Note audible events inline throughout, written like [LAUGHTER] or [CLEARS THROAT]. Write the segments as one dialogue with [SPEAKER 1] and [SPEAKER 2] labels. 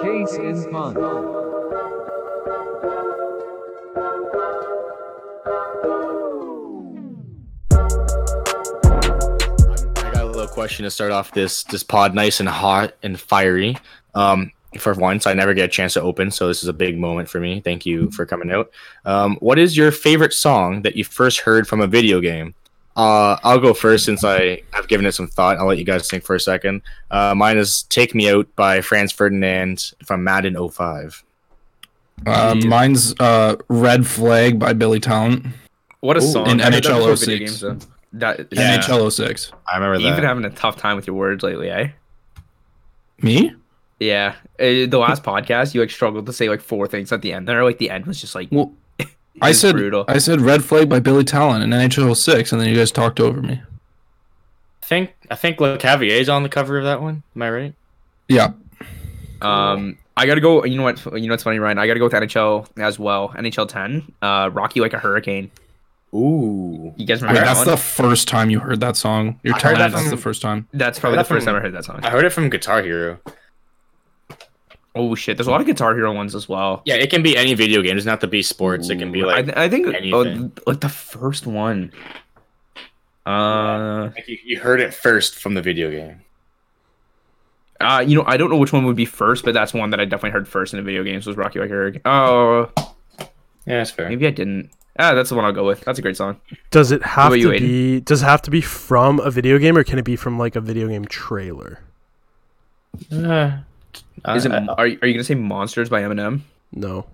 [SPEAKER 1] Case in point.
[SPEAKER 2] I got a little question to start off this this pod nice and hot and fiery. Um, for once, I never get a chance to open, so this is a big moment for me. Thank you for coming out. Um, what is your favorite song that you first heard from a video game? Uh, I'll go first since I have given it some thought. I'll let you guys think for a second. Uh, mine is "Take Me Out" by Franz Ferdinand from Madden 05.
[SPEAKER 3] Uh, mine's uh, Red Flag by Billy Talent.
[SPEAKER 4] What a
[SPEAKER 3] Ooh,
[SPEAKER 4] song!
[SPEAKER 3] in
[SPEAKER 4] I heard that
[SPEAKER 3] NHL
[SPEAKER 4] before video
[SPEAKER 3] 06.
[SPEAKER 4] games, though. That,
[SPEAKER 2] Yeah.
[SPEAKER 3] NHL 06.
[SPEAKER 2] I remember
[SPEAKER 4] You've been
[SPEAKER 2] that.
[SPEAKER 4] having a tough time with your words lately, eh?
[SPEAKER 3] Me?
[SPEAKER 4] Yeah. Uh, the last podcast, you like struggled to say like four things at the end. There, like the end was just like
[SPEAKER 3] Well, I
[SPEAKER 4] It's
[SPEAKER 3] said
[SPEAKER 4] brutal.
[SPEAKER 3] I said Red Flag by Billy Talent in NHL 06, and then you guys talked over me.
[SPEAKER 2] I think I think Le Cavier's on the cover of that one. Am I right?
[SPEAKER 3] Yeah.
[SPEAKER 4] Um, I gotta go. You know what? You know what's funny, Ryan? I gotta go with NHL as well. NHL 10, uh, Rocky like a hurricane.
[SPEAKER 2] Ooh.
[SPEAKER 4] You guys
[SPEAKER 3] Wait,
[SPEAKER 4] remember that
[SPEAKER 3] that's
[SPEAKER 4] one?
[SPEAKER 3] the first time you heard that song. You're
[SPEAKER 2] I heard
[SPEAKER 3] telling me
[SPEAKER 2] that
[SPEAKER 3] that's
[SPEAKER 2] from-
[SPEAKER 3] the first time.
[SPEAKER 4] that's probably the
[SPEAKER 2] that's
[SPEAKER 4] first
[SPEAKER 2] from-
[SPEAKER 4] time I heard that song.
[SPEAKER 2] I heard it from Guitar Hero.
[SPEAKER 4] Oh shit! There's a lot of Guitar Hero ones as well.
[SPEAKER 2] Yeah, it can be any video game. It doesn't have to be sports. It can be
[SPEAKER 4] Ooh,
[SPEAKER 2] like,
[SPEAKER 4] I, th- I think oh,
[SPEAKER 2] anything.
[SPEAKER 4] th- like the first one. Uh,
[SPEAKER 2] like you, you heard it first from the video game.
[SPEAKER 4] uh, you know, I don't know which one would be first, but that's one that I definitely heard first in the video games was Rocky like a hurricane. Oh,
[SPEAKER 2] Yeah, that's fair.
[SPEAKER 4] maybe I didn't. Ah, that's the one I'll go with. That's a great song.
[SPEAKER 5] Does it have
[SPEAKER 4] about
[SPEAKER 5] to
[SPEAKER 4] you, Aiden?
[SPEAKER 5] be? Does it have to be from a video game, or can it be from like a video game trailer?
[SPEAKER 2] Uh, I-
[SPEAKER 4] Is it?
[SPEAKER 2] I-
[SPEAKER 4] Are you, are you gonna say Monsters by Eminem? Oh,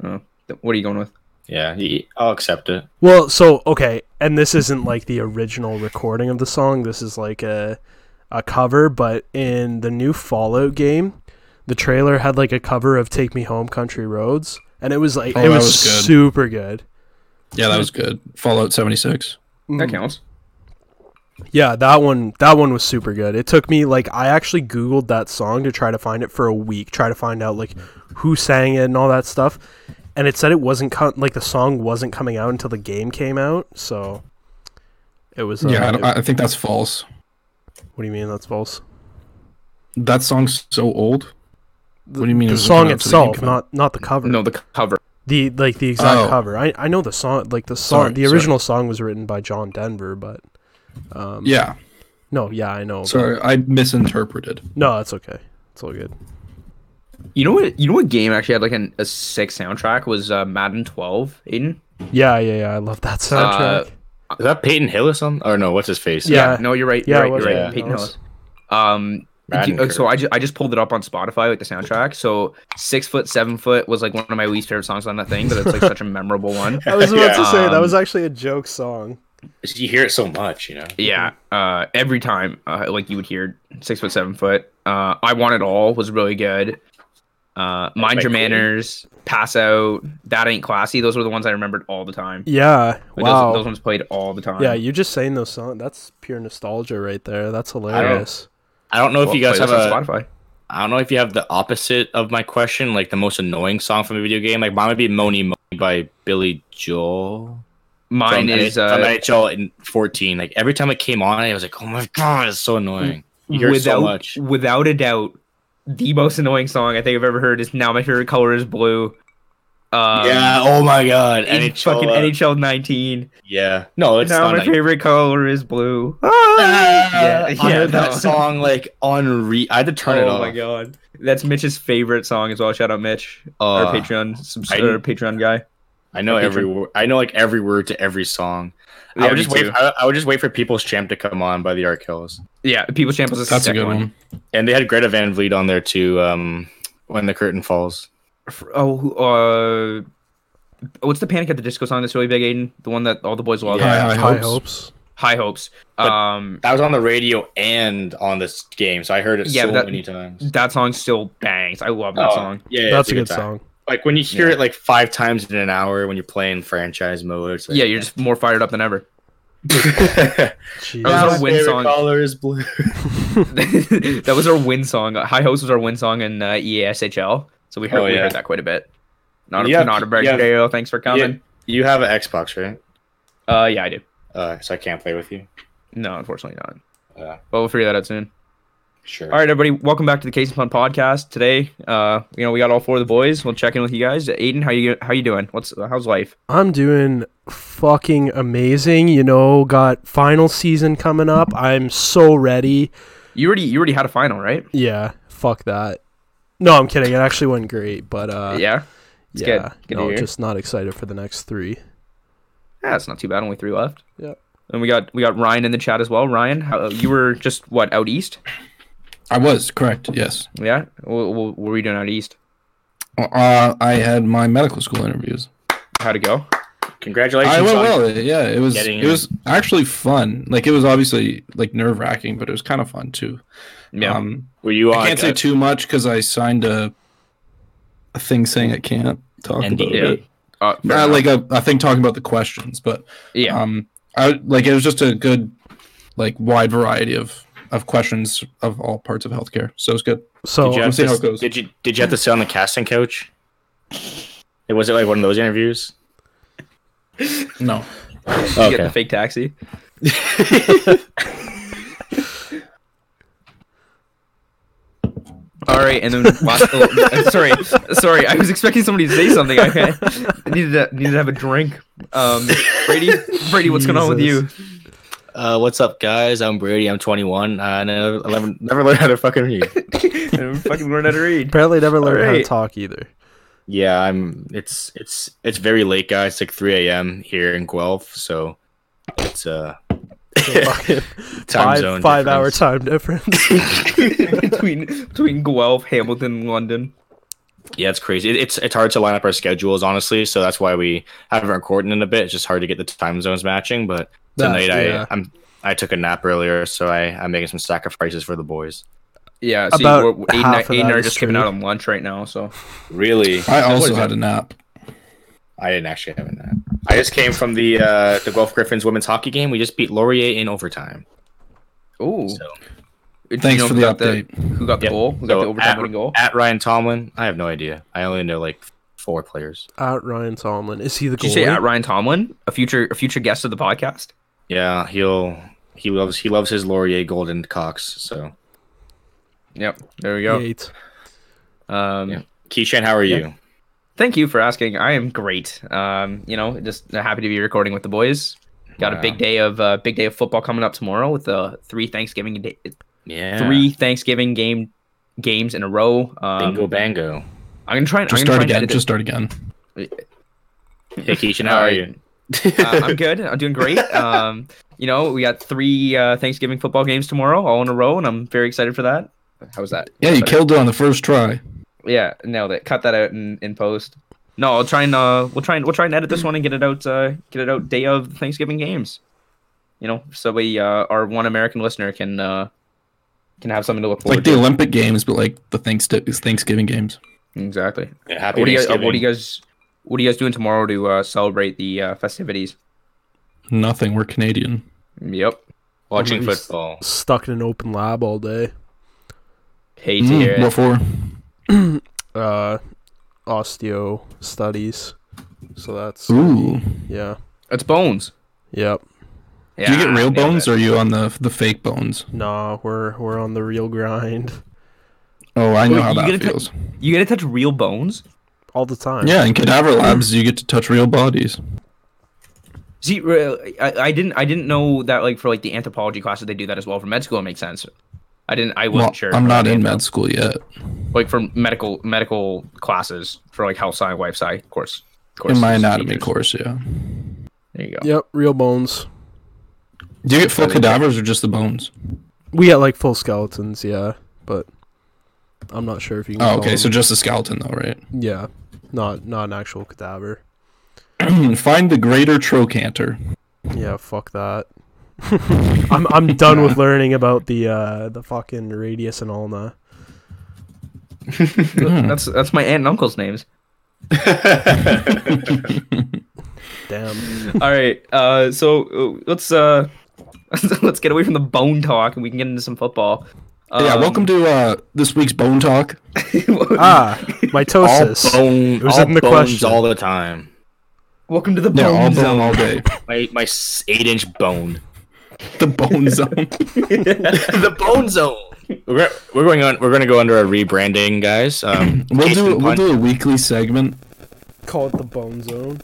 [SPEAKER 5] No.
[SPEAKER 4] Th- What are you going with?
[SPEAKER 2] yeah, y- I'll accept it.
[SPEAKER 5] Well, so okay, and this isn't like the original recording of the song. This is like a a cover, but in the new Fallout game, the trailer had like a cover of "Take Me Home, Country Roads," and it was like
[SPEAKER 3] Oh,
[SPEAKER 5] it
[SPEAKER 3] that
[SPEAKER 5] was,
[SPEAKER 3] was good.
[SPEAKER 5] super good.
[SPEAKER 3] Yeah, that was good. Fallout 76.
[SPEAKER 4] That
[SPEAKER 5] Mm.
[SPEAKER 4] counts.
[SPEAKER 5] Yeah, that one that one was super good. It took me like I actually googled that song to try to find it for a week, try to find out like who sang it and all that stuff. And it said it wasn't co- like the song wasn't coming out until the game came out, so it was uh,
[SPEAKER 3] yeah, I,
[SPEAKER 5] it-
[SPEAKER 3] don't- I think that's false.
[SPEAKER 5] what do you mean that's false?
[SPEAKER 3] That song's so old. What do you mean? it
[SPEAKER 5] The
[SPEAKER 3] was
[SPEAKER 5] song
[SPEAKER 3] coming out to the
[SPEAKER 5] itself,
[SPEAKER 3] game?
[SPEAKER 5] not not the cover.
[SPEAKER 4] No, the cover.
[SPEAKER 5] The like the exact
[SPEAKER 3] Oh.
[SPEAKER 5] cover. I I know the song like the song
[SPEAKER 3] Sorry,
[SPEAKER 5] the original song was written by John Denver, but um
[SPEAKER 3] Yeah.
[SPEAKER 5] no, yeah, I know. but-
[SPEAKER 3] Sorry, I misinterpreted.
[SPEAKER 5] No, that's okay. It's all good.
[SPEAKER 4] You know what? You know what game actually had like an, a sick soundtrack was uh, Madden 12. Aiden.
[SPEAKER 5] Yeah, yeah, yeah. I love that soundtrack.
[SPEAKER 2] Is that Peyton Hill or something? Or no, what's his face?
[SPEAKER 5] Yeah.
[SPEAKER 4] No, you're right.
[SPEAKER 5] Uh, Yeah,
[SPEAKER 4] You're
[SPEAKER 5] it
[SPEAKER 4] right.
[SPEAKER 5] was
[SPEAKER 4] You're right.
[SPEAKER 2] Madden.
[SPEAKER 4] Peyton
[SPEAKER 5] It
[SPEAKER 4] Hillis.
[SPEAKER 5] was-
[SPEAKER 4] Um.
[SPEAKER 2] Madden
[SPEAKER 4] do- so
[SPEAKER 2] Kirk.
[SPEAKER 4] I just I just pulled it up on Spotify like the soundtrack. So six foot seven foot was like one of my least favorite songs on that thing, but it's like such a memorable
[SPEAKER 5] [LAUGHS]
[SPEAKER 4] one.
[SPEAKER 5] I was about to say that
[SPEAKER 4] Um,
[SPEAKER 5] was actually a joke song.
[SPEAKER 2] you hear it so much, you know.
[SPEAKER 4] Yeah. Uh, every time uh, like you would hear six foot seven foot. Uh, I want it all was really good. Uh, mind
[SPEAKER 2] my
[SPEAKER 4] your
[SPEAKER 2] queen.
[SPEAKER 4] manners, pass out. That ain't classy. Those were the ones I remembered all the time.
[SPEAKER 5] Yeah.
[SPEAKER 4] Like,
[SPEAKER 5] wow.
[SPEAKER 4] Those, those ones played all the time.
[SPEAKER 5] yeah, you're just saying those songs. That's pure nostalgia right there. That's hilarious.
[SPEAKER 2] I don't know if
[SPEAKER 4] Well,
[SPEAKER 2] you guys
[SPEAKER 4] play
[SPEAKER 2] have
[SPEAKER 4] this on
[SPEAKER 2] a.
[SPEAKER 4] Spotify.
[SPEAKER 2] I don't know if you have the opposite of my question, like the most annoying song from a video game. Like mine would be "Moni Moni" by Billy Joel.
[SPEAKER 4] Mine is
[SPEAKER 2] from
[SPEAKER 4] uh,
[SPEAKER 2] NHL in 14. Like every time it came on, I was like, "Oh my god, it's so annoying." You hear it
[SPEAKER 4] without
[SPEAKER 2] so much.
[SPEAKER 4] without a doubt the most annoying song I think I've ever heard is now my favorite color is blue. Um,
[SPEAKER 2] yeah. Oh my god.
[SPEAKER 4] in
[SPEAKER 2] NHL.
[SPEAKER 4] fucking
[SPEAKER 2] uh,
[SPEAKER 4] NHL 19.
[SPEAKER 2] yeah. No, it's
[SPEAKER 4] now
[SPEAKER 2] not. [LAUGHS]
[SPEAKER 4] my
[SPEAKER 2] like-
[SPEAKER 4] favorite color is blue.
[SPEAKER 2] Ah!
[SPEAKER 4] [LAUGHS] Yeah,
[SPEAKER 2] I
[SPEAKER 4] yeah,
[SPEAKER 2] heard that
[SPEAKER 4] no.
[SPEAKER 2] song like on re. I had to turn it
[SPEAKER 4] oh
[SPEAKER 2] off.
[SPEAKER 4] my god, that's Mitch's favorite song as well. Shout out Mitch,
[SPEAKER 2] Uh,
[SPEAKER 4] our Patreon subs-
[SPEAKER 2] I-
[SPEAKER 4] or Patreon guy.
[SPEAKER 2] I know
[SPEAKER 4] Like,
[SPEAKER 2] every
[SPEAKER 4] different-
[SPEAKER 2] word. I know like every word to every song. I
[SPEAKER 4] Yeah,
[SPEAKER 2] would
[SPEAKER 4] me
[SPEAKER 2] just wait.
[SPEAKER 4] too.
[SPEAKER 2] I, I would just wait for People's Champ to come on by the Art Kills,
[SPEAKER 4] Yeah, People's Champ was a
[SPEAKER 3] That's a
[SPEAKER 4] sick
[SPEAKER 3] good one.
[SPEAKER 2] and they had Greta Van Vliet on there too. Um, when the curtain falls.
[SPEAKER 4] F- Oh, who- uh, what's the Panic at the Disco song that's really big, Aiden? The one that all the boys love.
[SPEAKER 2] Yeah.
[SPEAKER 3] High, high
[SPEAKER 5] High
[SPEAKER 3] hopes.
[SPEAKER 5] hopes.
[SPEAKER 4] High hopes.
[SPEAKER 2] But-
[SPEAKER 4] um,
[SPEAKER 2] That was on the radio and on this game, so I heard it
[SPEAKER 4] Yeah,
[SPEAKER 2] so
[SPEAKER 4] but that-
[SPEAKER 2] many times.
[SPEAKER 4] that song still bangs. I love that
[SPEAKER 2] Oh,
[SPEAKER 4] song.
[SPEAKER 2] Yeah,
[SPEAKER 5] That's
[SPEAKER 2] it's
[SPEAKER 5] a good
[SPEAKER 2] time.
[SPEAKER 5] song.
[SPEAKER 2] Like when you hear
[SPEAKER 4] Yeah.
[SPEAKER 2] it like five times in an hour when you're playing franchise mode. It's like,
[SPEAKER 4] Yeah,
[SPEAKER 2] [LAUGHS]
[SPEAKER 4] you're just [LAUGHS] more fired up than ever.
[SPEAKER 5] Jeez.
[SPEAKER 4] That was our win
[SPEAKER 2] favorite
[SPEAKER 4] song.
[SPEAKER 2] color is blue.
[SPEAKER 4] that was our win song. High hopes was our win song in uh, EASHL, so we heard,
[SPEAKER 2] Oh,
[SPEAKER 4] we
[SPEAKER 2] yeah.
[SPEAKER 4] heard that quite a bit. Not a,
[SPEAKER 2] You have-
[SPEAKER 4] not a break
[SPEAKER 2] you have-
[SPEAKER 4] deal. Thanks for coming.
[SPEAKER 2] You have an Xbox, right?
[SPEAKER 4] Uh, yeah, I do.
[SPEAKER 2] Uh, so I can't play with you.
[SPEAKER 4] No, unfortunately not.
[SPEAKER 2] Yeah.
[SPEAKER 4] But we'll figure that out soon.
[SPEAKER 2] Sure.
[SPEAKER 4] All right, everybody, welcome back to the Case and Fun podcast. Today, uh, you know, we got all four of the boys. We'll check in with you guys. Aiden, how you how you doing? What's how's life?
[SPEAKER 5] I'm doing fucking amazing. You know, got final season coming up. I'm so ready.
[SPEAKER 4] You already you already had a final, right?
[SPEAKER 5] Yeah, fuck that. No, I'm kidding. It actually went great, but uh, yeah,
[SPEAKER 4] yeah. it's good. Good to
[SPEAKER 5] no,
[SPEAKER 4] hear.
[SPEAKER 5] just not excited for the next three.
[SPEAKER 4] Yeah, it's not too bad. Only three left.
[SPEAKER 5] Yep.
[SPEAKER 4] And we got we got Ryan in the chat as well. Ryan, how, you were just what out east?
[SPEAKER 3] I was correct. Yes.
[SPEAKER 4] Yeah. What, what were you doing out east?
[SPEAKER 3] Uh, I had my medical school interviews.
[SPEAKER 4] How'd it go?
[SPEAKER 2] Congratulations.
[SPEAKER 3] I went
[SPEAKER 2] on-
[SPEAKER 3] well. Yeah, it was.
[SPEAKER 2] Getting
[SPEAKER 3] It
[SPEAKER 2] in.
[SPEAKER 3] was actually fun. Like it was obviously like nerve wracking, but it was kind of fun too.
[SPEAKER 4] Yeah. Oh,
[SPEAKER 3] Um,
[SPEAKER 2] Were you?
[SPEAKER 3] I can't say
[SPEAKER 2] uh,
[SPEAKER 3] too much because I signed a a thing saying I can't talk
[SPEAKER 2] NDA.
[SPEAKER 3] about it.
[SPEAKER 4] Uh, fair
[SPEAKER 3] Uh,
[SPEAKER 4] enough.
[SPEAKER 3] like a, a thing talking about the questions, but
[SPEAKER 4] yeah.
[SPEAKER 3] um, I like it was just a good, like wide variety of of questions of all parts of healthcare. So it's good.
[SPEAKER 5] So
[SPEAKER 2] did, you
[SPEAKER 3] I'm
[SPEAKER 2] have
[SPEAKER 3] seeing
[SPEAKER 2] to,
[SPEAKER 3] how it goes.
[SPEAKER 2] did you did you have to sit on the casting couch? It was it like one of those interviews. Oh,
[SPEAKER 3] No,
[SPEAKER 4] Did you get
[SPEAKER 2] okay.
[SPEAKER 4] the fake
[SPEAKER 5] [LAUGHS]
[SPEAKER 4] taxi. All right, and then last, oh,
[SPEAKER 5] [LAUGHS]
[SPEAKER 4] sorry, sorry, I was expecting somebody to say something. I I needed to, needed to have a drink. Um, Brady, Brady, what's going on with you?
[SPEAKER 2] Uh, what's up, guys? I'm Brady. I'm 21. I never, never, never learned how to fucking read.
[SPEAKER 4] I'm fucking learning how to read.
[SPEAKER 5] apparently, never learned how to
[SPEAKER 4] Alright.
[SPEAKER 5] talk either.
[SPEAKER 2] [LAUGHS] yeah, I'm. It's it's it's very late, guys. It's like 3 a.m. here in Guelph, so it's uh
[SPEAKER 5] Fucking
[SPEAKER 2] time
[SPEAKER 5] five
[SPEAKER 2] zone
[SPEAKER 5] five hour
[SPEAKER 2] difference.
[SPEAKER 5] time [LAUGHS]
[SPEAKER 4] [LAUGHS]
[SPEAKER 5] difference.
[SPEAKER 4] between between Guelph, Hamilton, and London.
[SPEAKER 2] Yeah, it's crazy. It, it's it's hard to line up our schedules, honestly. So that's why we haven't recorded in a bit. It's just hard to get the time zones matching. But
[SPEAKER 5] That's-
[SPEAKER 2] tonight,
[SPEAKER 5] yeah.
[SPEAKER 2] I I'm I took a nap earlier, so I I'm making some sacrifices for the boys.
[SPEAKER 4] Yeah, see,
[SPEAKER 5] About
[SPEAKER 4] we're, Aiden,
[SPEAKER 5] half of
[SPEAKER 4] Aiden
[SPEAKER 5] that
[SPEAKER 4] are
[SPEAKER 5] is
[SPEAKER 4] just skipping
[SPEAKER 5] true.
[SPEAKER 4] out on lunch right now. So
[SPEAKER 2] Really,
[SPEAKER 3] I
[SPEAKER 4] what
[SPEAKER 3] also
[SPEAKER 4] is
[SPEAKER 3] had a nap.
[SPEAKER 2] I didn't actually have a nap. I just came from the uh, the Guelph Griffins women's hockey game. We just beat Laurier in overtime.
[SPEAKER 4] oh,
[SPEAKER 2] So,
[SPEAKER 3] Thanks for the update.
[SPEAKER 4] who got the
[SPEAKER 2] Yep.
[SPEAKER 4] goal? Who got the
[SPEAKER 2] so
[SPEAKER 4] overtime
[SPEAKER 2] at,
[SPEAKER 4] winning goal?
[SPEAKER 2] at Ryan Tomlin, I have no idea. I only know like four players.
[SPEAKER 5] At Ryan Tomlin, is he the
[SPEAKER 4] Did you say
[SPEAKER 5] goalie?
[SPEAKER 4] at Ryan Tomlin, a future a future guest of the podcast?
[SPEAKER 2] Yeah, he'll he loves he loves his Laurier Golden Cox. So,
[SPEAKER 4] Yep. There we go.
[SPEAKER 5] Eight.
[SPEAKER 4] Um,
[SPEAKER 2] Yeah. Keyshan, how are you?
[SPEAKER 4] Thank you for asking. I am great. Um, you know, just happy to be recording with the boys. Got a
[SPEAKER 2] Wow.
[SPEAKER 4] big day of uh, big day of football coming up tomorrow with the three Thanksgiving day,
[SPEAKER 2] Yeah,
[SPEAKER 4] three Thanksgiving game games in a row. Um,
[SPEAKER 2] Bingo bango.
[SPEAKER 4] I'm gonna try and
[SPEAKER 3] Just start
[SPEAKER 4] I'm gonna try
[SPEAKER 3] again.
[SPEAKER 4] and
[SPEAKER 3] [LAUGHS]
[SPEAKER 4] edit
[SPEAKER 3] Just start again.
[SPEAKER 2] Hey Keishan, how are you?
[SPEAKER 4] uh, I'm good. I'm doing great. Um, you know, we got three uh, Thanksgiving football games tomorrow, all in a row, and I'm very excited for that. How's that?
[SPEAKER 3] Yeah, you
[SPEAKER 4] Better.
[SPEAKER 3] killed it on the first try.
[SPEAKER 4] Yeah, nailed it. Cut that out in, in post. No, I'll try and uh, we'll try and we'll try and edit this one and get it out. Uh, get it out day of the Thanksgiving games. You know, so we uh, our one American listener can uh, can have something to look
[SPEAKER 3] It's like
[SPEAKER 4] forward
[SPEAKER 3] the Olympic Games, but like the Thanks- Thanksgiving Games.
[SPEAKER 4] to. Exactly.
[SPEAKER 2] Yeah, happy
[SPEAKER 4] What do you guys, uh,
[SPEAKER 2] Thanksgiving.
[SPEAKER 4] What do you guys What are you guys doing tomorrow to uh, celebrate the uh, festivities?
[SPEAKER 3] Nothing. We're Canadian.
[SPEAKER 4] Yep.
[SPEAKER 2] Watching
[SPEAKER 5] I'm gonna be
[SPEAKER 2] football.
[SPEAKER 3] [LAUGHS]
[SPEAKER 5] Stuck in an open lab all day.
[SPEAKER 4] Hate to
[SPEAKER 3] Mm,
[SPEAKER 4] hear it.
[SPEAKER 3] what for?
[SPEAKER 5] Uh, osteo studies. So that's
[SPEAKER 3] Ooh.
[SPEAKER 5] yeah,
[SPEAKER 4] It's bones.
[SPEAKER 5] yep.
[SPEAKER 4] Yeah,
[SPEAKER 3] Do you get real
[SPEAKER 4] nailed
[SPEAKER 3] bones
[SPEAKER 4] it.
[SPEAKER 3] or are you on the the fake bones?
[SPEAKER 5] Nah, we're we're on the real grind [LAUGHS]
[SPEAKER 3] Oh, I know
[SPEAKER 4] Wait,
[SPEAKER 3] how
[SPEAKER 4] you
[SPEAKER 3] that
[SPEAKER 4] get to-
[SPEAKER 3] feels.
[SPEAKER 4] You get to touch real bones.
[SPEAKER 5] all the time.
[SPEAKER 3] yeah, in cadaver labs, you get to touch real bodies.
[SPEAKER 4] See, re- I, I didn't I didn't know that like for like the anthropology classes they do that as well for med school. It makes sense. I didn't. I wasn't
[SPEAKER 3] Well,
[SPEAKER 4] sure.
[SPEAKER 3] I'm
[SPEAKER 4] but
[SPEAKER 3] not
[SPEAKER 4] I
[SPEAKER 3] in
[SPEAKER 4] didn't know.
[SPEAKER 3] med school yet.
[SPEAKER 4] like for medical medical classes for like health science, life science course.
[SPEAKER 3] In
[SPEAKER 4] courses,
[SPEAKER 3] my anatomy
[SPEAKER 4] teachers.
[SPEAKER 3] course, yeah.
[SPEAKER 4] There you go.
[SPEAKER 5] Yep. Real bones.
[SPEAKER 3] Do you get full cadavers or just the bones?
[SPEAKER 5] We got like full skeletons. Yeah, but I'm not sure if you. Can
[SPEAKER 3] Oh,
[SPEAKER 5] call
[SPEAKER 3] okay. So
[SPEAKER 5] them-
[SPEAKER 3] just the skeleton, though, right? [CLEARS THROAT]
[SPEAKER 5] yeah, not not an actual cadaver.
[SPEAKER 3] Find the greater trochanter.
[SPEAKER 5] Yeah, fuck that. [LAUGHS] I'm I'm done
[SPEAKER 3] [LAUGHS]
[SPEAKER 5] with learning about the uh the fucking radius and ulna.
[SPEAKER 3] Hmm.
[SPEAKER 4] That's that's my aunt and uncle's names. [LAUGHS]
[SPEAKER 5] Damn.
[SPEAKER 4] All right. Uh, so uh, let's uh, [LAUGHS] let's get away from the bone talk and we can get into some football. Um,
[SPEAKER 3] yeah, welcome to uh, this week's bone talk.
[SPEAKER 5] Ah,
[SPEAKER 2] All
[SPEAKER 5] mitosis.
[SPEAKER 2] bone,
[SPEAKER 5] was
[SPEAKER 2] all
[SPEAKER 5] in the
[SPEAKER 2] bones
[SPEAKER 5] question.
[SPEAKER 2] all the time.
[SPEAKER 4] welcome to the
[SPEAKER 3] Yeah, all bone
[SPEAKER 4] bone zone.
[SPEAKER 3] all
[SPEAKER 4] [LAUGHS]
[SPEAKER 3] day.
[SPEAKER 2] My my [LAUGHS] s- eight inch bone.
[SPEAKER 3] The bone zone.
[SPEAKER 2] the bone zone. we're go- we're going on. We're going to go under a rebranding, guys. Um,
[SPEAKER 3] We'll
[SPEAKER 2] Case
[SPEAKER 3] do
[SPEAKER 2] in
[SPEAKER 3] we'll
[SPEAKER 2] point-
[SPEAKER 3] do a weekly segment.
[SPEAKER 5] Call it the Bone Zone.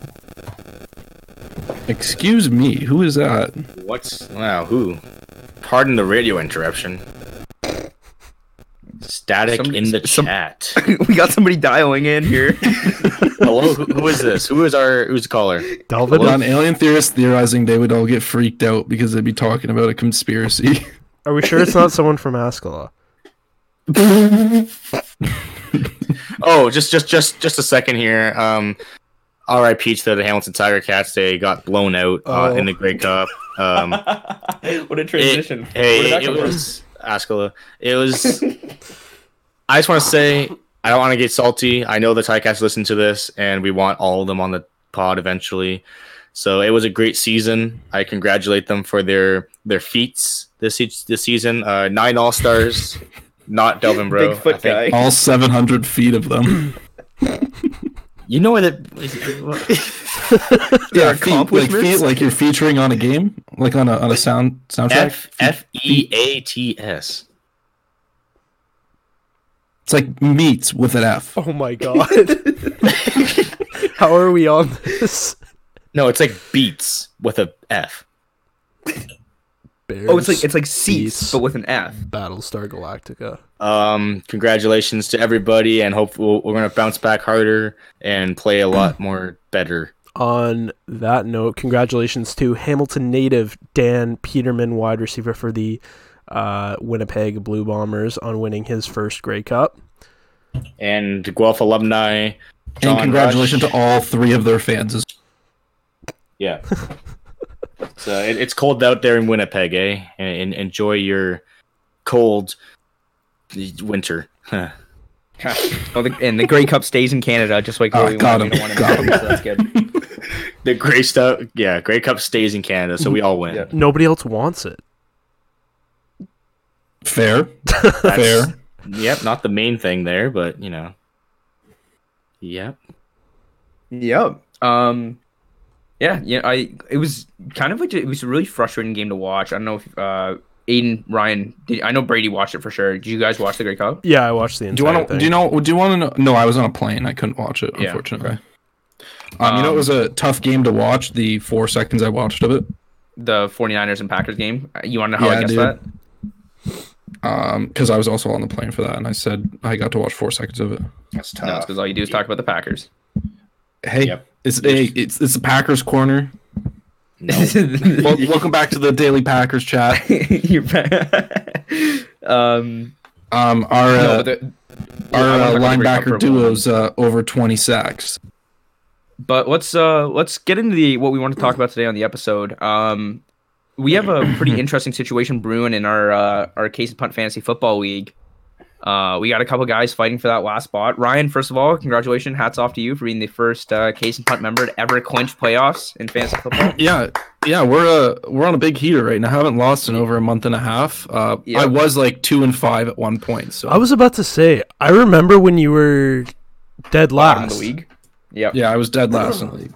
[SPEAKER 3] Excuse me, who is that?
[SPEAKER 2] What's wow? Who? Pardon the radio interruption. Static
[SPEAKER 4] Some-
[SPEAKER 2] in the
[SPEAKER 4] some-
[SPEAKER 2] chat.
[SPEAKER 4] [LAUGHS] we got somebody dialing in
[SPEAKER 3] [LAUGHS]
[SPEAKER 4] here.
[SPEAKER 2] Hello, who, who is this? Who is our who's the caller?
[SPEAKER 5] Delvin?
[SPEAKER 3] On alien theorists theorizing, they would all get freaked out because they'd be talking about a conspiracy. [LAUGHS]
[SPEAKER 5] Are we sure it's not someone from Ascala?
[SPEAKER 2] Oh, just just just just a second here. Um, R.I.P. to the Hamilton Tiger Cats. They got blown out uh,
[SPEAKER 5] Oh.
[SPEAKER 2] in the Grey Cup. Um,
[SPEAKER 4] [LAUGHS] what a
[SPEAKER 2] it-
[SPEAKER 4] transition. Where did
[SPEAKER 2] hey,
[SPEAKER 4] that
[SPEAKER 2] it
[SPEAKER 4] come from?
[SPEAKER 2] was Ascala. It was. [LAUGHS] I just want to say I don't want to get salty. I know the Ticats listen to this, and we want all of them on the pod eventually. So it was a great season. I congratulate them for their their feats this se- this season. Uh, nine All Stars, not
[SPEAKER 4] [LAUGHS]
[SPEAKER 2] Delvin Bro.
[SPEAKER 4] Bigfoot
[SPEAKER 2] I think-
[SPEAKER 4] guy.
[SPEAKER 3] all 700 feet of them.
[SPEAKER 2] You know what? It,
[SPEAKER 3] yeah, feet, like
[SPEAKER 4] accomplishments?
[SPEAKER 3] feet, like you're featuring on a game, like on a on a sound soundtrack.
[SPEAKER 2] F F E A T S.
[SPEAKER 3] It's like meats with an F.
[SPEAKER 5] Oh my [LAUGHS] god. How are we on this?
[SPEAKER 2] No, it's like beats with a F.
[SPEAKER 5] Bears
[SPEAKER 4] Oh, it's like it's like seats,
[SPEAKER 5] Seats.
[SPEAKER 4] but with an F. [LAUGHS]
[SPEAKER 5] Battlestar Galactica.
[SPEAKER 2] Um, congratulations to everybody, and hope we'll, we're gonna bounce back harder and play a lot more better.
[SPEAKER 5] On that note, congratulations to Hamilton native Dan Peterman, wide receiver for the uh, Winnipeg Blue Bombers, on winning his first Grey Cup.
[SPEAKER 2] And Guelph alumni, John
[SPEAKER 3] and congratulations
[SPEAKER 2] Rush.
[SPEAKER 3] to all three of their fans. as-
[SPEAKER 2] yeah. [LAUGHS] so it, it's cold out there in Winnipeg, eh? And, and enjoy your cold winter. [LAUGHS] Huh.
[SPEAKER 4] Oh, the, and the Grey Cup stays in Canada, just like
[SPEAKER 3] Ah,
[SPEAKER 4] we
[SPEAKER 3] got
[SPEAKER 4] want. We
[SPEAKER 3] him,
[SPEAKER 4] don't want
[SPEAKER 3] got
[SPEAKER 4] him.
[SPEAKER 3] him.
[SPEAKER 4] So that's good.
[SPEAKER 2] the Grey stuff, yeah. Grey Cup stays in Canada, so we all win.
[SPEAKER 4] Yeah.
[SPEAKER 5] Nobody else wants it.
[SPEAKER 3] Fair,
[SPEAKER 2] That's-
[SPEAKER 3] fair.
[SPEAKER 2] Yep, not the main thing there, but you know. Yep.
[SPEAKER 4] Yep. Um. Yeah. Yeah. I. It was kind of like it was a really frustrating game to watch. I don't know if uh, Aiden Ryan. Did, I know Brady watched it for sure. Did you guys watch the Grey Cup?
[SPEAKER 5] Yeah, I watched the
[SPEAKER 3] Do
[SPEAKER 5] entire
[SPEAKER 3] you want to?
[SPEAKER 5] thing.
[SPEAKER 3] Do you know? Do you want to know? No, I was on a plane. I couldn't watch it,
[SPEAKER 4] Yeah.
[SPEAKER 3] unfortunately. Um, you know, it was a tough game to watch. The four seconds I watched of it.
[SPEAKER 4] The 49ers and Packers game. Uh, You want to know how
[SPEAKER 3] Yeah,
[SPEAKER 4] I guessed
[SPEAKER 3] dude.
[SPEAKER 4] that?
[SPEAKER 3] Um, because I was also on the plane for that, and I said I got to watch four seconds of it.
[SPEAKER 2] That's
[SPEAKER 3] Uh,
[SPEAKER 2] tough.
[SPEAKER 4] No, it's because all you do is talk about
[SPEAKER 3] [LAUGHS]
[SPEAKER 4] the Packers. [LAUGHS]
[SPEAKER 3] Hey,
[SPEAKER 2] Yep.
[SPEAKER 3] it's hey, it's it's the Packers corner.
[SPEAKER 4] [LAUGHS]
[SPEAKER 3] [LAUGHS] Wel- welcome back to the Daily Packers chat.
[SPEAKER 4] You're back. [LAUGHS] um.
[SPEAKER 3] Um, our
[SPEAKER 4] no,
[SPEAKER 3] uh,
[SPEAKER 4] but the,
[SPEAKER 3] our
[SPEAKER 4] I
[SPEAKER 3] uh,
[SPEAKER 4] wanna talk about the Grey Cup for
[SPEAKER 3] linebacker
[SPEAKER 4] a moment.
[SPEAKER 3] duos uh, over twenty sacks.
[SPEAKER 4] but let's uh let's get into the what we want to talk about today on the episode. Um, we have a pretty interesting situation brewing in our uh, our case punt fantasy football league. Uh, we got a couple guys fighting for that last spot. Ryan, first of all, congratulations, hats off to you for being the first uh, case and punt member to ever clinch playoffs in fantasy football.
[SPEAKER 3] Yeah, yeah, we're uh we're on a big heater right now. I haven't lost in over a month and a half. Uh,
[SPEAKER 4] Yeah.
[SPEAKER 3] I was like two and five at one point. So
[SPEAKER 5] I was about to say, I remember when you were dead
[SPEAKER 4] Bottom of
[SPEAKER 5] last.
[SPEAKER 4] the league. Yep.
[SPEAKER 3] yeah, I was [CLEARS THROAT] dead last in the league.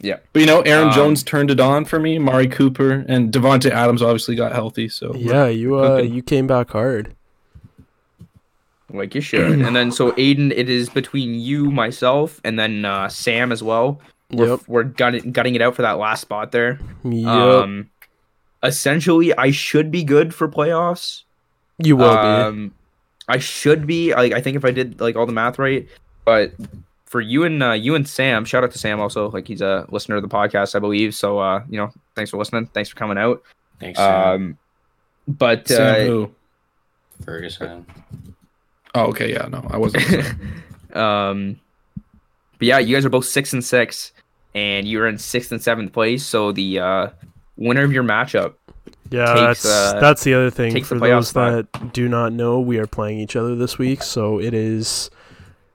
[SPEAKER 4] Yeah.
[SPEAKER 3] But you know, Aaron
[SPEAKER 4] Um,
[SPEAKER 3] Jones turned it on for me. Mari Cooper and Devonte Adams obviously got healthy. So
[SPEAKER 5] Yeah, you uh,
[SPEAKER 3] Cooking.
[SPEAKER 5] you came back hard.
[SPEAKER 4] Like you should. and then so Aiden, it is between you, myself, and then uh, Sam as well. We're,
[SPEAKER 5] Yep.
[SPEAKER 4] we're gutting, gutting it out for that last spot there.
[SPEAKER 5] Yep.
[SPEAKER 4] Um, essentially, I should be good for playoffs.
[SPEAKER 5] you will be.
[SPEAKER 4] um, I should be. Like, I think if I did like all the math right, but for you and uh, you and Sam, shout out to Sam also. Like he's a listener of the podcast, I believe. So uh, you know, thanks for listening. Thanks for coming out.
[SPEAKER 2] Thanks, Sam
[SPEAKER 4] Um, but
[SPEAKER 3] Sam
[SPEAKER 4] uh,
[SPEAKER 3] who?
[SPEAKER 2] Ferguson.
[SPEAKER 3] Oh, okay, yeah, no, I
[SPEAKER 4] [LAUGHS]
[SPEAKER 3] wasn't.
[SPEAKER 4] uh, um, but yeah, you guys are both six and six, and you're in sixth and seventh place. So the uh, winner of your matchup
[SPEAKER 5] yeah,
[SPEAKER 4] takes,
[SPEAKER 5] that's
[SPEAKER 4] uh,
[SPEAKER 5] that's the other thing
[SPEAKER 4] takes the
[SPEAKER 5] for
[SPEAKER 4] playoff
[SPEAKER 5] those
[SPEAKER 4] spot.
[SPEAKER 5] that do not know. We are playing each other this week, so it is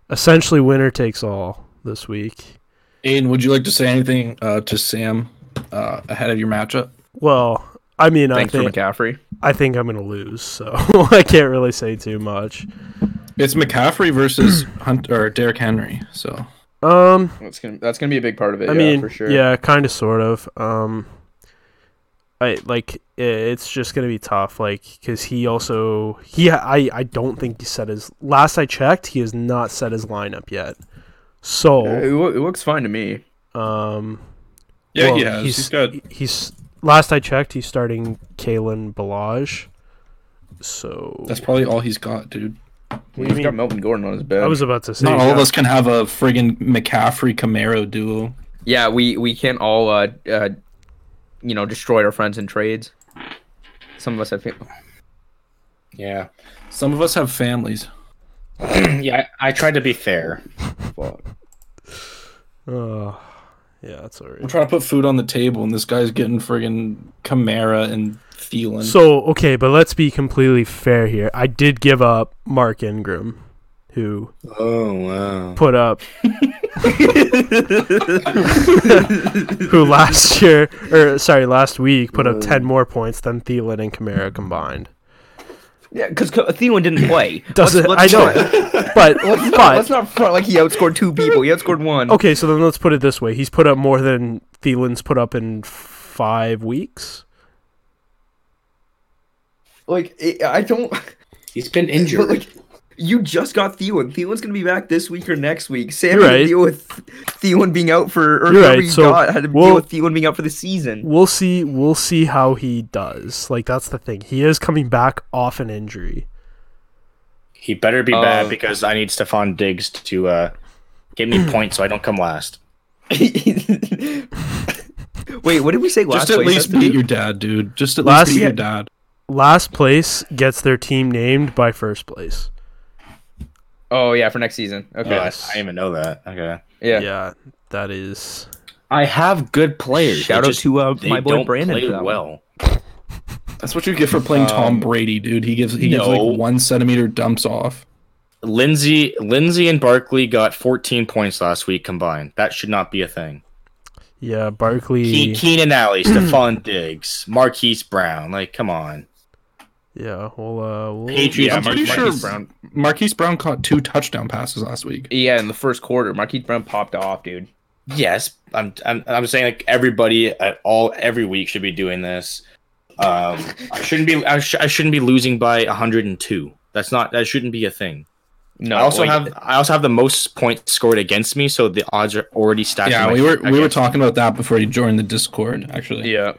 [SPEAKER 5] essentially winner takes all this week.
[SPEAKER 3] Aiden, would you like to say anything uh, to Sam uh, ahead of your matchup?
[SPEAKER 5] Well, I mean,
[SPEAKER 4] thanks
[SPEAKER 5] I
[SPEAKER 4] for
[SPEAKER 5] think
[SPEAKER 4] McCaffrey.
[SPEAKER 5] I think I'm gonna lose, so [LAUGHS] I can't really say too much.
[SPEAKER 3] It's McCaffrey versus [CLEARS THROAT] Hunt or Derrick Henry. So
[SPEAKER 5] Um,
[SPEAKER 4] That's gonna that's gonna be a big part of it.
[SPEAKER 5] I mean, yeah, kind of, sort of. Um, I like i- it's just gonna be tough, like because he also he I I don't think he set his last I checked he has not set his lineup yet. So
[SPEAKER 4] It, loo- it looks fine to me.
[SPEAKER 5] um
[SPEAKER 3] Yeah,
[SPEAKER 5] well,
[SPEAKER 3] he has. he's got
[SPEAKER 5] he's last I checked he's starting Kalen Balaj. So
[SPEAKER 3] that's probably all he's got, dude.
[SPEAKER 5] What do you
[SPEAKER 4] He's got
[SPEAKER 5] mean?
[SPEAKER 4] Melvin Gordon on his bed.
[SPEAKER 5] I was about to say
[SPEAKER 3] Not all of
[SPEAKER 5] yeah.
[SPEAKER 3] us can have a friggin' McCaffrey Camaro duo.
[SPEAKER 4] Yeah, we we can't all uh, uh you know destroy our friends in trades. Some of us have.
[SPEAKER 2] Yeah. [CLEARS THROAT]
[SPEAKER 3] Some of us have families.
[SPEAKER 2] yeah, I, I tried to be fair.
[SPEAKER 4] Fuck.
[SPEAKER 5] Ugh. yeah, that's alright.
[SPEAKER 3] We're trying to put food on the table, and this guy's getting friggin' Camara and Thielen.
[SPEAKER 5] So okay, but let's be completely fair here. I did give up Mark Ingram, who
[SPEAKER 2] Oh, wow.
[SPEAKER 4] [LAUGHS]
[SPEAKER 5] put up who last year or sorry last week
[SPEAKER 4] Uh.
[SPEAKER 5] put up 10 more points than Thielen and
[SPEAKER 4] Mm-hmm.
[SPEAKER 5] Kamara combined.
[SPEAKER 4] Yeah, because Thielen
[SPEAKER 5] [LAUGHS]
[SPEAKER 4] didn't play.
[SPEAKER 5] Doesn't
[SPEAKER 4] Let's-
[SPEAKER 5] I
[SPEAKER 4] let's
[SPEAKER 5] know.
[SPEAKER 4] not-
[SPEAKER 5] [LAUGHS] but
[SPEAKER 4] Let's not,
[SPEAKER 5] but
[SPEAKER 4] let's not front like he outscored two people. He outscored one.
[SPEAKER 5] okay, so then let's put it this way. He's put up more than Thielen's put up in 5 weeks.
[SPEAKER 4] Like it, I don't. [LAUGHS]
[SPEAKER 2] He's been
[SPEAKER 4] But
[SPEAKER 2] injured.
[SPEAKER 4] [LAUGHS] like, you just got Thielen. Thielen's gonna be back this week or next week. Sam
[SPEAKER 5] You're
[SPEAKER 4] had
[SPEAKER 5] right.
[SPEAKER 4] to deal with Thielen being out for or
[SPEAKER 5] You're
[SPEAKER 4] whoever
[SPEAKER 5] right,
[SPEAKER 4] he
[SPEAKER 5] so
[SPEAKER 4] got had to
[SPEAKER 5] we'll-
[SPEAKER 4] deal with Thielen being out for the
[SPEAKER 5] [LAUGHS]
[SPEAKER 4] season. [LAUGHS]
[SPEAKER 5] We'll see we'll see how he does. Like that's the thing. He is coming back off an injury.
[SPEAKER 2] he better be
[SPEAKER 4] Oh.
[SPEAKER 2] bad because I need Stefan Diggs to uh, give me points so I don't come last.
[SPEAKER 4] Wait, what did we say last?
[SPEAKER 3] just at
[SPEAKER 4] week?
[SPEAKER 3] least
[SPEAKER 4] That's the-
[SPEAKER 3] beat your dad, dude. Just at
[SPEAKER 5] Last
[SPEAKER 3] least beat
[SPEAKER 5] year-
[SPEAKER 3] your dad.
[SPEAKER 5] Last place gets their team named by first place.
[SPEAKER 4] Oh yeah, for next season. Okay.
[SPEAKER 2] Yeah,
[SPEAKER 5] Yes.
[SPEAKER 2] I didn't even know that. Okay.
[SPEAKER 4] yeah.
[SPEAKER 5] yeah that is
[SPEAKER 2] I have good players.
[SPEAKER 4] Shout out to, uh, my boy Brandon for that one.
[SPEAKER 2] well.
[SPEAKER 3] That's what you get for playing Tom
[SPEAKER 4] Um,
[SPEAKER 3] Brady, dude. He gives he gives
[SPEAKER 2] No.
[SPEAKER 3] like one centimeter dumps off.
[SPEAKER 2] Lindsay, Lindsay and Barkley got 14 points last week combined. That should not be a thing.
[SPEAKER 5] yeah Barkley.
[SPEAKER 2] Ke- Keenan Alley, Stephon Diggs, Marquise Brown. Like, come on.
[SPEAKER 5] yeah, we'll uh, we'll,
[SPEAKER 2] Patriots.
[SPEAKER 3] I'm pretty
[SPEAKER 2] Marquise
[SPEAKER 3] sure-
[SPEAKER 2] Brown.
[SPEAKER 3] Marquise Brown caught two touchdown passes last week.
[SPEAKER 4] Yeah, in the first quarter, Marquise Brown popped off, dude.
[SPEAKER 2] Yes, I'm, I'm. I'm saying like everybody at all every week should be doing this. Um, I shouldn't be. I, sh- I shouldn't be losing by 102. That's not. That shouldn't be a thing.
[SPEAKER 4] No,
[SPEAKER 2] I also
[SPEAKER 4] like-
[SPEAKER 2] have. I also have the most points scored against me, so the odds are already stacked. in
[SPEAKER 3] Yeah,
[SPEAKER 2] my-
[SPEAKER 3] we were we were
[SPEAKER 2] against-
[SPEAKER 3] talking about that before you joined the Discord. Actually,
[SPEAKER 4] Yeah.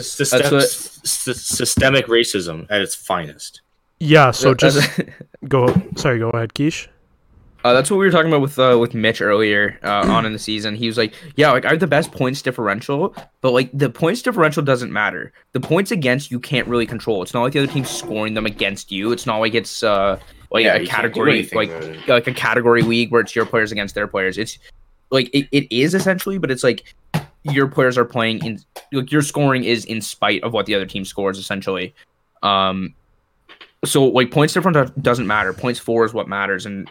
[SPEAKER 2] System,
[SPEAKER 4] what-
[SPEAKER 2] s- systemic racism at its finest.
[SPEAKER 5] yeah. So just
[SPEAKER 4] That's- [LAUGHS]
[SPEAKER 5] go. Sorry, go ahead, Keish.
[SPEAKER 4] Uh, that's what we were talking about with uh, with Mitch earlier uh, on in the season. He was like, "Yeah, like I have the best points differential, but like the points differential doesn't matter. The points against you can't really control. It's not like the other team's scoring them against you. It's not like it's uh like
[SPEAKER 2] Yeah,
[SPEAKER 4] a
[SPEAKER 2] you can't do
[SPEAKER 4] category
[SPEAKER 2] anything
[SPEAKER 4] like
[SPEAKER 2] about it.
[SPEAKER 4] like a category league where it's your players against their players. It's like it, it is essentially, but it's like your players are playing in like your scoring is in spite of what the other team scores essentially. Um, so like points difference doesn't matter. Points for is what matters, and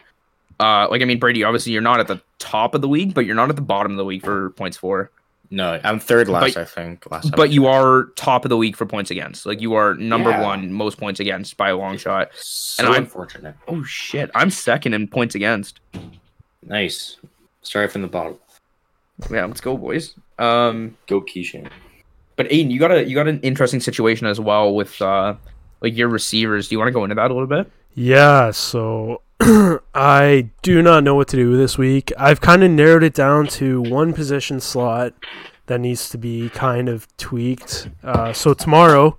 [SPEAKER 4] uh, like I mean, Brady, obviously you're not at the top of the league, but you're not at the bottom of the league for points for.
[SPEAKER 2] No, I'm third last,
[SPEAKER 4] But-
[SPEAKER 2] I think. Last, time.
[SPEAKER 4] But you are top of the league for points against. Like you are number
[SPEAKER 2] Yeah.
[SPEAKER 4] one most points against by a long shot.
[SPEAKER 2] so
[SPEAKER 4] and I'm-
[SPEAKER 2] unfortunate.
[SPEAKER 4] Oh shit, I'm second in points against.
[SPEAKER 2] Nice. Start from the bottom.
[SPEAKER 4] Yeah, let's go, boys. Um,
[SPEAKER 2] Go Keishan.
[SPEAKER 4] but Aiden, you got a you got an interesting situation as well with uh, like your receivers. Do you want to go into that a little bit?
[SPEAKER 5] Yeah. So [CLEARS THROAT] I do not know what to do this week. I've kind of narrowed it down to one position slot that needs to be kind of tweaked. Uh, so tomorrow,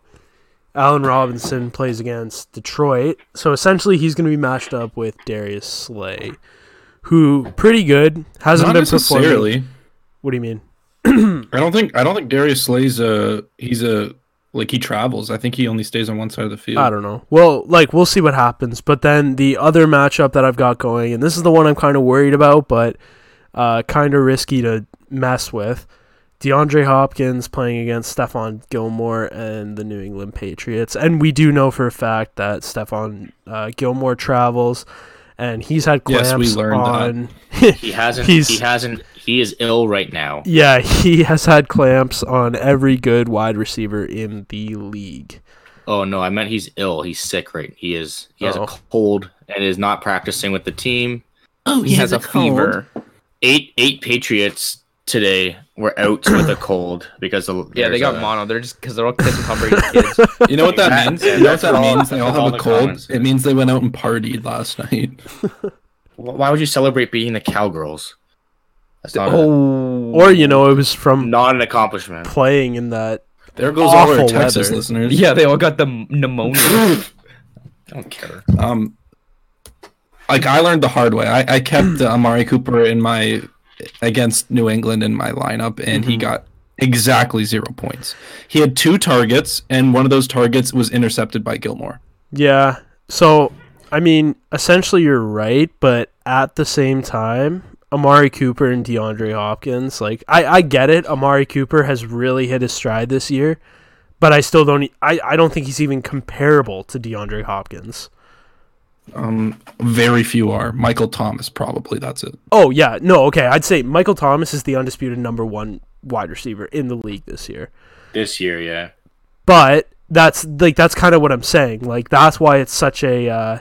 [SPEAKER 5] Allen Robinson plays against Detroit. So essentially, he's going to be matched up with Darius Slay, who pretty good hasn't
[SPEAKER 3] not
[SPEAKER 5] been performing.
[SPEAKER 3] necessarily.
[SPEAKER 5] What do you mean?
[SPEAKER 3] I don't think I don't think Darius Slay's a he's a like he travels. I think he only stays on one side of the field.
[SPEAKER 5] I don't know. Well, like we'll see what happens. But then the other matchup that I've got going, and this is the one I'm kind of worried about, but uh, kind of risky to mess with. DeAndre Hopkins playing against Stephon Gilmore and the New England Patriots, and we do know for a fact that Stephon uh, Gilmore travels, and he's had clamps
[SPEAKER 3] Yes, we learned [LAUGHS]
[SPEAKER 5] on.
[SPEAKER 2] He hasn't.
[SPEAKER 5] He's-
[SPEAKER 2] He hasn't. He is ill right now.
[SPEAKER 5] Yeah, he has had clamps on every good wide receiver in the league.
[SPEAKER 2] Oh no, I meant he's ill. He's sick. Right. He is. He has
[SPEAKER 5] Oh.
[SPEAKER 2] a cold and is not practicing with the team.
[SPEAKER 4] Oh,
[SPEAKER 2] He has a fever. Eight eight Patriots today were out with [COUGHS] a cold because the
[SPEAKER 4] Yeah,
[SPEAKER 2] there's
[SPEAKER 4] they got
[SPEAKER 2] a-
[SPEAKER 4] mono. They're just because they're all kids and hungry [LAUGHS] kids.
[SPEAKER 3] You know what that means?
[SPEAKER 2] Exactly.
[SPEAKER 3] You know what
[SPEAKER 2] That's
[SPEAKER 3] that
[SPEAKER 2] all-
[SPEAKER 3] means? They all
[SPEAKER 2] that's all
[SPEAKER 3] have a
[SPEAKER 2] the
[SPEAKER 3] cold.
[SPEAKER 2] comments.
[SPEAKER 3] It means they went out and partied last [LAUGHS] night.
[SPEAKER 2] Wh- Why would you celebrate beating the cowgirls? That's not, a-
[SPEAKER 4] Oh,
[SPEAKER 5] Or you know, it was from
[SPEAKER 2] not an accomplishment.
[SPEAKER 5] playing in that.
[SPEAKER 3] There goes all our
[SPEAKER 5] Awful
[SPEAKER 3] Texas
[SPEAKER 5] weather.
[SPEAKER 3] listeners.
[SPEAKER 4] yeah, they all got the m- pneumonia.
[SPEAKER 2] I don't care.
[SPEAKER 3] Um, like I learned the hard way. I, I kept uh, Amari Cooper in my against New England in my lineup, and he got exactly zero points. He had two targets, and one of those targets was intercepted by Gilmore.
[SPEAKER 5] Yeah. So, I mean, essentially you're right, but at the same time, Amari Cooper and DeAndre Hopkins, like I I get it. Amari Cooper has really hit his stride this year, but I still don't e, I I don't think he's even comparable to DeAndre Hopkins.
[SPEAKER 3] Um, very few are Michael Thomas. Probably that's it.
[SPEAKER 5] Oh, yeah. No, okay. I'd say Michael Thomas is the undisputed number 1 wide receiver in the league this year.
[SPEAKER 2] This year, yeah.
[SPEAKER 5] but that's like that's kind of what I'm saying. Like that's why it's such a uh,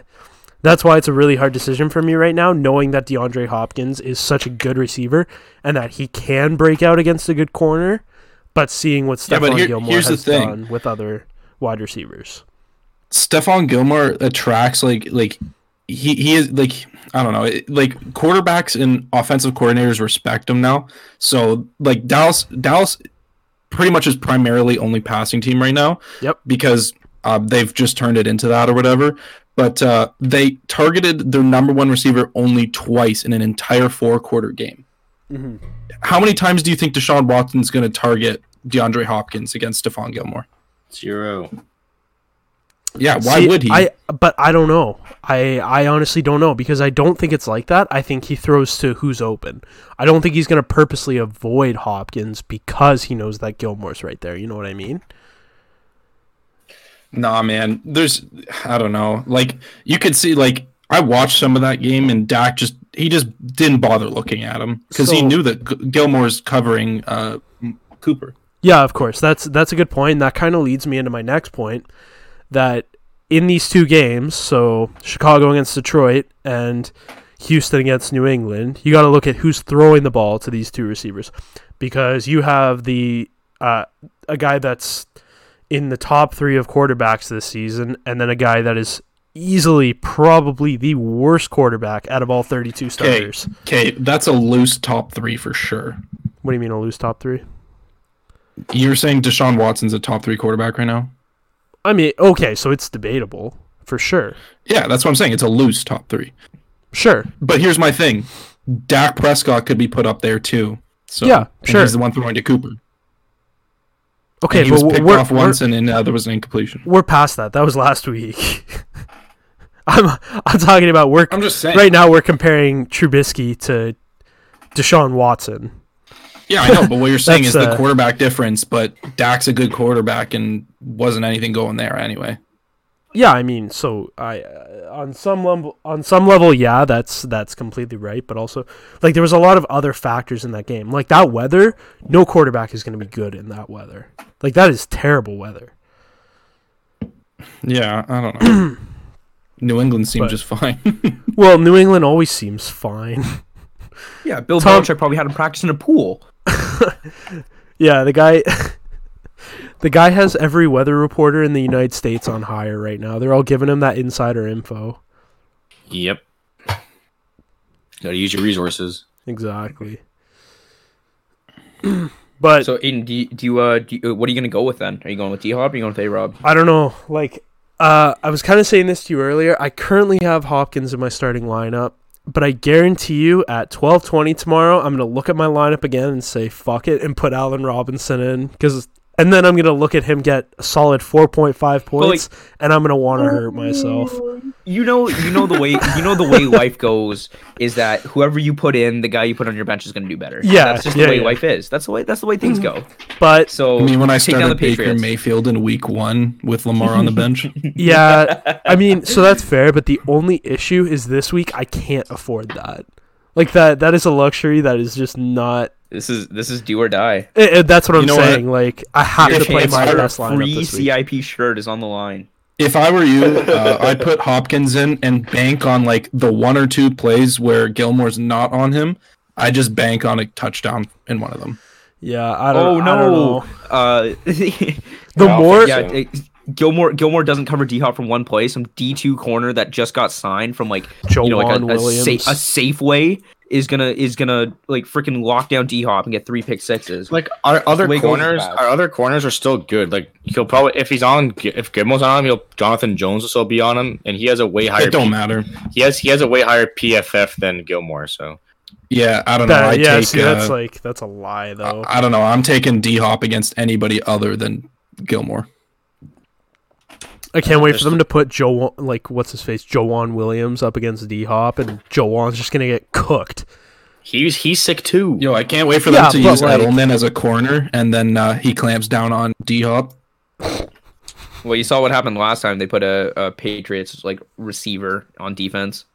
[SPEAKER 5] that's why it's a really hard decision for me right now, knowing that DeAndre Hopkins is such a good receiver and that he can break out against a good corner, but seeing what
[SPEAKER 3] Yeah,
[SPEAKER 5] Stephon
[SPEAKER 3] but here-
[SPEAKER 5] Gilmore
[SPEAKER 3] here's the
[SPEAKER 5] has
[SPEAKER 3] thing.
[SPEAKER 5] done with other wide receivers.
[SPEAKER 3] Stephon Gilmore attracts like like he he is like I don't know it- like quarterbacks and offensive coordinators respect him now. So like Dallas Dallas pretty much is primarily only passing team right now.
[SPEAKER 5] Yep.
[SPEAKER 3] Because uh, they've just turned it into that or whatever. But uh, they targeted their number one receiver only twice in an entire four quarter game.
[SPEAKER 5] Mhm.
[SPEAKER 3] How many times do you think Deshaun Watson's going to target DeAndre Hopkins against Stephon Gilmore?
[SPEAKER 2] Zero.
[SPEAKER 3] Yeah, why
[SPEAKER 5] See,
[SPEAKER 3] would he?
[SPEAKER 5] I but I don't know. I I honestly don't know because I don't think it's like that. I think he throws to who's open. I don't think he's going to purposely avoid Hopkins because he knows that Gilmore's right there. You know what I mean?
[SPEAKER 3] Nah, man. There's, I don't know. Like you could see, like I watched some of that game, and Dak just he just didn't bother looking at him because he
[SPEAKER 5] So-
[SPEAKER 3] knew that G- Gilmore's covering uh, M- Cooper.
[SPEAKER 5] Yeah, of course. That's that's a good point. And that kind of leads me into my next point that in these two games, so Chicago against Detroit and Houston against New England, you got to look at who's throwing the ball to these two receivers because you have the uh, a guy that's in the top 3 of quarterbacks this season and then a guy that is easily probably the worst quarterback out of all 32
[SPEAKER 3] Okay,
[SPEAKER 5] starters.
[SPEAKER 3] okay, that's a loose top three for sure.
[SPEAKER 5] What do you mean a loose top 3?
[SPEAKER 3] You're saying Deshaun Watson's a top three quarterback right now?
[SPEAKER 5] I mean, okay, so it's debatable for sure.
[SPEAKER 3] Yeah, that's what I'm saying. It's a loose top three.
[SPEAKER 5] Sure.
[SPEAKER 3] But here's my thing: Dak Prescott could be put up there too. So
[SPEAKER 5] Yeah,
[SPEAKER 3] and
[SPEAKER 5] sure.
[SPEAKER 3] He's the one throwing to Cooper.
[SPEAKER 5] Okay,
[SPEAKER 3] And he
[SPEAKER 5] but
[SPEAKER 3] was
[SPEAKER 5] we're-
[SPEAKER 3] picked
[SPEAKER 5] we're,
[SPEAKER 3] off once, and, and uh, there was an incompletion.
[SPEAKER 5] We're, we're past that. That was last week. [LAUGHS] I'm I'm talking about we're
[SPEAKER 3] I'm just saying.
[SPEAKER 5] right now. We're comparing Trubisky to Deshaun Watson.
[SPEAKER 3] Yeah, I know, but what
[SPEAKER 5] [LAUGHS]
[SPEAKER 3] you're saying is
[SPEAKER 5] That's,
[SPEAKER 3] the
[SPEAKER 5] uh,
[SPEAKER 3] quarterback difference, but Dak's a good quarterback and wasn't anything going there anyway.
[SPEAKER 5] Yeah, I mean, so I uh, on some level, on some level, yeah, that's that's completely right. But also, like, there was a lot of other factors in that game, like that weather. No quarterback is going to be good in that weather. Like that is terrible weather.
[SPEAKER 3] Yeah, I [CLEARS THROAT] don't know. New England seemed
[SPEAKER 5] But-
[SPEAKER 3] just
[SPEAKER 5] [LAUGHS]
[SPEAKER 3] fine.
[SPEAKER 5] Well, New England always seems fine. [LAUGHS]
[SPEAKER 4] yeah, Bill
[SPEAKER 5] Tom-
[SPEAKER 4] Belichick probably had him practice in a pool.
[SPEAKER 5] Yeah, the guy [LAUGHS] the guy has every weather reporter in the United States on hire right now. They're all giving him that insider info.
[SPEAKER 2] Yep. Gotta use your resources.
[SPEAKER 5] Exactly. [CLEARS THROAT] but
[SPEAKER 4] So, Aiden, do you, do you, uh, do you, uh, what are you gonna go with then? Are you going with D Hop? Are you going with A Rob?
[SPEAKER 5] I don't know, like uh, I was kind of saying this to you earlier. I currently have Hopkins in my starting lineup, but I guarantee you at 12:20 tomorrow, I'm going to look at my lineup again and say fuck it and put Allen Robinson in cuz and then I'm going to look at him get a solid 4.5
[SPEAKER 4] like-
[SPEAKER 5] points and I'm going to want to hurt myself.
[SPEAKER 4] You know, you know the way you know the way life goes is that whoever you put in, the guy you put on your bench is gonna do better.
[SPEAKER 5] Yeah,
[SPEAKER 4] that's just
[SPEAKER 5] yeah,
[SPEAKER 4] the way
[SPEAKER 5] yeah.
[SPEAKER 4] life is. That's the way that's the way things go.
[SPEAKER 5] But
[SPEAKER 4] So,
[SPEAKER 3] I mean, when I
[SPEAKER 4] take down the
[SPEAKER 3] started Baker
[SPEAKER 4] Patriots.
[SPEAKER 3] Mayfield in week one with Lamar on the
[SPEAKER 5] [LAUGHS]
[SPEAKER 3] bench,
[SPEAKER 5] Yeah, I mean, so that's fair, but the only issue is this week I can't afford that. Like that that is a luxury that is just not
[SPEAKER 4] This is this is do or die.
[SPEAKER 5] eh, eh, that's what I'm
[SPEAKER 3] know what?
[SPEAKER 5] saying. Like I have
[SPEAKER 4] Your
[SPEAKER 5] to play
[SPEAKER 4] chance
[SPEAKER 5] my
[SPEAKER 4] for a
[SPEAKER 5] best lineup
[SPEAKER 4] free
[SPEAKER 5] this week.
[SPEAKER 4] CIP shirt is on the line.
[SPEAKER 3] if I were you, uh, I'd put Hopkins in and bank on like the one or two plays where Gilmore's not on him I just bank on a touchdown in one of them.
[SPEAKER 5] Yeah, I don't,
[SPEAKER 4] Oh
[SPEAKER 5] I don't
[SPEAKER 4] no!
[SPEAKER 5] know.
[SPEAKER 4] Uh, [LAUGHS]
[SPEAKER 5] The
[SPEAKER 2] Yeah, I'll
[SPEAKER 5] more
[SPEAKER 4] yeah, it- Gilmore Gilmore doesn't cover D Hop from one play. Some D two corner that just got signed from like you know like a,
[SPEAKER 5] Jawan
[SPEAKER 4] a, sa-
[SPEAKER 5] Williams.
[SPEAKER 4] a Safeway is gonna is gonna like freaking lock down D Hop and get three pick sixes.
[SPEAKER 2] Like our other
[SPEAKER 4] Wiggles
[SPEAKER 2] corners,
[SPEAKER 4] back.
[SPEAKER 2] our other corners are still good. Like he'll probably if he's on, if Gilmore's on him, he'll Jonathan Jones will still be on him, and he has a way higher.
[SPEAKER 3] It don't
[SPEAKER 2] P-
[SPEAKER 3] matter.
[SPEAKER 2] he has he has a way higher PFF than Gilmore. So
[SPEAKER 3] Yeah, I don't know. I
[SPEAKER 5] that, yeah,
[SPEAKER 3] take.
[SPEAKER 5] see,
[SPEAKER 3] uh,
[SPEAKER 5] that's like that's a lie though.
[SPEAKER 3] I don't know. I'm taking D Hop against anybody other than Gilmore.
[SPEAKER 5] I can't wait for
[SPEAKER 2] there's
[SPEAKER 5] them to put Joe like what's his face Joan Williams up against D Hop, and Joan's just gonna get cooked.
[SPEAKER 2] he's he's sick too.
[SPEAKER 3] Yo, I can't wait for
[SPEAKER 5] Yeah,
[SPEAKER 3] them to
[SPEAKER 5] but,
[SPEAKER 3] use
[SPEAKER 5] like-
[SPEAKER 3] Edelman as a corner, and then uh, he clamps down on D Hop.
[SPEAKER 4] Well, you saw what happened last time. They put a, a Patriots like receiver on defense.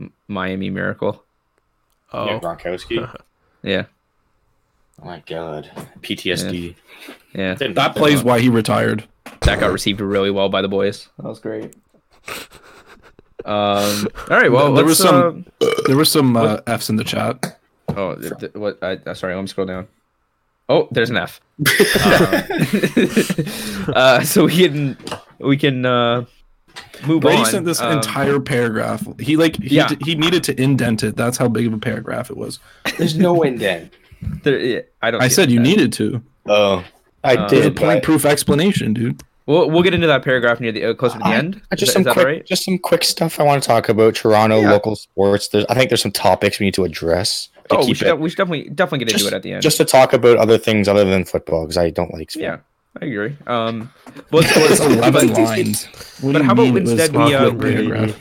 [SPEAKER 4] M- Miami Miracle.
[SPEAKER 5] Oh,
[SPEAKER 2] Yeah,
[SPEAKER 4] [LAUGHS]
[SPEAKER 2] Gronkowski.
[SPEAKER 4] Yeah,
[SPEAKER 2] oh my god, PTSD.
[SPEAKER 4] yeah.
[SPEAKER 2] Didn't-
[SPEAKER 3] That plays why he retired.
[SPEAKER 4] That got received really well by the boys. That was great. [LAUGHS] Um. All right.
[SPEAKER 5] Oh,
[SPEAKER 4] Well,
[SPEAKER 3] There
[SPEAKER 4] let's,
[SPEAKER 3] was some- There were some uh, F's in the chat.
[SPEAKER 4] uh, oh, th- th- what? I, uh, sorry. Let me scroll down. Oh, there's
[SPEAKER 3] [LAUGHS]
[SPEAKER 4] an F. Uh, [LAUGHS] uh, so we can we can uh, move
[SPEAKER 3] Brady
[SPEAKER 4] on.
[SPEAKER 3] sent this
[SPEAKER 4] Um,
[SPEAKER 3] entire paragraph. He like he,
[SPEAKER 4] Yeah.
[SPEAKER 3] d- he needed to indent it. That's how big of a paragraph it was.
[SPEAKER 2] There's no end then.
[SPEAKER 4] there- yeah, I don't.
[SPEAKER 3] I
[SPEAKER 4] see it
[SPEAKER 3] said you
[SPEAKER 4] in that.
[SPEAKER 3] needed to.
[SPEAKER 2] Oh, I
[SPEAKER 4] Uh,
[SPEAKER 3] There's a
[SPEAKER 2] did.
[SPEAKER 3] point
[SPEAKER 2] Point
[SPEAKER 3] proof explanation, dude.
[SPEAKER 4] We'll we'll get into that paragraph near the uh, closer to the end.
[SPEAKER 2] just
[SPEAKER 4] is,
[SPEAKER 2] some
[SPEAKER 4] that- is that
[SPEAKER 2] quick,
[SPEAKER 4] all right?
[SPEAKER 2] just some quick stuff I want to talk about Toronto
[SPEAKER 4] Yeah.
[SPEAKER 2] local sports. There's, I think there's some topics we need to address. To
[SPEAKER 4] Oh, we
[SPEAKER 2] keep
[SPEAKER 4] should,
[SPEAKER 2] it-
[SPEAKER 4] de- we should definitely definitely get into
[SPEAKER 2] just,
[SPEAKER 4] it at the end.
[SPEAKER 2] just to talk about other things other than football because I don't like.
[SPEAKER 4] yeah, I agree. Um,
[SPEAKER 3] [LAUGHS]
[SPEAKER 4] well, [LAUGHS]
[SPEAKER 3] It's
[SPEAKER 4] let's-
[SPEAKER 3] eleven
[SPEAKER 4] but-
[SPEAKER 3] lines. What do
[SPEAKER 4] but
[SPEAKER 3] you
[SPEAKER 4] how about
[SPEAKER 3] mean it was
[SPEAKER 4] instead we,
[SPEAKER 3] half
[SPEAKER 4] uh,
[SPEAKER 3] a paragraph?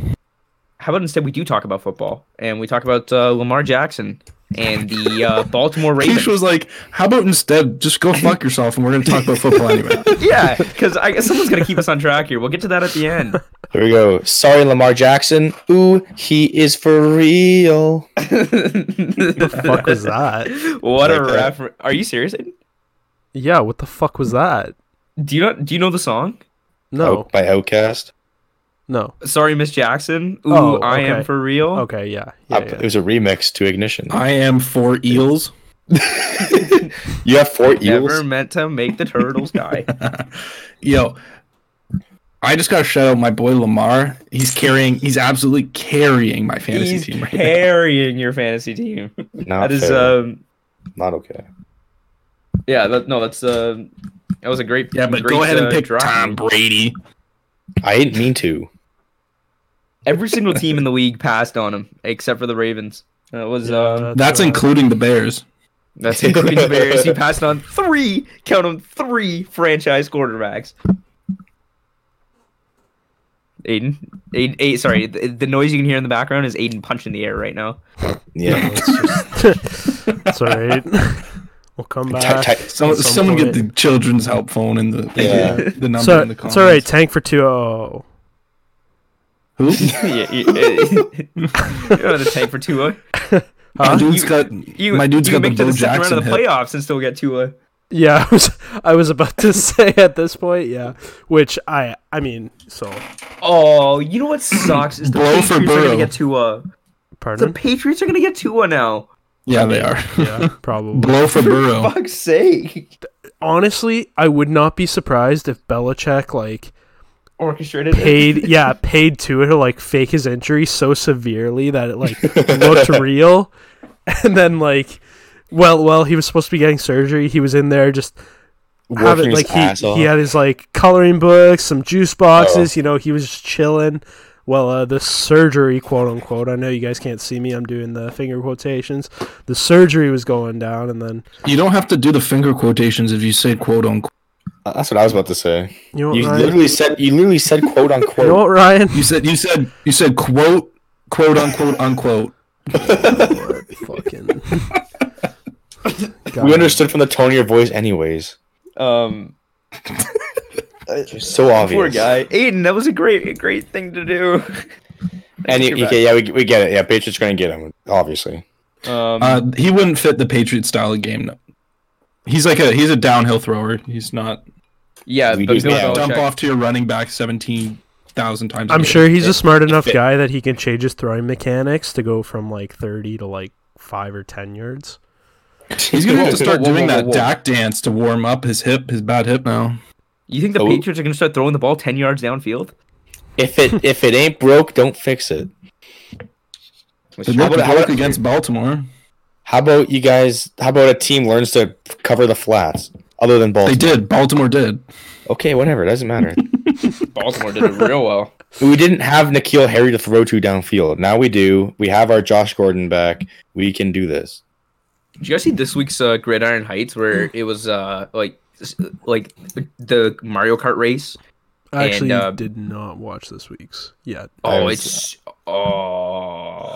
[SPEAKER 4] how about instead we do talk about football and we talk about uh, Lamar Jackson and
[SPEAKER 3] [LAUGHS]
[SPEAKER 4] the uh, Baltimore Ravens.
[SPEAKER 3] Keish was like, "How about instead just go fuck yourself, and we're gonna talk about football
[SPEAKER 4] [LAUGHS]
[SPEAKER 3] anyway."
[SPEAKER 4] [LAUGHS] yeah, because I guess someone's gonna keep us on track here. We'll get to that at the end.
[SPEAKER 2] Here we go. Sorry, Lamar Jackson. Ooh, he is for real.
[SPEAKER 5] fuck was that?
[SPEAKER 4] [LAUGHS] what a
[SPEAKER 2] Like that.
[SPEAKER 4] reference! Are you serious? Aiden?
[SPEAKER 5] Yeah, what the fuck was that?
[SPEAKER 4] Do you not do you know the song? Oh.
[SPEAKER 5] No,
[SPEAKER 2] by Outcast.
[SPEAKER 5] no.
[SPEAKER 4] Sorry, Miss Jackson. Ooh,
[SPEAKER 5] Oh,
[SPEAKER 4] I am
[SPEAKER 5] okay.
[SPEAKER 4] for real.
[SPEAKER 5] Okay, yeah,
[SPEAKER 2] I-
[SPEAKER 5] yeah,
[SPEAKER 2] It
[SPEAKER 5] yeah.
[SPEAKER 2] was a remix to Ignition.
[SPEAKER 3] I am for eels.
[SPEAKER 4] [LAUGHS]
[SPEAKER 2] You have four
[SPEAKER 4] Never
[SPEAKER 2] eels.
[SPEAKER 4] meant to make the turtles die.
[SPEAKER 3] Yo, I just gotta shout out my boy Lamar. He's carrying. He's absolutely carrying my [LAUGHS] fantasy
[SPEAKER 4] He's
[SPEAKER 3] team right now.
[SPEAKER 4] carrying your fantasy team.
[SPEAKER 2] Not
[SPEAKER 4] That is
[SPEAKER 2] fair.
[SPEAKER 4] um.
[SPEAKER 2] not okay.
[SPEAKER 4] Yeah, that, no, that's uh, that was a great.
[SPEAKER 3] Yeah, but
[SPEAKER 4] great,
[SPEAKER 3] go ahead and
[SPEAKER 4] uh,
[SPEAKER 3] pick
[SPEAKER 4] draft.
[SPEAKER 3] Tom Brady.
[SPEAKER 2] I didn't mean to.
[SPEAKER 4] Every single team in the league passed on him except for the Ravens. That was
[SPEAKER 2] um,
[SPEAKER 4] uh,
[SPEAKER 3] That's
[SPEAKER 5] uh,
[SPEAKER 3] including the Bears.
[SPEAKER 4] that's including the Bears. [LAUGHS] He passed on three, count them three franchise quarterbacks. Aiden, Aiden, Aiden sorry, the, the noise you can hear in the background is Aiden punching the air right now.
[SPEAKER 2] Yeah.
[SPEAKER 5] That's all right. we'll
[SPEAKER 2] [LAUGHS]
[SPEAKER 5] come
[SPEAKER 2] Ty-
[SPEAKER 5] back.
[SPEAKER 2] Ty-
[SPEAKER 3] So,
[SPEAKER 5] some
[SPEAKER 3] someone get
[SPEAKER 5] point.
[SPEAKER 3] the children's help phone and the uh,
[SPEAKER 2] Yeah.
[SPEAKER 3] the, the number
[SPEAKER 5] So
[SPEAKER 3] in the comments.
[SPEAKER 5] it's all right. Tank for two. Oh,
[SPEAKER 3] Who?
[SPEAKER 4] yeah, you, uh, [LAUGHS] you don't have to tank for Tua.
[SPEAKER 3] my dude's
[SPEAKER 4] You-
[SPEAKER 3] got
[SPEAKER 4] You,
[SPEAKER 3] my dude's
[SPEAKER 4] you
[SPEAKER 3] got the
[SPEAKER 4] make to
[SPEAKER 3] Bo
[SPEAKER 4] the second
[SPEAKER 3] Jackson
[SPEAKER 4] round of the
[SPEAKER 3] hit.
[SPEAKER 4] playoffs and still get Tua.
[SPEAKER 5] yeah. [LAUGHS] I was, I was about to [LAUGHS] say at this point, yeah. Which I, I mean, so
[SPEAKER 4] Oh, you know what sucks is the
[SPEAKER 3] Blow
[SPEAKER 4] Patriots
[SPEAKER 3] for
[SPEAKER 4] are gonna
[SPEAKER 3] Burrow. Hmm?
[SPEAKER 4] get Tua. The
[SPEAKER 5] pardon.
[SPEAKER 4] Patriots are gonna get Tua now.
[SPEAKER 3] Yeah, they
[SPEAKER 4] [LAUGHS]
[SPEAKER 3] are.
[SPEAKER 5] yeah,
[SPEAKER 3] [LAUGHS]
[SPEAKER 5] probably.
[SPEAKER 3] Blow for Burrow.
[SPEAKER 4] Fuck's sake!
[SPEAKER 5] Honestly, I would not be surprised if Belichick like
[SPEAKER 4] Orchestrated.
[SPEAKER 5] paid yeah paid Tua to like fake his injury so severely that
[SPEAKER 3] [LAUGHS]
[SPEAKER 5] it like looked real and then like well well he was supposed to be getting surgery he was in there just
[SPEAKER 2] Working
[SPEAKER 5] having like
[SPEAKER 2] his ass
[SPEAKER 5] he,
[SPEAKER 2] off. Oh.
[SPEAKER 5] he had his like coloring books some juice boxes you know he was just chilling well uh, the surgery quote unquote i know you guys can't see me i'm doing the finger quotations the surgery was going down and then
[SPEAKER 3] You don't have to do the finger quotations if you say quote unquote.
[SPEAKER 2] Uh, That's what I was about to say.
[SPEAKER 5] you know what,
[SPEAKER 2] You
[SPEAKER 5] Ryan?
[SPEAKER 2] literally said you literally
[SPEAKER 5] [LAUGHS]
[SPEAKER 2] said quote
[SPEAKER 5] You know
[SPEAKER 2] unquote.
[SPEAKER 5] what ryan
[SPEAKER 3] You said you said you said quote quote unquote unquote.
[SPEAKER 5] fucking
[SPEAKER 2] We understood from the tone of your voice, anyways.
[SPEAKER 4] Um,
[SPEAKER 2] So obvious.
[SPEAKER 4] Uh, poor guy, Aiden. That was a great, a great thing to do.
[SPEAKER 2] And you-
[SPEAKER 4] Too bad.
[SPEAKER 2] okay, yeah, we, we get it. Yeah, Patriots gonna get him, obviously.
[SPEAKER 4] [LAUGHS] Um,
[SPEAKER 3] Uh, he wouldn't fit the Patriot style of game. No. He's like a he's a downhill thrower. He's not
[SPEAKER 4] yeah,
[SPEAKER 2] we
[SPEAKER 4] but
[SPEAKER 2] do
[SPEAKER 4] Bill
[SPEAKER 2] now.
[SPEAKER 4] Belichick.
[SPEAKER 3] dump off to your running back seventeen thousand times. a
[SPEAKER 5] I'm
[SPEAKER 3] day.
[SPEAKER 5] sure he's a smart enough
[SPEAKER 2] it-
[SPEAKER 5] guy that he can change his throwing mechanics to go from like 30 to like 5 or 10 yards.
[SPEAKER 3] he's gonna have to
[SPEAKER 6] Whoa,
[SPEAKER 3] start
[SPEAKER 6] whoa, whoa,
[SPEAKER 3] doing
[SPEAKER 6] whoa,
[SPEAKER 3] that
[SPEAKER 6] whoa.
[SPEAKER 3] Dak dance to warm up his hip, his bad hip now.
[SPEAKER 4] You think the
[SPEAKER 6] Oh.
[SPEAKER 4] Patriots are going to start throwing the ball 10 yards downfield?
[SPEAKER 2] If it if it ain't broke, don't fix it.
[SPEAKER 3] It
[SPEAKER 2] How
[SPEAKER 3] looked
[SPEAKER 2] about, how,
[SPEAKER 3] broke
[SPEAKER 2] about,
[SPEAKER 3] against Baltimore.
[SPEAKER 2] how about you guys? How about a team learns to cover the flats other than
[SPEAKER 3] They
[SPEAKER 2] Baltimore?
[SPEAKER 3] did. Baltimore did.
[SPEAKER 2] Okay, whatever. Doesn't
[SPEAKER 3] [LAUGHS]
[SPEAKER 2] matter.
[SPEAKER 4] Baltimore did it real well. [LAUGHS]
[SPEAKER 2] we didn't have Nikhil Harry to throw to downfield. Now we do. We have our Josh Gordon back. We can do this.
[SPEAKER 4] Did you guys see this week's uh, Gridiron Heights where it was uh, like s- like the Mario Kart race?
[SPEAKER 5] I actually
[SPEAKER 4] uh,
[SPEAKER 5] did not watch this week's yet.
[SPEAKER 4] Oh,
[SPEAKER 2] was-
[SPEAKER 4] it's oh.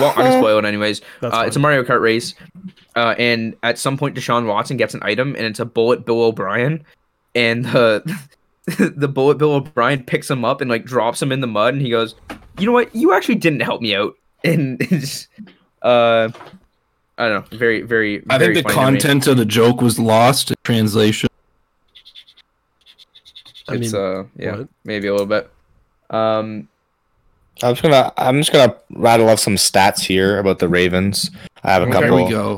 [SPEAKER 4] Well, [LAUGHS] I'm spoiling anyways.
[SPEAKER 5] That's
[SPEAKER 4] Uh,
[SPEAKER 5] fine.
[SPEAKER 4] it's a Mario Kart race, uh, and at some point, Deshaun Watson gets an item, and it's a bullet Bill O'Brien, and uh, the [LAUGHS] bullet Bill O'Brien picks him up and like drops him in the mud, and he goes, "You know what? You actually didn't help me out." [LAUGHS] And it's, uh, I don't know. Very, very.
[SPEAKER 3] I
[SPEAKER 4] very
[SPEAKER 3] think the
[SPEAKER 4] funny to me.
[SPEAKER 3] content of the joke was lost in translation.
[SPEAKER 5] I mean,
[SPEAKER 4] it's uh, yeah,
[SPEAKER 5] what?
[SPEAKER 4] maybe a little bit. Um,
[SPEAKER 2] I'm just gonna I'm just gonna rattle off some stats here about the Ravens. I have a
[SPEAKER 3] There we
[SPEAKER 2] couple.
[SPEAKER 3] go.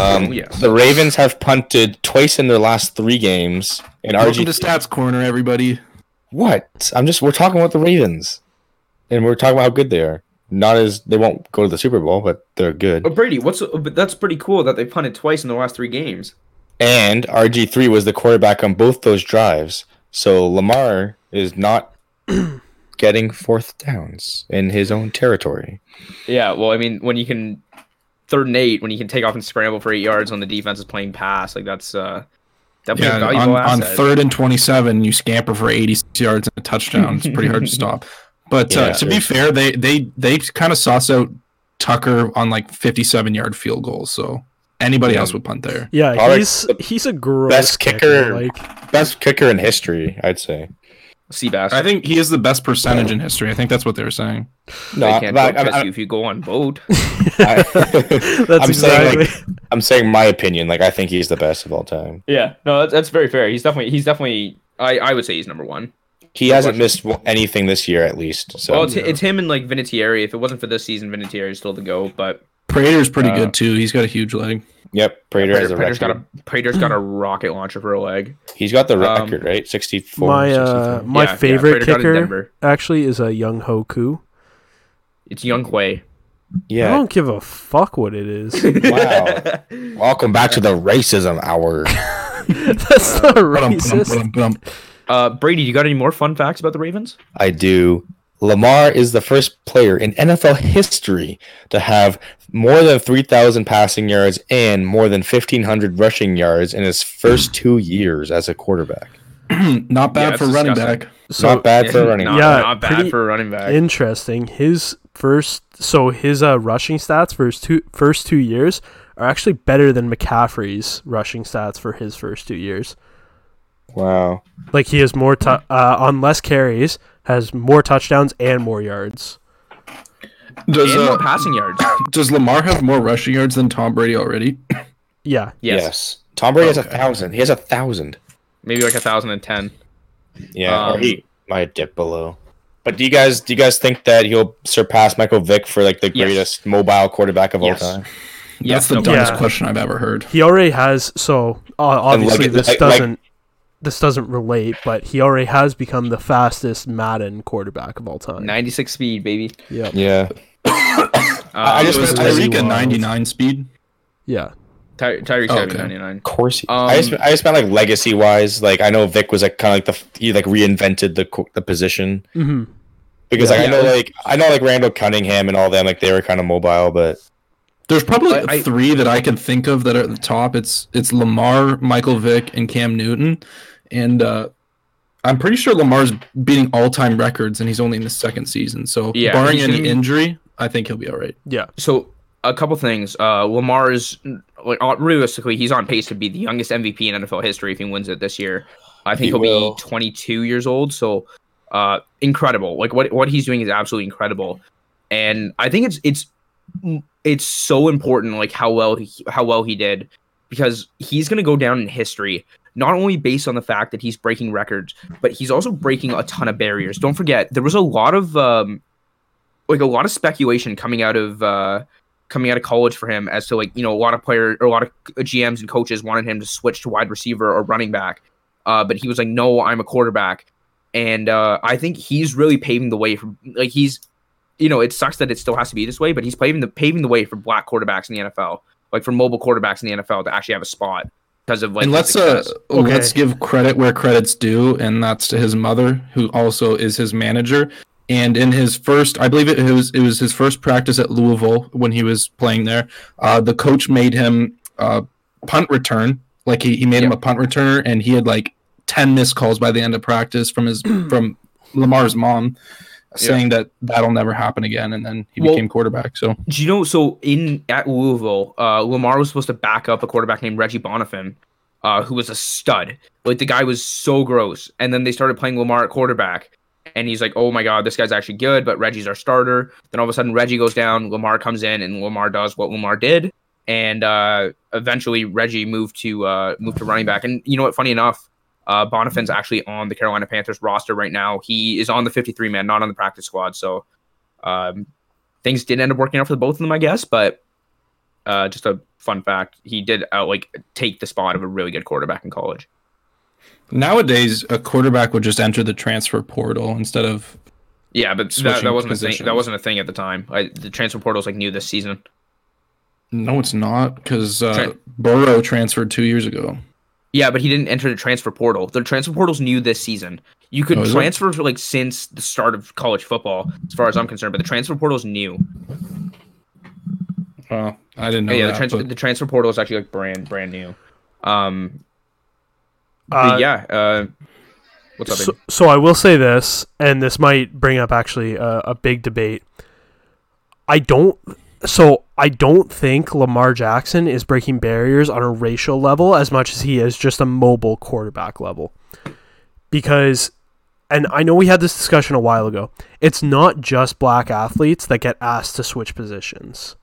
[SPEAKER 2] Um,
[SPEAKER 4] Oh, yeah.
[SPEAKER 2] The Ravens have punted twice in their last three games. And
[SPEAKER 3] Welcome to
[SPEAKER 2] RG,
[SPEAKER 3] Stats Corner, everybody.
[SPEAKER 2] what? I'm just we're talking about the Ravens, and we're talking about how good they are. Not as they won't go to the Super Bowl, but they're good.
[SPEAKER 4] oh, Brady, what's? But that's pretty cool that they punted twice in the last three games.
[SPEAKER 2] And RG three was the quarterback on both those drives. So Lamar is not [CLEARS THROAT] getting fourth downs in his own territory.
[SPEAKER 4] Yeah, well, I mean, when you can third and eight, when you can take off and scramble for eight yards when the defense is playing pass, like that's uh, definitely
[SPEAKER 3] Yeah,
[SPEAKER 4] a
[SPEAKER 3] on,
[SPEAKER 4] valuable
[SPEAKER 3] on
[SPEAKER 4] asset.
[SPEAKER 3] third and 27, you scamper for 86 yards and a touchdown. It's pretty
[SPEAKER 4] [LAUGHS]
[SPEAKER 3] hard to stop. But
[SPEAKER 2] Yeah,
[SPEAKER 3] uh, to be fair, they they they kind of sauce out Tucker on like 57 yard field goals. So anybody else would punt there.
[SPEAKER 5] yeah,
[SPEAKER 2] Probably
[SPEAKER 5] he's
[SPEAKER 2] the
[SPEAKER 5] he's a gross
[SPEAKER 2] best kicker. [LAUGHS]
[SPEAKER 5] Like
[SPEAKER 2] Best kicker in history, I'd say.
[SPEAKER 4] Seabass,
[SPEAKER 3] I think he is the best percentage in history. I think that's what they were saying.
[SPEAKER 2] No,
[SPEAKER 4] they
[SPEAKER 2] I,
[SPEAKER 4] can't
[SPEAKER 2] I-
[SPEAKER 4] protest
[SPEAKER 2] I-
[SPEAKER 4] you if you go on
[SPEAKER 2] [LAUGHS]
[SPEAKER 4] boat.
[SPEAKER 2] I- [LAUGHS]
[SPEAKER 5] that's
[SPEAKER 2] I'm saying,
[SPEAKER 5] exactly.
[SPEAKER 2] like, I'm saying my opinion. Like I think he's the best of all time.
[SPEAKER 4] yeah, no, that's, that's very fair. He's definitely, he's definitely. I, I would say he's number one.
[SPEAKER 2] He hasn't missed w- anything this year, at least. So
[SPEAKER 4] well, it's, it's him and like Vinatieri. If it wasn't for this season, Vinatieri is still the go. But
[SPEAKER 3] Prater's pretty
[SPEAKER 4] Uh,
[SPEAKER 3] good too. He's got a huge leg.
[SPEAKER 2] yep, Prater has a
[SPEAKER 4] Prater's
[SPEAKER 2] record.
[SPEAKER 4] got a Prater's got a rocket launcher for a leg.
[SPEAKER 2] He's got the
[SPEAKER 4] um,
[SPEAKER 2] record, right? Sixty-four.
[SPEAKER 5] my uh,
[SPEAKER 2] 63.
[SPEAKER 5] my
[SPEAKER 4] Yeah, yeah,
[SPEAKER 5] favorite
[SPEAKER 4] Prater got in
[SPEAKER 5] kicker
[SPEAKER 4] Denver.
[SPEAKER 5] actually is a young Hoku.
[SPEAKER 4] It's Young Quay.
[SPEAKER 5] I
[SPEAKER 2] yeah.
[SPEAKER 5] don't give a fuck what it is.
[SPEAKER 2] [LAUGHS] Wow.
[SPEAKER 4] [LAUGHS]
[SPEAKER 2] Welcome back to the racism hour.
[SPEAKER 5] That's not
[SPEAKER 3] Ba-dum,
[SPEAKER 5] racist.
[SPEAKER 3] ba-dum, ba-dum, ba-dum.
[SPEAKER 4] Uh, Brady, you got any more fun facts about the Ravens?
[SPEAKER 2] I do. Lamar is the first player in NFL history to have more than 3,000 passing yards and more than 1,500 rushing yards in his first two years as a quarterback.
[SPEAKER 3] Not bad
[SPEAKER 4] Yeah,
[SPEAKER 3] for
[SPEAKER 4] it's
[SPEAKER 3] running
[SPEAKER 4] disgusting.
[SPEAKER 3] back.
[SPEAKER 5] So
[SPEAKER 2] Not bad
[SPEAKER 4] [LAUGHS]
[SPEAKER 2] for a running.
[SPEAKER 4] Not,
[SPEAKER 2] back.
[SPEAKER 5] Yeah,
[SPEAKER 4] not bad
[SPEAKER 5] pretty-
[SPEAKER 4] for a running back.
[SPEAKER 5] interesting. His first, so his uh, rushing stats for his two first two years are actually better than McCaffrey's rushing stats for his first two years.
[SPEAKER 2] Wow.
[SPEAKER 5] Like he has more tu- uh, on less carries, has more touchdowns and more yards.
[SPEAKER 3] Does
[SPEAKER 4] and more
[SPEAKER 3] uh,
[SPEAKER 4] passing yards.
[SPEAKER 2] [COUGHS]
[SPEAKER 3] does Lamar have more rushing yards than Tom Brady already?
[SPEAKER 5] Yeah,
[SPEAKER 4] Yes.
[SPEAKER 2] yes. Tom Brady has a thousand. He has a thousand.
[SPEAKER 4] Maybe like a thousand and ten.
[SPEAKER 2] Yeah, or
[SPEAKER 4] Um,
[SPEAKER 2] he might dip below. But do you guys do you guys think that he'll surpass Michael Vick for like the
[SPEAKER 4] Yes.
[SPEAKER 2] greatest mobile quarterback of
[SPEAKER 4] Yes.
[SPEAKER 2] all time?
[SPEAKER 3] That's the
[SPEAKER 4] no,
[SPEAKER 3] dumbest
[SPEAKER 5] yeah.
[SPEAKER 3] question I've ever heard.
[SPEAKER 5] he already has. So uh, obviously
[SPEAKER 2] it-
[SPEAKER 5] this
[SPEAKER 2] like- like-
[SPEAKER 5] doesn't. this doesn't relate, but he already has become the fastest Madden quarterback of all time.
[SPEAKER 4] 96 speed, baby.
[SPEAKER 5] Yeah,
[SPEAKER 2] Yeah.
[SPEAKER 4] Um,
[SPEAKER 2] I just
[SPEAKER 3] It was
[SPEAKER 2] read Tyreek
[SPEAKER 3] Tyreek at
[SPEAKER 5] Wild.
[SPEAKER 3] 99 speed.
[SPEAKER 5] yeah.
[SPEAKER 4] Ty- Tyreek's
[SPEAKER 3] Oh,
[SPEAKER 4] got to be
[SPEAKER 3] okay.
[SPEAKER 4] 99.
[SPEAKER 2] Of course, he,
[SPEAKER 4] Um,
[SPEAKER 2] I just I just meant like legacy wise. Like I know Vic was like kind of like the f- he like reinvented the co- the position
[SPEAKER 5] hmm
[SPEAKER 2] because like I
[SPEAKER 4] Mm-hmm. Yeah.
[SPEAKER 2] know like I know like Randall Cunningham and all them like they were kind of mobile, but
[SPEAKER 3] There's probably
[SPEAKER 4] I- I-
[SPEAKER 3] three that I can think of that are at the top. It's it's Lamar, Michael Vick, and Cam Newton, and uh, I'm pretty sure Lamar's beating all time records, and he's only in his second season. So
[SPEAKER 4] Yeah,
[SPEAKER 3] barring
[SPEAKER 4] he's
[SPEAKER 3] any
[SPEAKER 4] gonna be-
[SPEAKER 3] injury, I think he'll be all right.
[SPEAKER 5] Yeah.
[SPEAKER 4] So, a couple things. Uh, Lamar is, like, on- realistically, he's on pace to be the youngest MVP in NFL history if he wins it this year. I think
[SPEAKER 2] He
[SPEAKER 4] he will
[SPEAKER 2] will.
[SPEAKER 4] be 22 years old. So, uh, incredible. Like, what, what he's doing is absolutely incredible. And I think it's, it's, it's so important, like, how well, he, how well he did because he's going to go down in history not only based on the fact that he's breaking records, but he's also breaking a ton of barriers. Don't forget, there was a lot of um, like a lot of speculation coming out of uh, coming out of college for him as to like you know a lot of player or a lot of GMs and coaches wanted him to switch to wide receiver or running back, uh, but he was like, no, I'm a quarterback, and uh, I think he's really paving the way for like he's, you know, it sucks that it still has to be this way, but he's paving the paving the way for black quarterbacks in the NFL, like for mobile quarterbacks in the NFL to actually have a spot because of like
[SPEAKER 3] and
[SPEAKER 4] his
[SPEAKER 3] let's uh,
[SPEAKER 4] success.
[SPEAKER 5] Okay.
[SPEAKER 3] let's give credit where credit's due, and that's to his mother, who also is his manager. And in his first, I believe it was it was his first practice at Louisville when he was playing there. Uh, the coach made him uh, punt return, like he, he made him
[SPEAKER 4] Yeah.
[SPEAKER 3] a punt returner, and he had like ten missed calls by the end of practice from his from Lamar's mom, saying that that'll never happen again. And then he
[SPEAKER 4] Well-
[SPEAKER 3] became quarterback. So
[SPEAKER 4] Do you know? So in at Louisville, uh, Lamar was supposed to back up a quarterback named Reggie Bonifant, uh, who was a stud. Like the guy was so gross. And then they started playing Lamar at quarterback, and he's like, "Oh my god, this guy's actually good." But Reggie's our starter. Then all of a sudden, Reggie goes down. Lamar comes in, and Lamar does what Lamar did. And uh, eventually, Reggie moved to uh, moved to running back. And you know what? Funny enough, uh, Bonifant's actually on the Carolina Panthers roster right now. He is on the 53 man, not on the practice squad. So. Um, things did end up working out for the both of them, I guess. But uh, just a fun fact, he did uh, like take the spot of a really good quarterback in college.
[SPEAKER 3] nowadays, a quarterback would just enter the transfer portal instead of
[SPEAKER 4] Yeah, but that,
[SPEAKER 3] Switching
[SPEAKER 4] that wasn't a thing.
[SPEAKER 3] positions.
[SPEAKER 4] That wasn't a thing at the time. I, the transfer portal's like new this season.
[SPEAKER 3] No, it's not because uh,
[SPEAKER 4] Tran-
[SPEAKER 3] Burrow transferred two years ago.
[SPEAKER 4] Yeah, but he didn't enter the transfer portal. The transfer portal's new this season. You could
[SPEAKER 3] Oh, is it?
[SPEAKER 4] transfer like since the start of college football, as far as I'm concerned. But the transfer portal's new.
[SPEAKER 3] Oh, I didn't know
[SPEAKER 4] yeah, the
[SPEAKER 3] that.
[SPEAKER 4] transfer
[SPEAKER 3] but-
[SPEAKER 4] the transfer portal is actually like brand brand new. Um,
[SPEAKER 5] Uh,
[SPEAKER 4] but yeah. Uh, what's up?
[SPEAKER 5] So, so I will say this, and this might bring up actually a, a big debate. I don't. So I don't think Lamar Jackson is breaking barriers on a racial level as much as he is just a mobile quarterback level, because, and I know we had this discussion a while ago. It's not just black athletes that get asked to switch positions.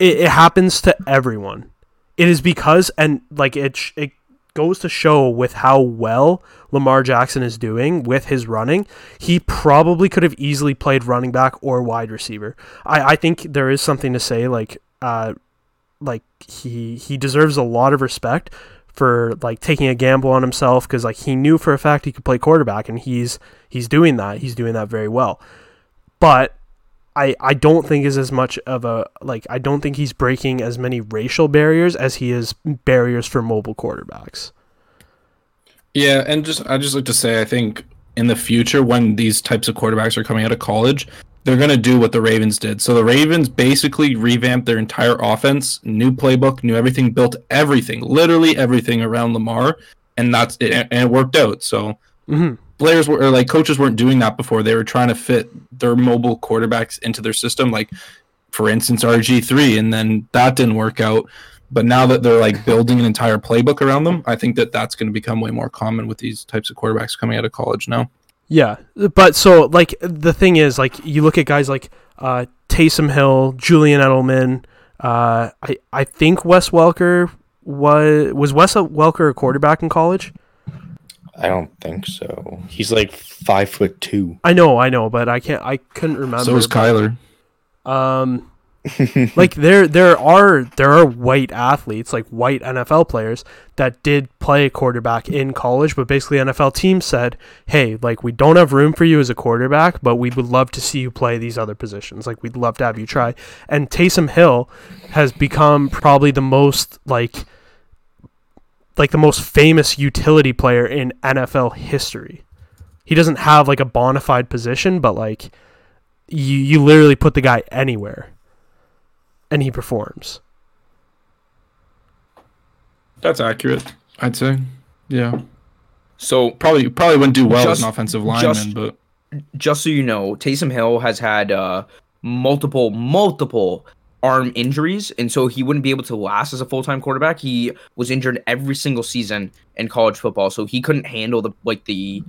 [SPEAKER 5] It, it happens to everyone. It is because, and like it, sh- it goes to show with how well Lamar Jackson is doing with his running, he probably could have easily played running back or wide receiver. I, I think there is something to say like uh like he he deserves a lot of respect for like taking a gamble on himself cuz like he knew for a fact he could play quarterback and he's he's doing that. He's doing that very well. But I, I don't think is as much of a like I don't think he's breaking as many racial barriers as he is barriers for mobile quarterbacks.
[SPEAKER 3] Yeah, and just I just like to say I think in the future when these types of quarterbacks are coming out of college, they're gonna do what the Ravens did. So the Ravens basically revamped their entire offense, new playbook, new everything, built everything, literally everything around Lamar, and that's it, and it worked out. So
[SPEAKER 5] Mhm.
[SPEAKER 3] players were or like coaches weren't doing that before. They were trying to fit their mobile quarterbacks into their system, like for instance RG three, and then that didn't work out. But now that they're like building an entire playbook around them, I think that that's going to become way more common with these types of quarterbacks coming out of college now.
[SPEAKER 5] Yeah, but so like the thing is, like you look at guys like uh, Taysom Hill, Julian Edelman. Uh, I I think Wes Welker was was Wes Welker a quarterback in college?
[SPEAKER 2] I don't think so. He's like five foot two.
[SPEAKER 5] I know, I know, but I can't. I couldn't remember.
[SPEAKER 3] So is Kyler.
[SPEAKER 5] um, [LAUGHS] like there there are there are white athletes, like white NFL players that did play quarterback in college, but basically NFL teams said, "Hey, like we don't have room for you as a quarterback, but we would love to see you play these other positions. Like we'd love to have you try." And Taysom Hill has become probably the most like like the most famous utility player in NFL history. He doesn't have like a bona fide position, but like you you literally put the guy anywhere and he performs.
[SPEAKER 3] That's accurate, I'd say. Yeah,
[SPEAKER 4] So
[SPEAKER 3] probably probably wouldn't do well as
[SPEAKER 4] Just-
[SPEAKER 3] an offensive lineman,
[SPEAKER 4] just-
[SPEAKER 3] but
[SPEAKER 4] just so you know, Taysom Hill has had uh, multiple, multiple arm injuries, and so he wouldn't be able to last as a full time quarterback. He was injured every single season in college football, so he couldn't handle the like the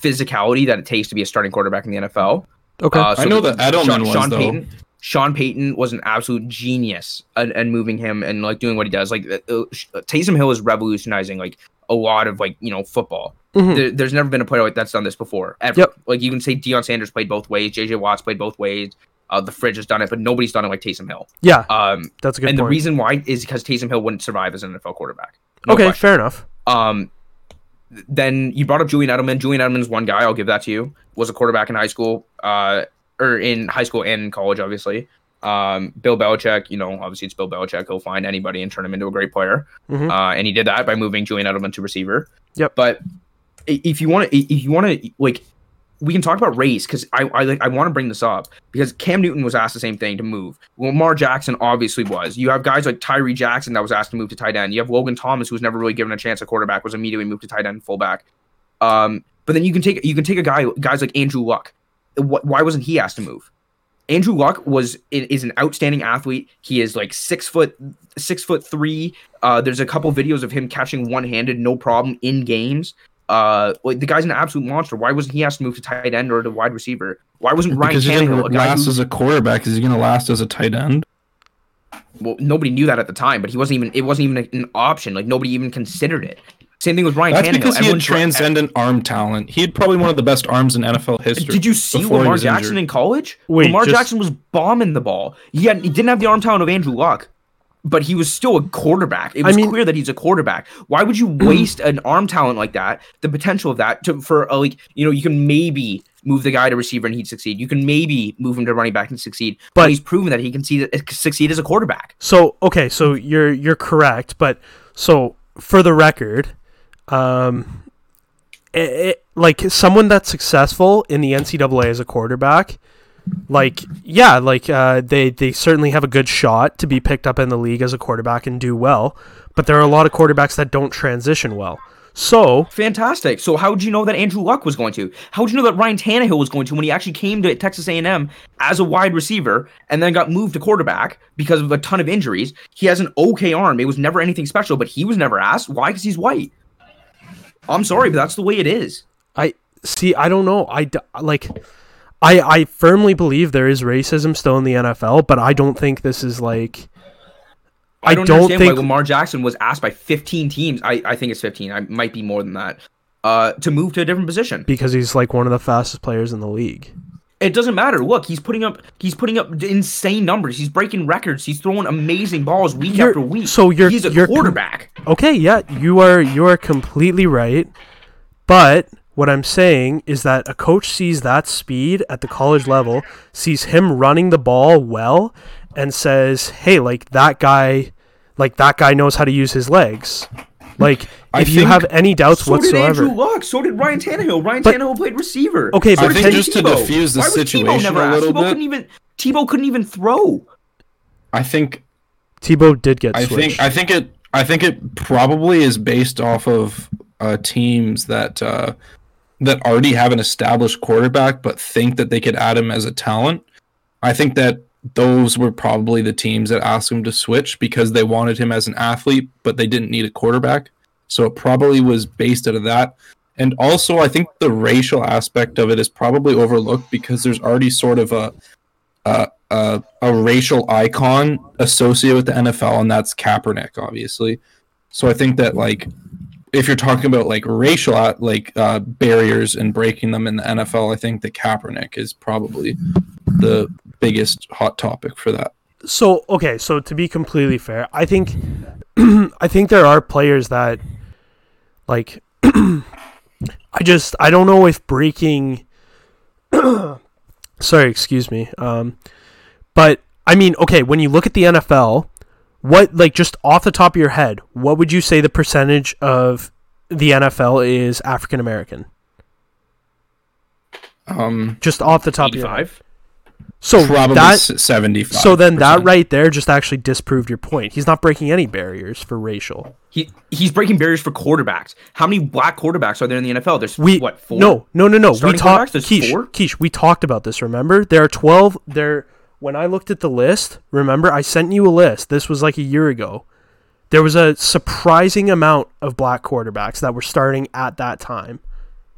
[SPEAKER 4] physicality that it takes to be a starting quarterback in the NFL.
[SPEAKER 5] Okay.
[SPEAKER 4] Uh, so
[SPEAKER 3] I know that Edelman
[SPEAKER 4] Sean,
[SPEAKER 3] was
[SPEAKER 4] Sean
[SPEAKER 3] though.
[SPEAKER 4] Payton. Sean Payton was an absolute genius and, and moving him and like doing what he does. Like uh, uh, Taysom Hill is revolutionizing like a lot of like you know football.
[SPEAKER 5] Mhm.
[SPEAKER 4] There, there's never been a player like that's done this before ever.
[SPEAKER 5] Yep.
[SPEAKER 4] Like you can say Deion Sanders played both ways, JJ Watts played both ways. Uh, the fridge has done it, but nobody's done it like Taysom Hill.
[SPEAKER 5] Yeah,
[SPEAKER 4] Um,
[SPEAKER 5] that's a good
[SPEAKER 4] and the
[SPEAKER 5] point.
[SPEAKER 4] reason why is because Taysom Hill wouldn't survive as an NFL quarterback. No
[SPEAKER 5] okay,
[SPEAKER 4] question.
[SPEAKER 5] fair enough.
[SPEAKER 4] Um, th- then you brought up Julian Edelman. Julian Edelman's one guy. I'll give that to you. Was a quarterback in high school, uh, or in high school and in college, obviously. Um, Bill Belichick. You know, obviously it's Bill Belichick. He'll find anybody and turn him into a great player.
[SPEAKER 5] Mhm.
[SPEAKER 4] Uh, and he did that by moving Julian Edelman to receiver.
[SPEAKER 5] Yep.
[SPEAKER 4] But i- if you want to, if you want to, like, we can talk about race because I I, like, I want to bring this up because Cam Newton was asked the same thing to move. Lamar Jackson obviously was. You have guys like Tyree Jackson that was asked to move to tight end. You have Logan Thomas who was never really given a chance at quarterback was immediately moved to tight end fullback. Um, but then you can take you can take a guy guys like Andrew Luck. Wh- Why wasn't he asked to move? Andrew Luck was i- is an outstanding athlete. He is like six foot six foot three. Uh, there's a couple videos of him catching one handed, no problem in games. Uh, like the guy's an absolute monster. Why wasn't he asked to move to tight end or to wide receiver? Why wasn't Ryan
[SPEAKER 3] because he didn't
[SPEAKER 4] Tannehill a guy
[SPEAKER 3] last
[SPEAKER 4] who,
[SPEAKER 3] as a quarterback. Is he going to last as a tight end?
[SPEAKER 4] well, nobody knew that at the time, but he wasn't even it wasn't even an option. Like nobody even considered it. Same thing with Ryan
[SPEAKER 3] That's
[SPEAKER 4] Tannehill.
[SPEAKER 3] because he had
[SPEAKER 4] Everyone's-
[SPEAKER 3] transcendent arm talent. He had probably one of the best arms in NFL history.
[SPEAKER 4] Did you see
[SPEAKER 3] before he
[SPEAKER 4] Lamar
[SPEAKER 3] was
[SPEAKER 4] Jackson
[SPEAKER 3] injured.
[SPEAKER 4] in college?
[SPEAKER 5] Wait,
[SPEAKER 4] Lamar
[SPEAKER 5] just-
[SPEAKER 4] Jackson was bombing the ball. He, had, he didn't have the arm talent of Andrew Luck, but he was still a quarterback. It
[SPEAKER 5] I
[SPEAKER 4] was
[SPEAKER 5] mean-
[SPEAKER 4] clear that he's a quarterback. Why would you waste an arm talent like that, the potential of that, to for a, like you know you can maybe move the guy to receiver and he'd succeed. You can maybe move him to running back and succeed. But,
[SPEAKER 5] But-
[SPEAKER 4] he's proven that he can see succeed as a quarterback.
[SPEAKER 5] So okay, so
[SPEAKER 4] Mm-hmm.
[SPEAKER 5] you're you're correct, but so for the record, um, it, it, like someone that's successful in the NCAA as a quarterback, like yeah, like uh, they they certainly have a good shot to be picked up in the league as a quarterback and do well, but there are a lot of quarterbacks that don't transition well. So
[SPEAKER 4] Fantastic. So how would you know that Andrew Luck was going to? How would you know that Ryan Tannehill was going to when he actually came to Texas A&M as a wide receiver and then got moved to quarterback because of a ton of injuries? He has an okay arm. It was never anything special, but he was never asked why because he's white. I'm sorry, but that's the way it is.
[SPEAKER 5] I see. I don't know. I d- like. I I firmly believe there is racism still in the NFL, but I don't think this is like. I don't
[SPEAKER 4] understand
[SPEAKER 5] think-
[SPEAKER 4] why Lamar Jackson was asked by 15 teams. I, I think it's 15. I might be more than that. Uh, to move to a different position.
[SPEAKER 5] because he's like one of the fastest players in the league.
[SPEAKER 4] It doesn't matter. Look, he's putting up he's putting up insane numbers. He's breaking records. He's throwing amazing balls week
[SPEAKER 5] You're-
[SPEAKER 4] after week.
[SPEAKER 5] so you're-
[SPEAKER 4] he's a
[SPEAKER 5] you're com-
[SPEAKER 4] quarterback.
[SPEAKER 5] Okay, yeah, you are you are completely right. But what I'm saying is that a coach sees that speed at the college level, sees him running the ball well and says, "Hey, like that guy like that guy knows how to use his legs." Like
[SPEAKER 3] I
[SPEAKER 5] if you
[SPEAKER 3] think-
[SPEAKER 5] have any doubts
[SPEAKER 4] so did
[SPEAKER 5] whatsoever.
[SPEAKER 4] Andrew Luck. So did Ryan Tannehill. Ryan
[SPEAKER 5] But-
[SPEAKER 4] Tannehill played receiver.
[SPEAKER 5] Okay,
[SPEAKER 4] so
[SPEAKER 5] but
[SPEAKER 4] did
[SPEAKER 5] I think
[SPEAKER 4] Tim
[SPEAKER 3] just to diffuse the
[SPEAKER 4] Why was Tebow
[SPEAKER 3] situation
[SPEAKER 4] never
[SPEAKER 3] a
[SPEAKER 4] asked?
[SPEAKER 3] little
[SPEAKER 4] Tebow
[SPEAKER 3] bit-
[SPEAKER 4] Couldn't even, Tebow couldn't even throw.
[SPEAKER 3] I think
[SPEAKER 5] Tebow did get
[SPEAKER 3] I
[SPEAKER 5] switched.
[SPEAKER 3] think I think it I think it probably is based off of uh, teams that uh, that already have an established quarterback but think that they could add him as a talent. I think that those were probably the teams that asked him to switch because they wanted him as an athlete but they didn't need a quarterback. So it probably was based out of that. And also I think the racial aspect of it is probably overlooked because there's already sort of a uh, a, a racial icon associated with the NFL, and that's Kaepernick, obviously. So I think that like if you're talking about like racial uh, like uh, barriers and breaking them in the NFL, I think that Kaepernick is probably the biggest hot topic for that.
[SPEAKER 5] so okay so to be completely fair i think [CLEARS THROAT] i think there are players that like [CLEARS THROAT] i just i don't know if breaking [CLEARS THROAT] sorry excuse me um but i mean okay when you look at the nfl what like just off the top of your head what would you say the percentage of the nfl is african american
[SPEAKER 3] Um,
[SPEAKER 5] just off the top of your head
[SPEAKER 4] Eighty-five.
[SPEAKER 5] so
[SPEAKER 3] probably
[SPEAKER 5] Oh, that
[SPEAKER 3] seventy five.
[SPEAKER 5] so then that right there just actually disproved your point he's not breaking any barriers for racial
[SPEAKER 4] He he's breaking barriers for quarterbacks. How many black quarterbacks are there in the NFL? There's
[SPEAKER 5] We
[SPEAKER 4] what four?
[SPEAKER 5] No, no, no, no. We
[SPEAKER 4] Starting
[SPEAKER 5] talked.
[SPEAKER 4] quarterbacks, there's
[SPEAKER 5] Keish,
[SPEAKER 4] four?
[SPEAKER 5] Keish, we talked about this. Remember, there are twelve. There, when I looked at the list, remember I sent you a list. This was like a year ago. There was a surprising amount of black quarterbacks that were starting at that time,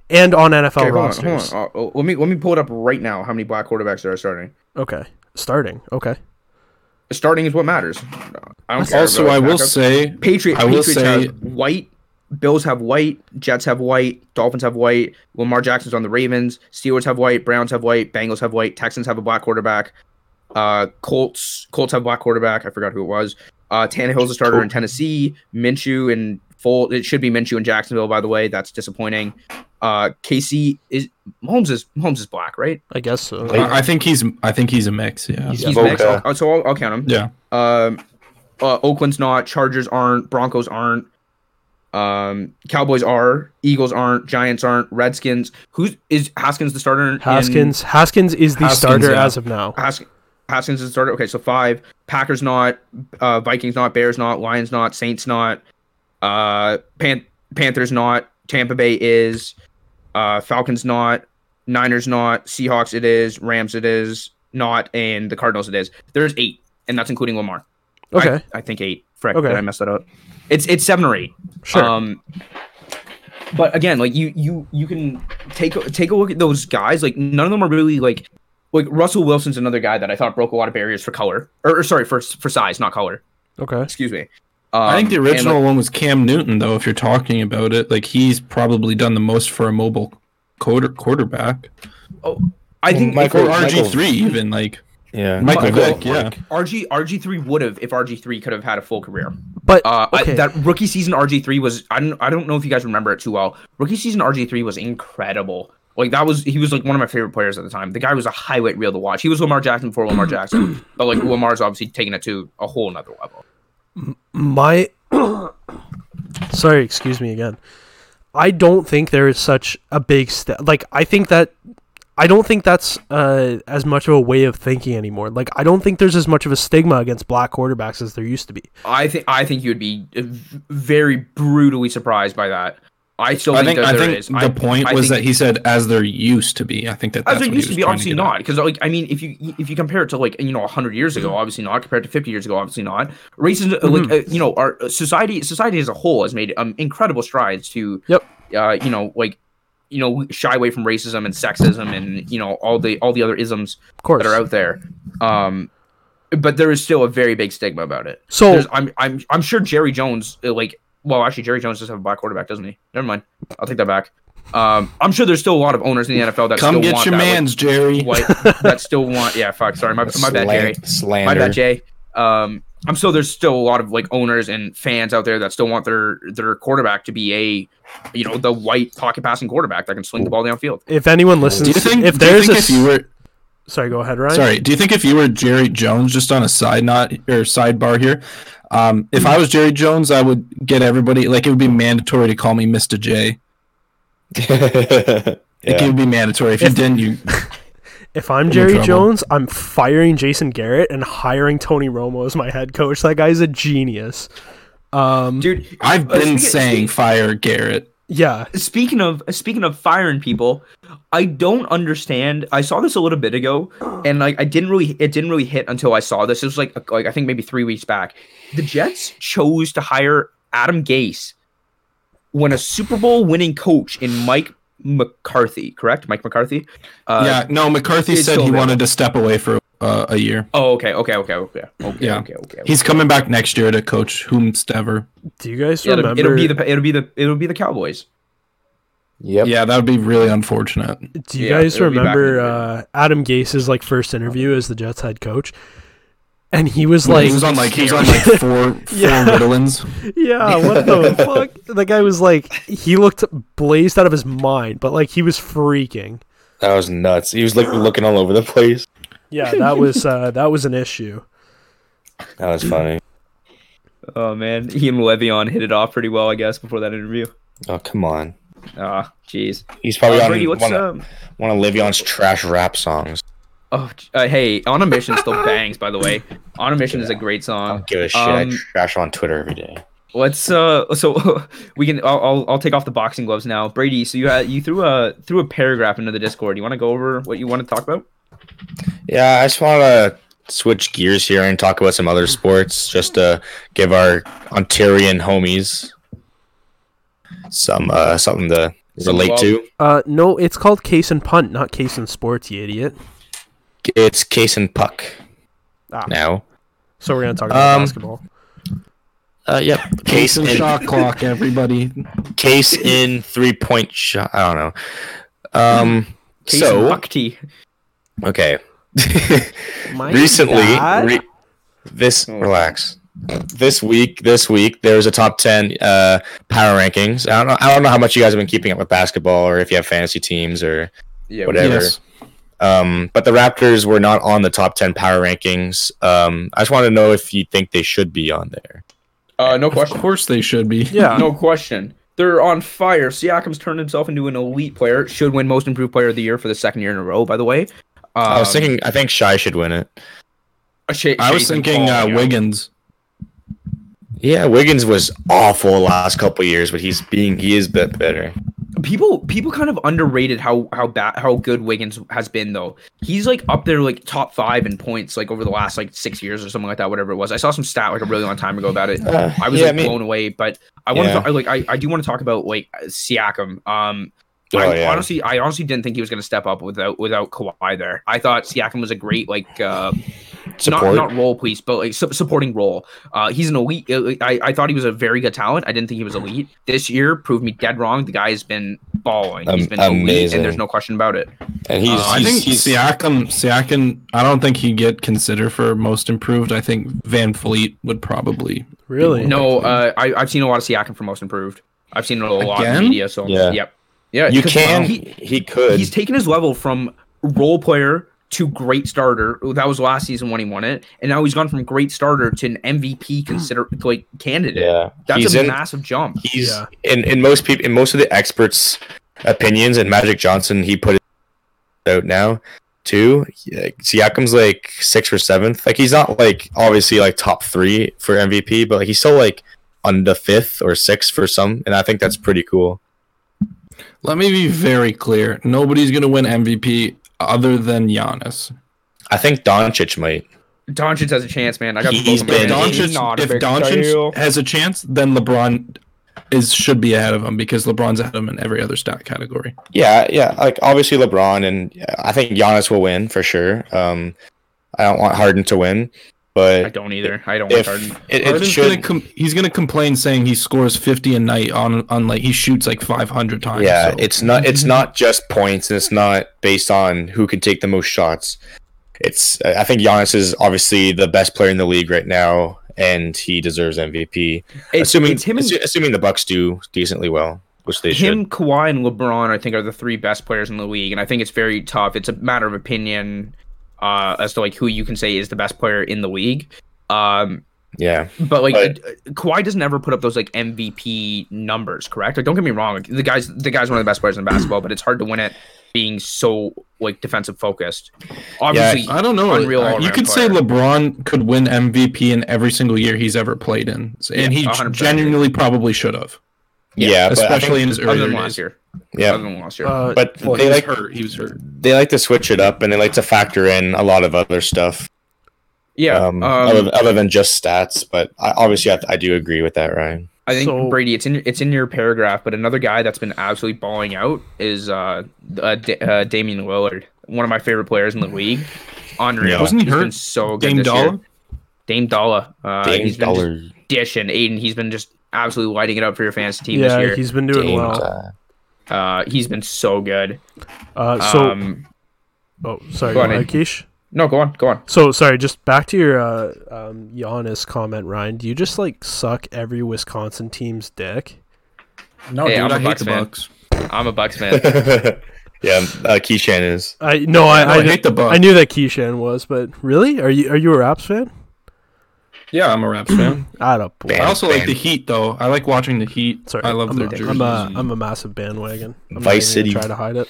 [SPEAKER 5] and on NFL
[SPEAKER 4] Okay, hold on,
[SPEAKER 5] rosters.
[SPEAKER 4] hold on. Uh, uh, let me let me pull it up right now. How many black quarterbacks are starting?
[SPEAKER 5] Okay, starting. Okay.
[SPEAKER 4] Starting is what matters. I don't care
[SPEAKER 3] Also,
[SPEAKER 4] about
[SPEAKER 3] I will
[SPEAKER 4] backup.
[SPEAKER 3] say,
[SPEAKER 4] Patriot,
[SPEAKER 3] I will
[SPEAKER 4] Patriots
[SPEAKER 3] say-
[SPEAKER 4] have white. Bills have white. Jets have white. Dolphins have white. Lamar Jackson's on the Ravens. Steelers have white. Browns have white. Bengals have white. Texans have a black quarterback. Uh, Colts. Colts have black quarterback. I forgot who it was. Uh, Tannehill's a starter in Tennessee. Minshew and Folt. It should be Minshew in Jacksonville, by the way. That's disappointing. Uh, Casey is Holmes is Holmes is black, right?
[SPEAKER 5] I guess so.
[SPEAKER 3] I I think he's, I think he's a mix. Yeah.
[SPEAKER 4] He's,
[SPEAKER 2] Yeah.
[SPEAKER 4] he's next.
[SPEAKER 2] Boca.
[SPEAKER 4] I'll- so I'll, I'll count him.
[SPEAKER 3] yeah.
[SPEAKER 4] Um, uh, Oakland's not. Chargers aren't. Broncos aren't. Um, Cowboys are. Eagles aren't. Giants aren't. Redskins. Who's is Haskins the starter? in-
[SPEAKER 5] Haskins Haskins is the
[SPEAKER 3] Haskins,
[SPEAKER 5] starter
[SPEAKER 3] yeah.
[SPEAKER 5] as of now.
[SPEAKER 4] Hask- Haskins is the starter. Okay, so five. Packers not. Uh, Vikings not. Bears not. Lions not. Saints not. Uh, Pan- Panthers not. Tampa Bay is. Uh, Falcons not. Niners not. Seahawks it is. Rams it is. Not and the Cardinals it is. There's eight, and that's including Lamar.
[SPEAKER 5] Okay.
[SPEAKER 4] I, I think eight. Frick,
[SPEAKER 5] Okay.
[SPEAKER 4] did I mess that up? It's it's seven or eight.
[SPEAKER 5] sure.
[SPEAKER 4] Um, but again, like you you you can take a- take a look at those guys. Like none of them are really like like Russell Wilson's another guy that I thought broke a lot of barriers for color or, or sorry for for size, not color.
[SPEAKER 5] okay.
[SPEAKER 4] Excuse me.
[SPEAKER 3] I think the
[SPEAKER 4] Um, and, like,
[SPEAKER 3] original one was Cam Newton, though. If you're talking about it, like he's probably done the most for a mobile quarter, quarterback,
[SPEAKER 4] I think
[SPEAKER 3] or
[SPEAKER 2] Michael-
[SPEAKER 4] if-
[SPEAKER 3] RG three even like
[SPEAKER 2] Yeah.
[SPEAKER 3] Michael
[SPEAKER 4] Michael
[SPEAKER 3] Vick. Yeah,
[SPEAKER 4] RG RG three would have if RG three could have had a full career.
[SPEAKER 5] But
[SPEAKER 4] Uh, I-
[SPEAKER 5] okay.
[SPEAKER 4] that rookie season RG three was I don't I don't know if you guys remember it too well. Rookie season RG three was incredible. Like that was he was like one of my favorite players at the time. The guy was a highlight reel to watch. He was Lamar Jackson
[SPEAKER 3] [CLEARS THROAT]
[SPEAKER 4] before Lamar Jackson, but like Lamar's obviously taking it to a whole another level.
[SPEAKER 5] my [COUGHS] sorry excuse me again i don't think there is such a big step like i think that i don't think that's uh, as much of a way of thinking anymore like i don't think there's as much of a stigma against black quarterbacks as there used to be
[SPEAKER 4] I think I think you would be uh, v- very brutally surprised by that. I still
[SPEAKER 3] I think
[SPEAKER 4] think, that
[SPEAKER 3] I
[SPEAKER 4] there
[SPEAKER 3] think
[SPEAKER 4] is.
[SPEAKER 3] the
[SPEAKER 4] I-
[SPEAKER 3] point
[SPEAKER 4] I
[SPEAKER 3] was
[SPEAKER 4] think-
[SPEAKER 3] that he said as there used to be. I think that that's
[SPEAKER 4] as it
[SPEAKER 3] what he
[SPEAKER 4] used to
[SPEAKER 3] was
[SPEAKER 4] be
[SPEAKER 3] trying
[SPEAKER 4] obviously
[SPEAKER 3] get at. Mm-hmm.
[SPEAKER 4] not because like i mean if you if you compare it to like you know 100 years ago obviously not compared to 50 years ago obviously not racism uh like uh, you know our uh, society society as a whole has made um, incredible strides to
[SPEAKER 5] Yep.
[SPEAKER 4] uh you know like you know shy away from racism and sexism and you know all the all the other isms
[SPEAKER 5] of course
[SPEAKER 4] that are out there um but there is still a very big stigma about it
[SPEAKER 5] so
[SPEAKER 4] There's- i'm i'm i'm sure jerry jones uh, like well actually jerry jones does have a black quarterback doesn't he never mind i'll take that back um, I'm sure there's still a lot of owners in the NFL that
[SPEAKER 3] Come
[SPEAKER 4] still
[SPEAKER 3] get
[SPEAKER 4] want
[SPEAKER 3] your
[SPEAKER 4] that, like,
[SPEAKER 3] man's Jerry.
[SPEAKER 4] [LAUGHS] white that still want yeah fuck sorry my, my bad jerry
[SPEAKER 2] Slant- Slander.
[SPEAKER 4] my bad jay um i'm sure there's still a lot of like owners and fans out there that still want their their quarterback to be a you know the white pocket passing quarterback that can sling the ball downfield
[SPEAKER 5] if anyone
[SPEAKER 3] Do
[SPEAKER 5] listens
[SPEAKER 3] you think
[SPEAKER 5] if
[SPEAKER 3] do you
[SPEAKER 5] there's
[SPEAKER 3] think
[SPEAKER 5] a
[SPEAKER 3] if you were
[SPEAKER 5] sorry go ahead ryan
[SPEAKER 3] Sorry. Do you think if you were Jerry Jones, just on a side not or sidebar here, um, if I was Jerry Jones, I would get everybody like it would be mandatory to call me Mister J.
[SPEAKER 2] [LAUGHS]
[SPEAKER 3] Like, it
[SPEAKER 2] Yeah.
[SPEAKER 3] would be mandatory. If,
[SPEAKER 5] If-
[SPEAKER 3] you didn't, you
[SPEAKER 5] if i'm
[SPEAKER 3] in
[SPEAKER 5] jerry
[SPEAKER 3] trouble.
[SPEAKER 5] jones i'm firing jason garrett and hiring tony romo as my head coach that guy's a genius um
[SPEAKER 4] dude
[SPEAKER 3] I've
[SPEAKER 4] Uh,
[SPEAKER 3] been
[SPEAKER 4] speaking-
[SPEAKER 3] saying fire Garrett.
[SPEAKER 5] yeah
[SPEAKER 4] speaking of speaking of firing people i don't understand i saw this a little bit ago and like i didn't really it didn't really hit until i saw this it was like like i think maybe three weeks back the jets chose to hire adam gase when a super bowl winning coach in mike mccarthy correct mike mccarthy uh,
[SPEAKER 3] yeah, no, McCarthy
[SPEAKER 4] it's
[SPEAKER 3] said
[SPEAKER 4] still
[SPEAKER 3] he
[SPEAKER 4] available.
[SPEAKER 3] wanted to step away for uh, a year.
[SPEAKER 4] oh okay okay okay okay okay
[SPEAKER 3] Yeah.
[SPEAKER 4] okay okay
[SPEAKER 3] He's coming back next year to coach whomstever.
[SPEAKER 5] do you guys
[SPEAKER 4] it'll,
[SPEAKER 5] remember
[SPEAKER 4] it'll be the it'll be the it'll be the cowboys
[SPEAKER 2] Yep.
[SPEAKER 3] Yeah, that would be really unfortunate.
[SPEAKER 5] Do you
[SPEAKER 4] Yeah,
[SPEAKER 5] guys
[SPEAKER 4] it'll be back in
[SPEAKER 5] remember
[SPEAKER 4] the day.
[SPEAKER 5] uh, Adam Gase's like first interview as the Jets head coach? And he was
[SPEAKER 3] Like,
[SPEAKER 5] like,
[SPEAKER 3] he was on like he was on like four four
[SPEAKER 5] Yeah.
[SPEAKER 3] Ritalins.
[SPEAKER 5] [LAUGHS] "Yeah, what the fuck?" The guy was like, he looked blazed out of his mind, but like he was freaking.
[SPEAKER 2] That was nuts. He was like looking all over the place.
[SPEAKER 5] Yeah, that was [LAUGHS] uh, that was an issue.
[SPEAKER 2] That was funny.
[SPEAKER 4] oh man he and levion hit it off pretty well i guess before that interview
[SPEAKER 2] Oh come on.
[SPEAKER 4] ah jeez
[SPEAKER 2] He's probably
[SPEAKER 4] Uh,
[SPEAKER 2] on
[SPEAKER 4] Brady, what's
[SPEAKER 2] one, of,
[SPEAKER 4] um
[SPEAKER 2] one of Livion's trash rap songs.
[SPEAKER 4] Oh, j- uh, hey, on a mission [LAUGHS] still bangs. By the way, on a mission is a great
[SPEAKER 2] I
[SPEAKER 4] song.
[SPEAKER 2] don't give a shit.
[SPEAKER 4] Um,
[SPEAKER 2] I trash on Twitter every day.
[SPEAKER 4] Let's uh, so [LAUGHS] we can. I'll, I'll I'll take off the boxing gloves now, Brady. So you had you threw a threw a paragraph into the Discord. You want to go over what you want to talk about?
[SPEAKER 2] Yeah, I just want to switch gears here and talk about some other sports, just to give our Ontarian homies some uh, something to relate to.
[SPEAKER 5] Uh, no, it's called Case and Punt, not Case and Sports, you idiot.
[SPEAKER 2] It's case and puck.
[SPEAKER 5] Ah.
[SPEAKER 2] now.
[SPEAKER 5] So we're gonna talk about
[SPEAKER 2] Um,
[SPEAKER 5] basketball.
[SPEAKER 2] Uh, yep. Case
[SPEAKER 3] Case and
[SPEAKER 2] in
[SPEAKER 3] shot clock, everybody.
[SPEAKER 2] case in three point shot. I don't know. Um.
[SPEAKER 4] Case
[SPEAKER 2] so
[SPEAKER 4] Buckty.
[SPEAKER 2] okay. [LAUGHS]
[SPEAKER 5] My
[SPEAKER 2] Recently,
[SPEAKER 5] dad-
[SPEAKER 2] re- this relax. This week, this week there was a top ten uh, power rankings. I don't know. I don't know how much you guys have been keeping up with basketball, or if you have fantasy teams, or
[SPEAKER 4] Yeah,
[SPEAKER 2] whatever.
[SPEAKER 3] Yes.
[SPEAKER 2] Um, but the Raptors were not on the top ten power rankings. Um, I just want to know if you think they should be on there.
[SPEAKER 4] Uh, no
[SPEAKER 3] Of
[SPEAKER 4] question.
[SPEAKER 3] course they should be.
[SPEAKER 5] yeah,
[SPEAKER 4] No question. They're on fire. Siakam's turned himself into an elite player. Should win Most Improved Player of the Year for the second year in a row. By the way, um,
[SPEAKER 2] I was thinking. I think Shy should win it.
[SPEAKER 3] [LAUGHS] I was thinking uh, Wiggins.
[SPEAKER 2] Yeah, Wiggins was awful the last couple years, but he's being he is bit better.
[SPEAKER 4] People people kind of underrated how how bad how good Wiggins has been though. He's like up there like top five in points like over the last like six years or something like that. Whatever it was, I saw some stat like a really long time ago about it.
[SPEAKER 2] Uh,
[SPEAKER 4] I was
[SPEAKER 2] yeah,
[SPEAKER 4] like
[SPEAKER 2] I mean-
[SPEAKER 4] blown away. But I want to
[SPEAKER 2] Yeah.
[SPEAKER 4] talk like I, I do want to talk about like Siakam. Um,
[SPEAKER 2] Oh,
[SPEAKER 4] I
[SPEAKER 2] yeah.
[SPEAKER 4] honestly I honestly didn't think he was going to step up without without Kawhi there. I thought Siakam was a great like uh,
[SPEAKER 2] Support.
[SPEAKER 4] not not role please, but like su- supporting role. Uh, he's an elite. I I thought he was a very good talent. I didn't think he was elite. This year proved me dead wrong. The guy's been balling. he's
[SPEAKER 2] Am-
[SPEAKER 4] been amazing. elite,
[SPEAKER 2] amazing.
[SPEAKER 4] and there's no question about it.
[SPEAKER 2] and he's,
[SPEAKER 3] Uh, I
[SPEAKER 2] he's-
[SPEAKER 3] think
[SPEAKER 2] he's-
[SPEAKER 3] Siakam. Siakam. I don't think he get considered for most improved. I think Van Fleet would probably.
[SPEAKER 5] really.
[SPEAKER 4] No, uh, I I've seen a lot of Siakam for most improved. I've seen it a lot in
[SPEAKER 3] Again?
[SPEAKER 4] media. So
[SPEAKER 2] Yeah.
[SPEAKER 4] yep, yeah.
[SPEAKER 2] you
[SPEAKER 4] 'cause
[SPEAKER 2] can
[SPEAKER 4] uh, he-
[SPEAKER 2] he, could
[SPEAKER 4] he's taken his level from role player to great starter. That was last season when he won it, and now he's gone from great starter to an MVP consider like candidate.
[SPEAKER 2] yeah
[SPEAKER 4] That's
[SPEAKER 2] he's
[SPEAKER 4] a
[SPEAKER 2] in
[SPEAKER 4] massive jump.
[SPEAKER 2] he's
[SPEAKER 5] Yeah.
[SPEAKER 2] in, in most people in most of the experts opinions and Magic Johnson he put it out now too Yeah, Siakam's like sixth or seventh like he's not like obviously like top three for MVP but like, he's still like on the fifth or sixth for some and I think that's pretty cool
[SPEAKER 3] Let me be very clear. Nobody's gonna win MVP other than Giannis.
[SPEAKER 2] I think Doncic might
[SPEAKER 4] Doncic has a chance, man. I got
[SPEAKER 2] He's
[SPEAKER 4] both of them.
[SPEAKER 2] been-
[SPEAKER 3] If
[SPEAKER 2] Yeah,
[SPEAKER 4] He's not
[SPEAKER 3] Doncic,
[SPEAKER 4] a
[SPEAKER 3] if
[SPEAKER 4] big deal.
[SPEAKER 3] Doncic has a chance, then LeBron is should be ahead of him because LeBron's ahead of him in every other stat category.
[SPEAKER 2] Yeah, yeah. Like obviously LeBron and yeah, I think Giannis will win for sure. Um, I don't want Harden to win,
[SPEAKER 4] I
[SPEAKER 2] but
[SPEAKER 4] don't either. I don't
[SPEAKER 2] if
[SPEAKER 4] like Harden.
[SPEAKER 2] it, it
[SPEAKER 3] Harden's gonna
[SPEAKER 2] should,
[SPEAKER 3] com- he's gonna complain saying he scores fifty a night on on like he shoots like five hundred times.
[SPEAKER 2] yeah,
[SPEAKER 3] so-
[SPEAKER 2] it's not
[SPEAKER 4] [LAUGHS]
[SPEAKER 2] it's not just points and it's not based on who can take the most shots. It's I think Giannis is obviously the best player in the league right now, and he deserves MVP.
[SPEAKER 4] It's,
[SPEAKER 2] assuming
[SPEAKER 4] it's him and
[SPEAKER 2] assu- assuming the Bucks do decently well, which they should.
[SPEAKER 4] him, Kawhi, and LeBron. I think are the three best players in the league, and I think it's very tough. It's a matter of opinion uh, as to like who you can say is the best player in the league. Um,
[SPEAKER 2] Yeah,
[SPEAKER 4] But like
[SPEAKER 2] But-
[SPEAKER 4] uh, Kawhi doesn't ever put up those like MVP numbers, correct? Like don't get me wrong, like, the guy's the guy's one of the best players in basketball, but it's hard to win it being so like defensive focused. Obviously,
[SPEAKER 3] I don't know.
[SPEAKER 4] Unreal
[SPEAKER 3] Uh, you
[SPEAKER 4] all-around
[SPEAKER 3] could say
[SPEAKER 4] player.
[SPEAKER 3] LeBron could win MVP in every single year he's ever played in, S- and
[SPEAKER 4] Yeah,
[SPEAKER 3] he
[SPEAKER 4] 100%.
[SPEAKER 3] genuinely probably should have,
[SPEAKER 2] yeah, but I think-
[SPEAKER 3] especially in his
[SPEAKER 4] other
[SPEAKER 3] earlier
[SPEAKER 4] than
[SPEAKER 3] days.
[SPEAKER 4] last year,
[SPEAKER 2] yeah.
[SPEAKER 4] other than last year.
[SPEAKER 5] Uh,
[SPEAKER 2] But
[SPEAKER 3] Well,
[SPEAKER 2] they
[SPEAKER 3] he was
[SPEAKER 2] like
[SPEAKER 3] hurt. He was hurt.
[SPEAKER 2] they like to switch it up, and they like to factor in a lot of other stuff.
[SPEAKER 4] yeah,
[SPEAKER 2] um,
[SPEAKER 4] um,
[SPEAKER 2] other, other than just stats. But I, obviously, I, I do agree with that, Ryan.
[SPEAKER 4] I think
[SPEAKER 5] So-
[SPEAKER 4] Brady, it's in it's in your paragraph, but another guy that's been absolutely balling out is uh, uh, da- uh Damian Lillard, one of my favorite players in the league. Unreal,
[SPEAKER 2] Yeah.
[SPEAKER 3] Wasn't he
[SPEAKER 4] He's
[SPEAKER 3] hurt?
[SPEAKER 4] Been so good
[SPEAKER 3] Dame
[SPEAKER 4] this year.
[SPEAKER 3] Dollar.
[SPEAKER 4] Dame Dalla, uh,
[SPEAKER 2] Dame
[SPEAKER 4] he's been just
[SPEAKER 2] Dollar.
[SPEAKER 4] dishing. Aiden, he's been just absolutely lighting it up for your fantasy team this
[SPEAKER 5] yeah,
[SPEAKER 4] year.
[SPEAKER 5] he's been doing
[SPEAKER 2] Dame
[SPEAKER 5] well.
[SPEAKER 2] Dollar.
[SPEAKER 4] Uh, he's been so good.
[SPEAKER 5] Uh, so,
[SPEAKER 4] um,
[SPEAKER 5] oh, sorry,
[SPEAKER 4] go on,
[SPEAKER 5] uh,
[SPEAKER 4] Aiden.
[SPEAKER 5] Keish.
[SPEAKER 4] no, go on, go on.
[SPEAKER 5] So sorry, just back to your uh, um, Giannis comment, Ryan. Do you just like suck every Wisconsin team's dick?
[SPEAKER 3] No,
[SPEAKER 4] Hey,
[SPEAKER 3] dude,
[SPEAKER 4] I'm a
[SPEAKER 3] I hate
[SPEAKER 4] Bucks
[SPEAKER 3] the
[SPEAKER 4] fan.
[SPEAKER 3] Bucks.
[SPEAKER 4] I'm a
[SPEAKER 2] [LAUGHS]
[SPEAKER 4] Bucks fan.
[SPEAKER 2] yeah, uh, Keyshan is.
[SPEAKER 5] I no, I
[SPEAKER 3] No,
[SPEAKER 5] I,
[SPEAKER 3] I hate the Bucks.
[SPEAKER 5] I knew that Keyshan was, but really, are you are you a Raps fan?
[SPEAKER 3] Yeah, I'm a [CLEARS THROAT] Raps fan.
[SPEAKER 5] I don't. believe-
[SPEAKER 2] Bam.
[SPEAKER 3] I also like
[SPEAKER 2] Fan.
[SPEAKER 3] the Heat though. I like watching the Heat.
[SPEAKER 5] Sorry,
[SPEAKER 3] I love
[SPEAKER 5] I'm
[SPEAKER 3] their
[SPEAKER 5] a,
[SPEAKER 3] jerseys.
[SPEAKER 5] I'm a I'm a massive bandwagon. I'm
[SPEAKER 2] Vice
[SPEAKER 5] not
[SPEAKER 2] City.
[SPEAKER 5] even gonna Try to hide it.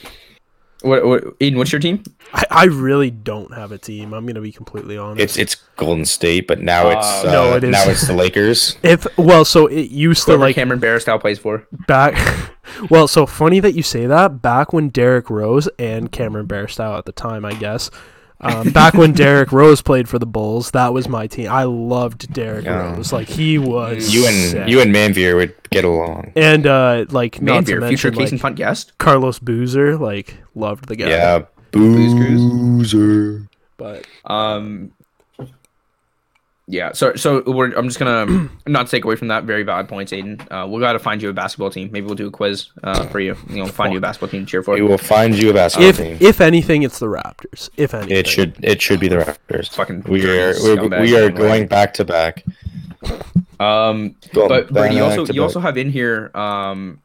[SPEAKER 4] what, what, Aiden, what's your team?
[SPEAKER 5] I, I really don't have a team. I'm gonna be completely honest.
[SPEAKER 2] It's it's Golden State, but now it's
[SPEAKER 4] Uh,
[SPEAKER 2] uh,
[SPEAKER 5] Mm-hmm. no, it is.
[SPEAKER 2] now it's the Lakers.
[SPEAKER 5] if well, so it used to
[SPEAKER 4] Whoever
[SPEAKER 5] like
[SPEAKER 4] Cameron Barristow plays for.
[SPEAKER 5] back. [LAUGHS] well, so funny that you say that. Back when Derek Rose and Cameron Barstow at the time, I guess. Um,
[SPEAKER 2] [LAUGHS]
[SPEAKER 5] back when Derek Rose played for the Bulls, that was my team. I loved Derek
[SPEAKER 2] Yeah.
[SPEAKER 5] Rose. Like he was
[SPEAKER 2] You and
[SPEAKER 5] sick.
[SPEAKER 2] you and Manvier would get along.
[SPEAKER 5] and uh, like not to
[SPEAKER 4] Manbeer, future
[SPEAKER 5] mention
[SPEAKER 4] case and
[SPEAKER 5] like,
[SPEAKER 4] punt guest.
[SPEAKER 5] Carlos Boozer, like loved the guy.
[SPEAKER 2] Yeah,
[SPEAKER 4] Booze Cruise.
[SPEAKER 2] boozer.
[SPEAKER 5] but
[SPEAKER 4] Um, Yeah. So so we're, I'm just gonna [CLEARS THROAT] not take away from that. Very valid points, Aiden. Uh, we got to find you a basketball team. Maybe we'll do a quiz uh, for you. You know, find you a basketball team to cheer for.
[SPEAKER 2] We will find you a basketball
[SPEAKER 5] If
[SPEAKER 2] team.
[SPEAKER 5] if anything, it's the Raptors. If anything,
[SPEAKER 2] it should it should be the Raptors.
[SPEAKER 4] Fucking
[SPEAKER 2] we are
[SPEAKER 4] scumbag
[SPEAKER 2] we're, we are
[SPEAKER 4] fucking way.
[SPEAKER 2] going back to back.
[SPEAKER 4] Um,
[SPEAKER 2] Going
[SPEAKER 4] but Brady, you
[SPEAKER 2] back
[SPEAKER 4] also
[SPEAKER 2] to
[SPEAKER 4] you
[SPEAKER 2] back.
[SPEAKER 4] also have in here um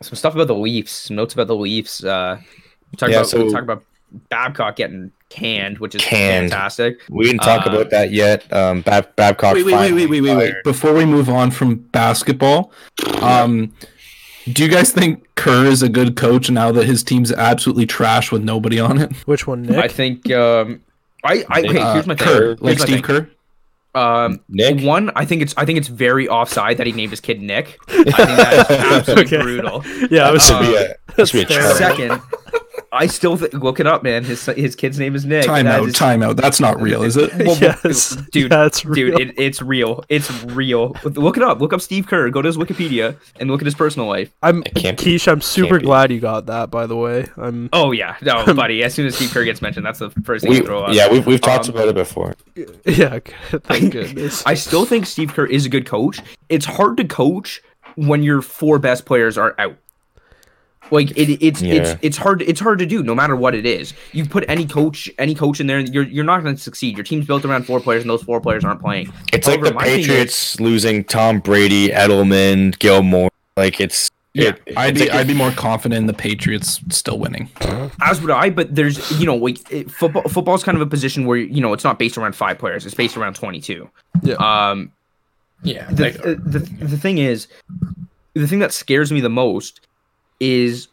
[SPEAKER 4] some stuff about the Leafs, some notes about the Leafs. Uh, we talk
[SPEAKER 2] Yeah,
[SPEAKER 4] about
[SPEAKER 2] so-
[SPEAKER 4] we talk about Babcock getting canned, which is
[SPEAKER 2] Canned.
[SPEAKER 4] fantastic.
[SPEAKER 2] We didn't talk
[SPEAKER 4] Uh,
[SPEAKER 2] about that yet. Um, Bab- Babcock.
[SPEAKER 3] wait, wait, wait,
[SPEAKER 2] finally
[SPEAKER 3] wait, wait, wait, wait.
[SPEAKER 2] fired.
[SPEAKER 3] Before we move on from basketball, um, do you guys think Kerr is a good coach now that his team's absolutely trash with nobody on it?
[SPEAKER 5] Which one, Nick?
[SPEAKER 4] I think. Um, I, I okay,
[SPEAKER 2] Uh,
[SPEAKER 4] here's my thing.
[SPEAKER 3] Kerr,
[SPEAKER 4] Here's
[SPEAKER 3] like
[SPEAKER 4] my
[SPEAKER 3] Steve
[SPEAKER 4] thing.
[SPEAKER 3] Kerr.
[SPEAKER 4] Um,
[SPEAKER 2] Nick.
[SPEAKER 4] One, I think it's I think it's very offside that he named his kid Nick. I think
[SPEAKER 2] [LAUGHS]
[SPEAKER 4] that is absolutely
[SPEAKER 5] Okay.
[SPEAKER 4] brutal.
[SPEAKER 5] yeah, I was.
[SPEAKER 2] Should be a, should be a
[SPEAKER 5] Fair.
[SPEAKER 2] charter.
[SPEAKER 4] Second, I still th- look it up, man. His his kid's name is Nick.
[SPEAKER 3] Timeout,
[SPEAKER 4] That
[SPEAKER 3] timeout.
[SPEAKER 4] is-
[SPEAKER 3] That's not real, is it?
[SPEAKER 4] Well, well,
[SPEAKER 5] Yes.
[SPEAKER 4] [LAUGHS] dude,
[SPEAKER 5] Yeah, it's real.
[SPEAKER 4] dude, it, it's real. It's real. Look it up. Look up Steve Kerr. Go to his Wikipedia and look at his personal life.
[SPEAKER 5] I'm
[SPEAKER 2] can't be.
[SPEAKER 5] Keish. I'm super
[SPEAKER 2] be.
[SPEAKER 5] glad you got that. By the way, I'm. [LAUGHS]
[SPEAKER 4] Oh yeah, no, buddy. As soon as Steve Kerr gets mentioned, that's the first thing
[SPEAKER 2] We,
[SPEAKER 4] you throw up.
[SPEAKER 2] yeah, we've, we've talked
[SPEAKER 4] Um,
[SPEAKER 2] about it before.
[SPEAKER 5] Yeah,
[SPEAKER 2] [LAUGHS]
[SPEAKER 5] good, thank goodness.
[SPEAKER 4] I still think Steve Kerr is a good coach. It's hard to coach when your four best players are out. Like it, it's
[SPEAKER 2] Yeah.
[SPEAKER 4] it's it's hard it's hard to do no matter what it is. You put any coach any coach in there, you're you're not going to succeed. Your team's built around four players, and those four players aren't playing.
[SPEAKER 2] It's like
[SPEAKER 4] However,
[SPEAKER 2] the
[SPEAKER 4] my thing is-
[SPEAKER 2] Patriots losing Tom Brady, Edelman, Gilmore. Like it's
[SPEAKER 4] Yeah.
[SPEAKER 2] it- it's
[SPEAKER 3] I'd
[SPEAKER 2] like
[SPEAKER 3] be,
[SPEAKER 2] your
[SPEAKER 3] I'd be more confident in the Patriots still winning.
[SPEAKER 4] As would I, but there's you know like it, football football's kind of a position where you know it's not based around five players; it's based around twenty two.
[SPEAKER 5] Yeah.
[SPEAKER 4] Um,
[SPEAKER 2] Yeah.
[SPEAKER 4] the, uh, the, the thing is, the thing that scares me the most is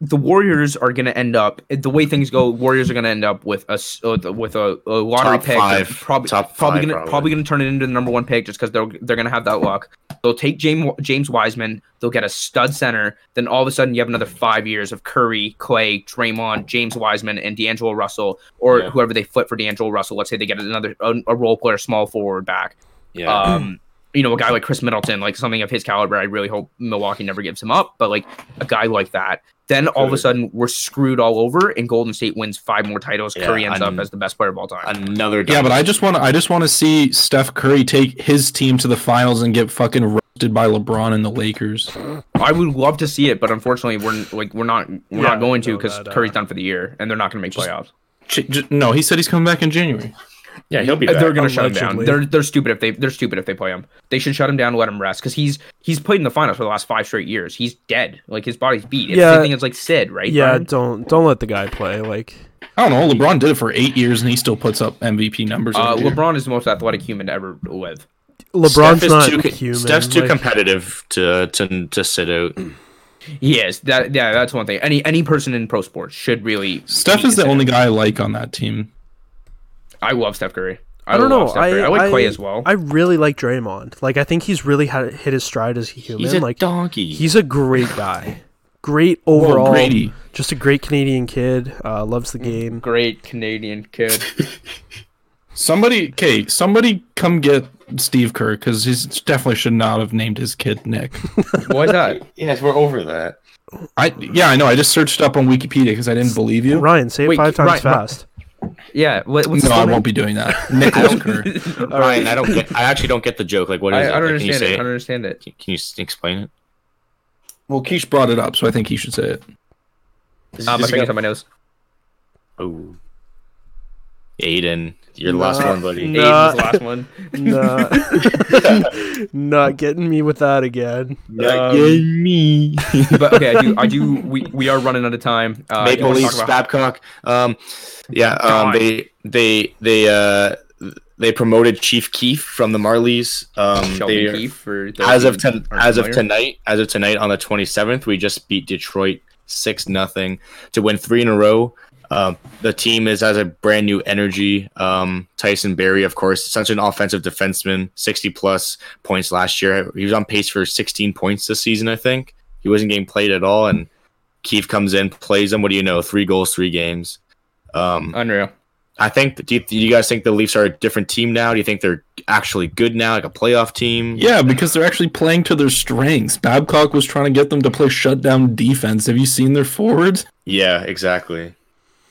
[SPEAKER 4] the Warriors are going to end up the way things go. Warriors are going to end up with a s- uh, with a, a lottery
[SPEAKER 2] Top
[SPEAKER 4] pick.
[SPEAKER 2] five.
[SPEAKER 4] They're Probably
[SPEAKER 2] Top
[SPEAKER 4] probably
[SPEAKER 2] five,
[SPEAKER 4] going to
[SPEAKER 2] probably.
[SPEAKER 4] probably going to turn it into the number one pick just because they're they're going to have that luck. They'll take James James Wiseman. They'll get a stud center. Then all of a sudden you have another five years of Curry, Clay, Draymond, James Wiseman, and D'Angelo Russell, or
[SPEAKER 2] Yeah.
[SPEAKER 4] whoever they flip for D'Angelo Russell. Let's say they get another a, a role player, small forward back
[SPEAKER 2] yeah.
[SPEAKER 4] um, you know, a guy like Chris Middleton, like something of his caliber. I really hope Milwaukee never gives him up, but like a guy like that, then all of a
[SPEAKER 2] Could.
[SPEAKER 4] sudden we're screwed all over, and Golden State wins five more titles.
[SPEAKER 2] Yeah,
[SPEAKER 4] Curry ends up
[SPEAKER 2] I'm-
[SPEAKER 4] as the best player of all time.
[SPEAKER 2] Another.
[SPEAKER 3] Yeah, but I
[SPEAKER 2] dominant-
[SPEAKER 3] just want to. I just want to see Steph Curry take his team to the finals and get fucking roasted by LeBron and the Lakers.
[SPEAKER 4] I would love to see it, but unfortunately, we're like we're not we're
[SPEAKER 5] Yeah,
[SPEAKER 4] not going to
[SPEAKER 5] no,
[SPEAKER 4] because
[SPEAKER 5] that, uh,
[SPEAKER 4] Curry's done for the year, and they're not going to make playoffs.
[SPEAKER 3] Ch- j- no, he said he's coming back in January.
[SPEAKER 2] yeah, he'll be.
[SPEAKER 4] Uh,
[SPEAKER 2] Back.
[SPEAKER 4] They're going to shut him down.
[SPEAKER 5] Allegedly.
[SPEAKER 4] They're they're stupid if they they're stupid if they play him. They should shut him down, and let him rest because he's he's played in the finals for the last five straight years. He's dead. Like his body's beat. It's yeah. the
[SPEAKER 5] Yeah.
[SPEAKER 4] same thing as like Sid, right?
[SPEAKER 5] yeah,
[SPEAKER 4] Brian?
[SPEAKER 5] don't don't let the guy play. Like,
[SPEAKER 3] I don't know. LeBron did it for eight years and he still puts up MVP numbers.
[SPEAKER 4] Uh,
[SPEAKER 3] every year.
[SPEAKER 4] LeBron is the most athletic human to ever live.
[SPEAKER 5] LeBron's
[SPEAKER 2] Steph is
[SPEAKER 5] not
[SPEAKER 2] too, co-
[SPEAKER 5] human.
[SPEAKER 2] Steph's too
[SPEAKER 5] like-
[SPEAKER 2] competitive to to to sit out.
[SPEAKER 4] Yes, that yeah, that's one thing. Any any person in pro sports should really.
[SPEAKER 3] Steph
[SPEAKER 4] be
[SPEAKER 3] is the
[SPEAKER 4] considered.
[SPEAKER 3] only guy I like on that team.
[SPEAKER 4] I love Steph Curry.
[SPEAKER 5] I don't
[SPEAKER 4] love
[SPEAKER 5] know.
[SPEAKER 4] Steph
[SPEAKER 5] I,
[SPEAKER 4] Curry. I like Clay as well.
[SPEAKER 5] I really like Draymond. Like, I think he's really had, hit his stride as a human.
[SPEAKER 2] He's a
[SPEAKER 5] like,
[SPEAKER 2] donkey.
[SPEAKER 5] he's a great guy. Great overall.
[SPEAKER 3] Brady.
[SPEAKER 5] Just a great Canadian kid. Uh, loves the game.
[SPEAKER 4] Great Canadian
[SPEAKER 2] [LAUGHS]
[SPEAKER 4] kid.
[SPEAKER 3] Somebody, okay, somebody come get Steve Kerr because he definitely should not have named his kid Nick.
[SPEAKER 4] Why that?
[SPEAKER 2] yes, we're over that.
[SPEAKER 3] I yeah, I know. I just searched up on Wikipedia because I didn't believe you.
[SPEAKER 5] Ryan, say
[SPEAKER 4] Wait,
[SPEAKER 5] it five
[SPEAKER 4] Ryan,
[SPEAKER 5] times
[SPEAKER 4] Ryan.
[SPEAKER 5] fast.
[SPEAKER 4] Yeah. What, what's
[SPEAKER 3] No,
[SPEAKER 4] his
[SPEAKER 3] I
[SPEAKER 4] name?
[SPEAKER 3] won't be doing
[SPEAKER 4] [LAUGHS]
[SPEAKER 3] that. Nicholas
[SPEAKER 2] [LAUGHS]
[SPEAKER 3] Kerr.
[SPEAKER 2] Ryan, I don't. Get, I actually don't get the joke. Like, what is
[SPEAKER 4] I, I
[SPEAKER 2] it? Like,
[SPEAKER 4] don't
[SPEAKER 2] Can you
[SPEAKER 4] understand it.
[SPEAKER 2] say
[SPEAKER 4] I don't understand it.
[SPEAKER 2] Can can you s- explain it?
[SPEAKER 3] Well, Keish brought it up, so I think he should say it.
[SPEAKER 4] Uh, my
[SPEAKER 2] Is it
[SPEAKER 4] fingers
[SPEAKER 2] got-
[SPEAKER 4] on my nose.
[SPEAKER 2] Oh. Aiden, your last
[SPEAKER 5] No.
[SPEAKER 2] one, buddy.
[SPEAKER 5] No.
[SPEAKER 4] Aiden's the last one.
[SPEAKER 5] Nah.
[SPEAKER 4] [LAUGHS]
[SPEAKER 5] [LAUGHS] not getting me with that again. Um,
[SPEAKER 4] Uh,
[SPEAKER 2] me.
[SPEAKER 4] But okay, I do. I do. We, we are running out of time. Uh, do you
[SPEAKER 2] Maple
[SPEAKER 4] wanna talk
[SPEAKER 2] Leafs,
[SPEAKER 4] about-
[SPEAKER 2] Babcock. Um, yeah, um,
[SPEAKER 4] God.
[SPEAKER 2] they they they uh, they promoted Chief Keefe from the Marlies. Um,
[SPEAKER 4] Sheldon
[SPEAKER 2] they-
[SPEAKER 4] Keefe for those
[SPEAKER 2] as of
[SPEAKER 4] who
[SPEAKER 2] ten,
[SPEAKER 4] aren't
[SPEAKER 2] as of
[SPEAKER 4] familiar.
[SPEAKER 2] tonight, as of tonight on the twenty seventh, we just beat Detroit six nothing to win three in a row. Um, the team is has a brand new energy. Um, Tyson Berry, of course, such an offensive defenseman, sixty plus points last year. He was on pace for sixteen points this season. I think he wasn't getting played at all, and Keefe comes in, plays him. What do you know? Three goals, three games. Um,
[SPEAKER 4] Unreal.
[SPEAKER 2] I think. Do you, do you guys think the Leafs are a different team now? Do you think they're actually good now, like a playoff team?
[SPEAKER 3] Yeah, because they're actually playing to their strengths. Babcock was trying to get them to play shutdown defense. Have you seen their forwards?
[SPEAKER 2] Yeah, exactly.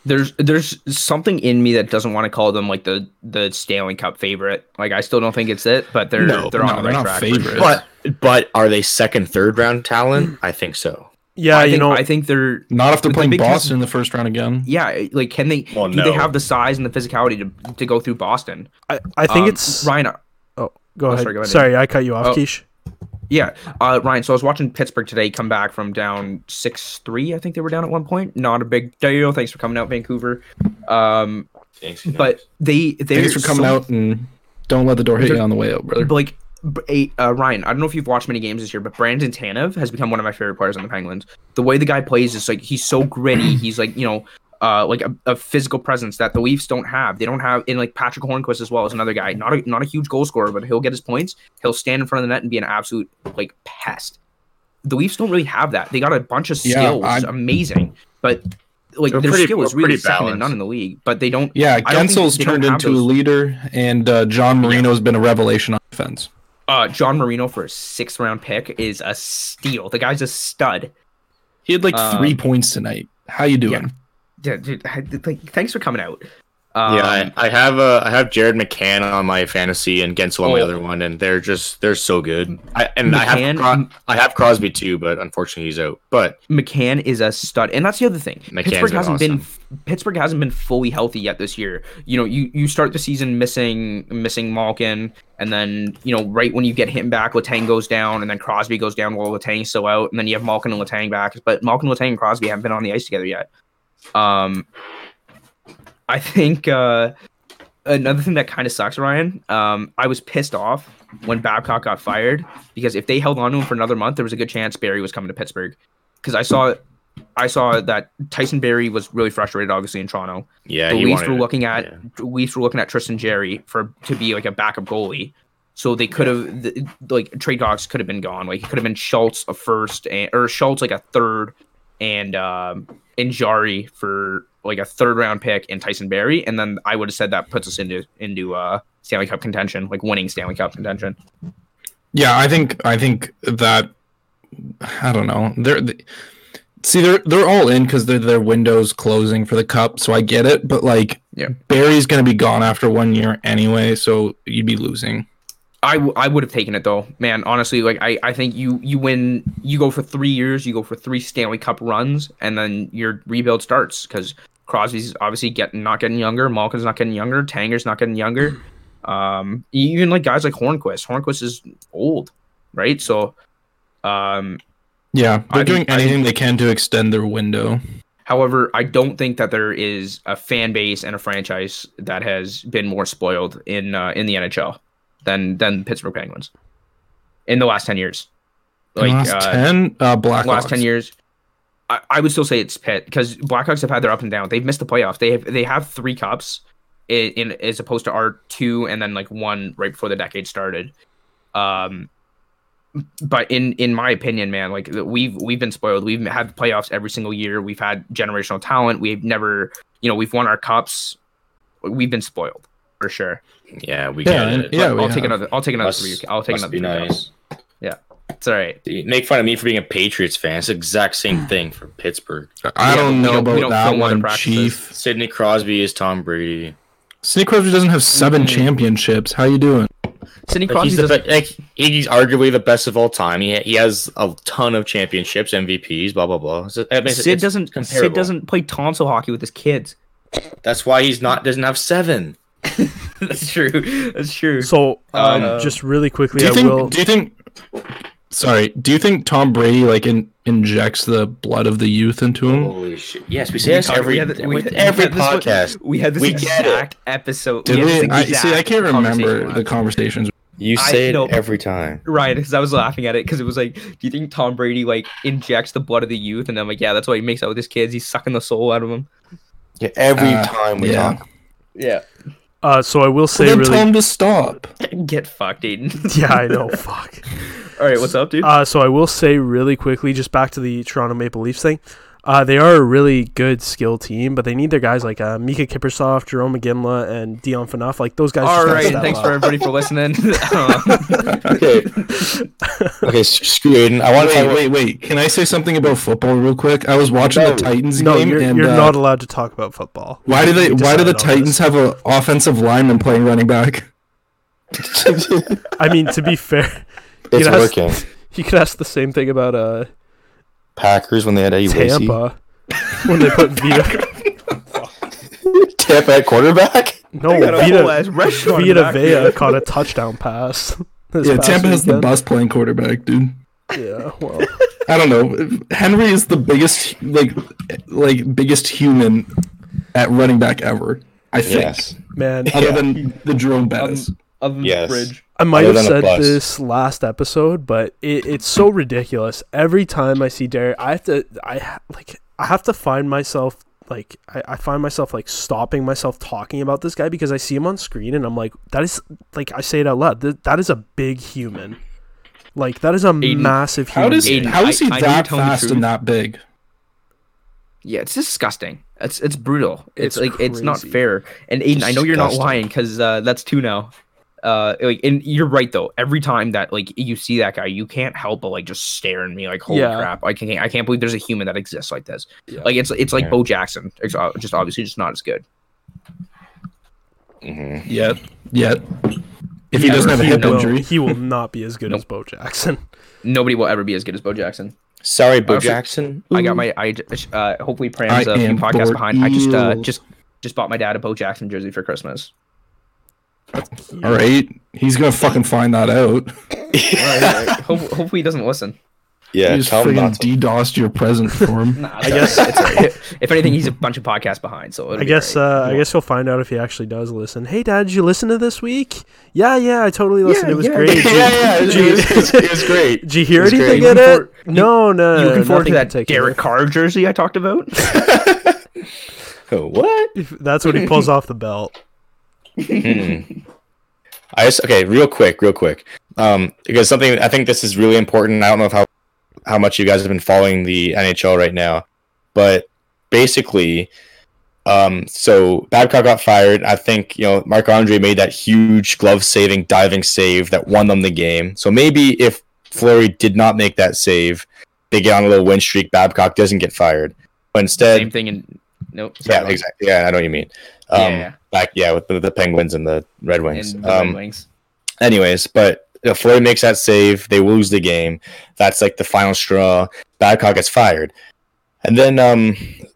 [SPEAKER 4] there's there's something in me that doesn't want to call them like the the Stanley Cup favorite. Like I still don't think it's it, but they're
[SPEAKER 3] No,
[SPEAKER 4] they're
[SPEAKER 3] no,
[SPEAKER 4] on the
[SPEAKER 3] they're
[SPEAKER 4] right
[SPEAKER 3] not
[SPEAKER 4] track.
[SPEAKER 3] favorites.
[SPEAKER 2] But but are they second, third round
[SPEAKER 4] Hmm.
[SPEAKER 2] talent? I think so.
[SPEAKER 5] Yeah,
[SPEAKER 4] I
[SPEAKER 5] you
[SPEAKER 4] think,
[SPEAKER 5] know,
[SPEAKER 4] I think they're
[SPEAKER 3] Not if they're
[SPEAKER 4] The
[SPEAKER 3] playing
[SPEAKER 4] big cons-
[SPEAKER 3] Boston in the first round again.
[SPEAKER 4] yeah. Like, can they
[SPEAKER 2] Well,
[SPEAKER 4] do they
[SPEAKER 2] no.
[SPEAKER 4] have the size and the physicality to, to go through Boston?
[SPEAKER 5] I, I think
[SPEAKER 4] Um,
[SPEAKER 5] it's.
[SPEAKER 4] Ryan. uh,
[SPEAKER 5] Oh, go
[SPEAKER 4] sorry,
[SPEAKER 5] ahead. Sorry,
[SPEAKER 4] go ahead,
[SPEAKER 5] I cut you off,
[SPEAKER 4] Oh.
[SPEAKER 5] Keish.
[SPEAKER 4] Yeah, uh, Ryan. So I was watching Pittsburgh today come back from down six three. I think they were down at one point. Not a big deal. Thanks for coming out, Vancouver. Um, but they they
[SPEAKER 3] Thanks for coming out and don't let the door hit you on the way out, brother.
[SPEAKER 4] like b- a- uh, Ryan, I don't know if you've watched many games this year, but Brandon Tanev has become one of my favorite players on the Penguins. The way the guy plays is like he's
[SPEAKER 2] [CLEARS THROAT]
[SPEAKER 4] so gritty. He's like you know, uh, like a, a physical presence that the Leafs don't have. They don't have and like Patrick Hornquist as well as another guy. Not a not a huge goal scorer, but he'll get his points. He'll stand in front of the net and be an absolute like pest. The Leafs don't really have that. They got a bunch of
[SPEAKER 3] Yeah,
[SPEAKER 4] skills,
[SPEAKER 3] I-
[SPEAKER 4] amazing, but like
[SPEAKER 2] They're
[SPEAKER 4] their
[SPEAKER 2] pretty-
[SPEAKER 4] skill is
[SPEAKER 2] we're pretty
[SPEAKER 4] really second to
[SPEAKER 2] balanced.
[SPEAKER 4] none in the league. But they don't.
[SPEAKER 3] Yeah,
[SPEAKER 4] I don't think
[SPEAKER 3] Gensel's
[SPEAKER 4] they don't
[SPEAKER 3] turned
[SPEAKER 4] have
[SPEAKER 3] into
[SPEAKER 4] those-
[SPEAKER 3] a leader, and uh, John Marino's been a revelation on defense.
[SPEAKER 4] uh, John Marino for a sixth round pick is a steal. The guy's a stud.
[SPEAKER 3] He had like
[SPEAKER 4] Um,
[SPEAKER 3] three points tonight. How you doing?
[SPEAKER 4] Yeah, dude, I- th- thanks for coming out. Um,
[SPEAKER 2] yeah, I, I have uh, I have Jared McCann on my fantasy and Gensel on my
[SPEAKER 4] Oh.
[SPEAKER 2] other one, and they're just they're so good. I and I have
[SPEAKER 4] McCann-
[SPEAKER 2] Cro- I have Crosby too, but unfortunately he's out. But
[SPEAKER 4] McCann is a stud, and that's the other thing.
[SPEAKER 2] McCann's
[SPEAKER 4] Pittsburgh
[SPEAKER 2] been
[SPEAKER 4] hasn't been Pittsburgh hasn't been fully healthy yet this year. You know, you you start the season missing missing Malkin, and then you know right when you get him back, Letang goes down, and then Crosby goes down while Letang's still out, and then you have Malkin and Letang back. But Malkin, Letang, and Crosby haven't been on the ice together yet. Um, I think uh, another thing that kind of sucks, Ryan. Um, I was pissed off when Babcock got fired because if they held on to him for another month, there was a good chance Barry was coming to Pittsburgh. Because I saw, I saw that Tyson Barry was really frustrated, obviously in Toronto.
[SPEAKER 2] yeah,
[SPEAKER 4] the
[SPEAKER 2] he
[SPEAKER 4] Leafs
[SPEAKER 2] wanted
[SPEAKER 4] were
[SPEAKER 2] it.
[SPEAKER 4] looking at
[SPEAKER 2] yeah.
[SPEAKER 4] Leafs were looking at Tristan Jerry for to be like a backup goalie. So they could have th like trade talks could have been gone. Like it could have been Schultz a first and or Schultz like a third and um and Jari for like a third round pick and Tyson Berry. And then I would have said that puts us into into uh Stanley Cup contention, like winning Stanley Cup contention.
[SPEAKER 3] Yeah, I think I think that I don't know. They're they, see they're they're all in because their their windows closing for the cup, so I get it. But like,
[SPEAKER 4] Yeah.
[SPEAKER 3] Barry's gonna be gone after one year anyway, so you'd be losing.
[SPEAKER 4] I, w- I would have taken it though, man. Honestly, like I, I think you you win, you go for three years, you go for three Stanley Cup runs, and then your rebuild starts because Crosby's obviously getting not getting younger, Malkin's not getting younger, Tanger's not getting younger. Um, even like guys like Hornquist, Hornquist is old, right? So, um,
[SPEAKER 3] Yeah, they're
[SPEAKER 4] I think-
[SPEAKER 3] doing
[SPEAKER 4] I
[SPEAKER 3] anything they can to extend their window.
[SPEAKER 4] However, I don't think that there is a fan base and a franchise that has been more spoiled in uh, in the NHL than than the Pittsburgh Penguins in the last ten years.
[SPEAKER 3] Like,
[SPEAKER 4] Like
[SPEAKER 3] last
[SPEAKER 4] uh,
[SPEAKER 3] ten, uh, Blackhawks.
[SPEAKER 4] last ten years, I, I would still say it's Pitt because Blackhawks have had their up and down. They've missed the playoffs. They have they have three cups in, in as opposed to our two and then like one right before the decade started. Um, but in in my opinion, man, like the- we've we've been spoiled. We've had playoffs every single year. We've had generational talent. We've never, you know, we've won our cups. We've been spoiled for sure.
[SPEAKER 2] yeah, we
[SPEAKER 3] Yeah,
[SPEAKER 2] get
[SPEAKER 3] and-
[SPEAKER 2] it.
[SPEAKER 3] yeah,
[SPEAKER 4] I'll
[SPEAKER 3] we
[SPEAKER 4] take
[SPEAKER 3] have.
[SPEAKER 4] another. I'll take another
[SPEAKER 2] Must-
[SPEAKER 4] three. I'll take
[SPEAKER 2] must
[SPEAKER 4] another.
[SPEAKER 2] be
[SPEAKER 4] Three cups.
[SPEAKER 2] nice.
[SPEAKER 4] It's all right.
[SPEAKER 2] You Make fun of me for being a Patriots fan. It's the exact
[SPEAKER 4] Hmm.
[SPEAKER 2] same thing for Pittsburgh.
[SPEAKER 3] I
[SPEAKER 4] Yeah,
[SPEAKER 3] don't
[SPEAKER 4] we
[SPEAKER 3] know
[SPEAKER 4] don't- we
[SPEAKER 3] about
[SPEAKER 4] don't
[SPEAKER 3] that
[SPEAKER 4] film other
[SPEAKER 3] one,
[SPEAKER 4] practices.
[SPEAKER 3] Chief.
[SPEAKER 2] Sidney Crosby is Tom Brady.
[SPEAKER 3] Sidney Crosby doesn't have 7 championships. How you doing?
[SPEAKER 4] Sidney
[SPEAKER 2] Like,
[SPEAKER 4] Crosby
[SPEAKER 2] he's, the
[SPEAKER 4] doesn't-
[SPEAKER 2] be- like, he's arguably the best of all time. He, he has a ton of championships, MVPs, blah blah blah. So, I mean, it's-
[SPEAKER 4] Sid
[SPEAKER 2] it's
[SPEAKER 4] doesn't. Sid
[SPEAKER 2] comparable.
[SPEAKER 4] doesn't play tonsil hockey with his kids.
[SPEAKER 2] That's why he's not doesn't have seven.
[SPEAKER 4] [LAUGHS] That's true. That's true.
[SPEAKER 5] So, um,
[SPEAKER 4] Um,
[SPEAKER 5] just really quickly,
[SPEAKER 3] Do you
[SPEAKER 5] I
[SPEAKER 3] think?
[SPEAKER 5] will.
[SPEAKER 3] Do you think? Sorry. Do you think Tom Brady like in, injects the blood of the youth into him?
[SPEAKER 2] Holy shit! Yes, we say this every with every podcast.
[SPEAKER 4] we had this
[SPEAKER 2] We get it.
[SPEAKER 4] exact episode.
[SPEAKER 3] Did
[SPEAKER 4] had this
[SPEAKER 3] we? I, see,
[SPEAKER 4] exact
[SPEAKER 3] I can't
[SPEAKER 4] conversation
[SPEAKER 3] remember
[SPEAKER 4] last
[SPEAKER 3] the conversations.
[SPEAKER 2] You
[SPEAKER 4] I-
[SPEAKER 2] say it
[SPEAKER 4] no.
[SPEAKER 2] every time.
[SPEAKER 4] Right, because I was laughing at it because it was like, do you think Tom Brady like injects the blood of the youth? And I'm like, yeah, that's why he makes out with his kids. He's sucking the soul out of them.
[SPEAKER 2] Yeah, every
[SPEAKER 3] Uh,
[SPEAKER 2] time we
[SPEAKER 3] yeah.
[SPEAKER 2] talk.
[SPEAKER 4] Yeah,
[SPEAKER 5] Uh, so I will say
[SPEAKER 3] Well, then
[SPEAKER 5] really.
[SPEAKER 3] tell him to stop.
[SPEAKER 4] [LAUGHS] get fucked, [LAUGHS] Aiden.
[SPEAKER 5] [LAUGHS] yeah, I know. Fuck.
[SPEAKER 4] All right, what's up, dude?
[SPEAKER 5] Uh, so I will say really quickly, just back to the Toronto Maple Leafs thing. Uh, they are a really good skill team, but they need their guys like uh, Mika Kippersoft, Jerome McGinley, and Dion Phaneuf. Like those guys.
[SPEAKER 4] All
[SPEAKER 5] just gotta
[SPEAKER 4] right,
[SPEAKER 5] step
[SPEAKER 4] thanks
[SPEAKER 5] up.
[SPEAKER 4] for everybody for [LAUGHS] listening. Um, [LAUGHS]
[SPEAKER 3] [LAUGHS]
[SPEAKER 2] Okay. okay, s- screw Aiden. I want to
[SPEAKER 3] Wait,
[SPEAKER 2] talk.
[SPEAKER 3] wait, wait. Can I say something about football real quick? I was watching
[SPEAKER 2] No.
[SPEAKER 3] the Titans
[SPEAKER 5] No,
[SPEAKER 3] game
[SPEAKER 5] you're,
[SPEAKER 3] and
[SPEAKER 5] you're
[SPEAKER 3] uh,
[SPEAKER 5] not allowed to talk about football.
[SPEAKER 3] why do they
[SPEAKER 5] We
[SPEAKER 3] why do the
[SPEAKER 5] decided on
[SPEAKER 3] Titans
[SPEAKER 5] this.
[SPEAKER 3] have an offensive lineman playing running back?
[SPEAKER 5] I mean, to be fair,
[SPEAKER 2] [LAUGHS]
[SPEAKER 5] [LAUGHS]
[SPEAKER 2] It's
[SPEAKER 5] you know,
[SPEAKER 2] working.
[SPEAKER 5] you could ask the same thing about uh,
[SPEAKER 2] Packers when they had Eddie Lacy.
[SPEAKER 5] Tampa when
[SPEAKER 3] [LAUGHS]
[SPEAKER 5] they put Vita.
[SPEAKER 2] Tampa at quarterback.
[SPEAKER 5] No, Vita, Vita Vea caught a touchdown pass. [LAUGHS] this
[SPEAKER 3] Yeah,
[SPEAKER 5] past
[SPEAKER 3] Tampa has the
[SPEAKER 5] weekend.
[SPEAKER 3] best playing quarterback, dude.
[SPEAKER 5] Yeah, well,
[SPEAKER 3] I don't know. Henry is the biggest like like biggest human at running back ever. I
[SPEAKER 2] [LAUGHS]
[SPEAKER 3] think.
[SPEAKER 2] Yes.
[SPEAKER 5] man,
[SPEAKER 3] [LAUGHS] Other than the
[SPEAKER 4] Um,
[SPEAKER 3] Jerome Bettis.
[SPEAKER 4] Other than
[SPEAKER 2] Yes.
[SPEAKER 4] Bridge.
[SPEAKER 5] I might
[SPEAKER 2] Other than
[SPEAKER 5] have
[SPEAKER 2] a
[SPEAKER 5] said
[SPEAKER 2] bus.
[SPEAKER 5] this last episode, but it, it's so ridiculous. Every time I see Derek, I have to, I ha- like, I have to find myself like, I, I find myself like stopping myself talking about this guy because I see him on screen and I'm like, that is like, I say it out loud. Th- that is a big human. Like that is a
[SPEAKER 4] Aiden,
[SPEAKER 5] massive human.
[SPEAKER 3] how does
[SPEAKER 5] being.
[SPEAKER 4] Aiden,
[SPEAKER 3] how is he
[SPEAKER 4] I- I know you're
[SPEAKER 3] that
[SPEAKER 4] telling the
[SPEAKER 3] fast
[SPEAKER 4] truth.
[SPEAKER 3] and that big?
[SPEAKER 4] Yeah, it's disgusting. It's it's brutal. It's,
[SPEAKER 5] It's
[SPEAKER 4] like it's not
[SPEAKER 5] crazy.
[SPEAKER 4] fair. And Aiden, I know you're not
[SPEAKER 2] Disgusting.
[SPEAKER 4] lying because uh, that's two now. Uh, like, and you're right though. Every time that like you see that guy, you can't help but like just stare at me like, holy
[SPEAKER 5] Yeah.
[SPEAKER 4] crap! I can't, I can't believe there's a human that exists like this.
[SPEAKER 5] Yeah.
[SPEAKER 4] Like it's it's like
[SPEAKER 2] Yeah.
[SPEAKER 4] Bo Jackson. It's uh, just obviously just not as good.
[SPEAKER 2] Mhm.
[SPEAKER 3] Yet. Yet. If he
[SPEAKER 4] Yeah,
[SPEAKER 3] doesn't have a
[SPEAKER 5] he
[SPEAKER 3] hip
[SPEAKER 5] will,
[SPEAKER 3] injury.
[SPEAKER 5] he will not be as good
[SPEAKER 4] Nope.
[SPEAKER 5] as Bo Jackson.
[SPEAKER 4] Nobody will ever be as good as Bo Jackson.
[SPEAKER 2] Sorry, Bo
[SPEAKER 4] Honestly-
[SPEAKER 2] Jackson.
[SPEAKER 4] I got my I j- uh, hopefully Pram's
[SPEAKER 3] I
[SPEAKER 4] a few
[SPEAKER 3] am
[SPEAKER 4] podcasts behind. I just uh,
[SPEAKER 3] bored.
[SPEAKER 4] just just bought my dad a Bo Jackson jersey for Christmas.
[SPEAKER 3] Alright. He's gonna fucking find that out.
[SPEAKER 4] Hope, hopefully he doesn't listen.
[SPEAKER 2] Yeah,
[SPEAKER 3] he just
[SPEAKER 2] tell him not
[SPEAKER 3] friggin'
[SPEAKER 2] to.
[SPEAKER 3] DDoSed your
[SPEAKER 4] [LAUGHS]
[SPEAKER 3] present for him.
[SPEAKER 4] I guess
[SPEAKER 2] [LAUGHS]
[SPEAKER 4] it's a, if anything, he's a bunch of podcasts behind. So it'll
[SPEAKER 5] I
[SPEAKER 4] be
[SPEAKER 5] guess
[SPEAKER 4] great.
[SPEAKER 5] uh, I guess he'll find out if he actually does listen. Hey, Dad, did you listen to this week? Yeah, yeah, I totally listened. it was
[SPEAKER 2] [LAUGHS]
[SPEAKER 4] yeah.
[SPEAKER 5] great. Did you-
[SPEAKER 2] it was, it was great.
[SPEAKER 5] Did you hear
[SPEAKER 2] It was
[SPEAKER 5] anything
[SPEAKER 2] great.
[SPEAKER 5] in
[SPEAKER 4] You can
[SPEAKER 5] it? No, no,
[SPEAKER 4] you
[SPEAKER 5] no.
[SPEAKER 4] looking forward to
[SPEAKER 5] nothing
[SPEAKER 4] that
[SPEAKER 5] taken.
[SPEAKER 4] Derek Carr jersey I talked about?
[SPEAKER 2] Uh, Oh, what?
[SPEAKER 5] If- That's when
[SPEAKER 4] [LAUGHS]
[SPEAKER 5] he pulls off the belt.
[SPEAKER 2] I just okay, real quick, real quick. Um, because something I think this is really important. I don't know if how how much you guys have been following the NHL right now, but basically, um, so Babcock got fired. I think you know Mark Andre made that huge glove saving diving save that won them the game. So maybe if Flurry did not make that save, they get on a little win streak. Babcock doesn't get fired, but instead,
[SPEAKER 4] Same thing in nope. sorry,
[SPEAKER 2] yeah,
[SPEAKER 4] wrong.
[SPEAKER 2] exactly. Yeah, I know what you mean. Um,
[SPEAKER 4] Yeah, yeah.
[SPEAKER 2] Back, yeah, with the, the Penguins and the Red Wings.
[SPEAKER 4] In the
[SPEAKER 2] um,
[SPEAKER 4] Red Wings.
[SPEAKER 2] anyways, but you know, Flurry makes that save. They lose the game. That's like the final straw. Babcock gets fired, and then um,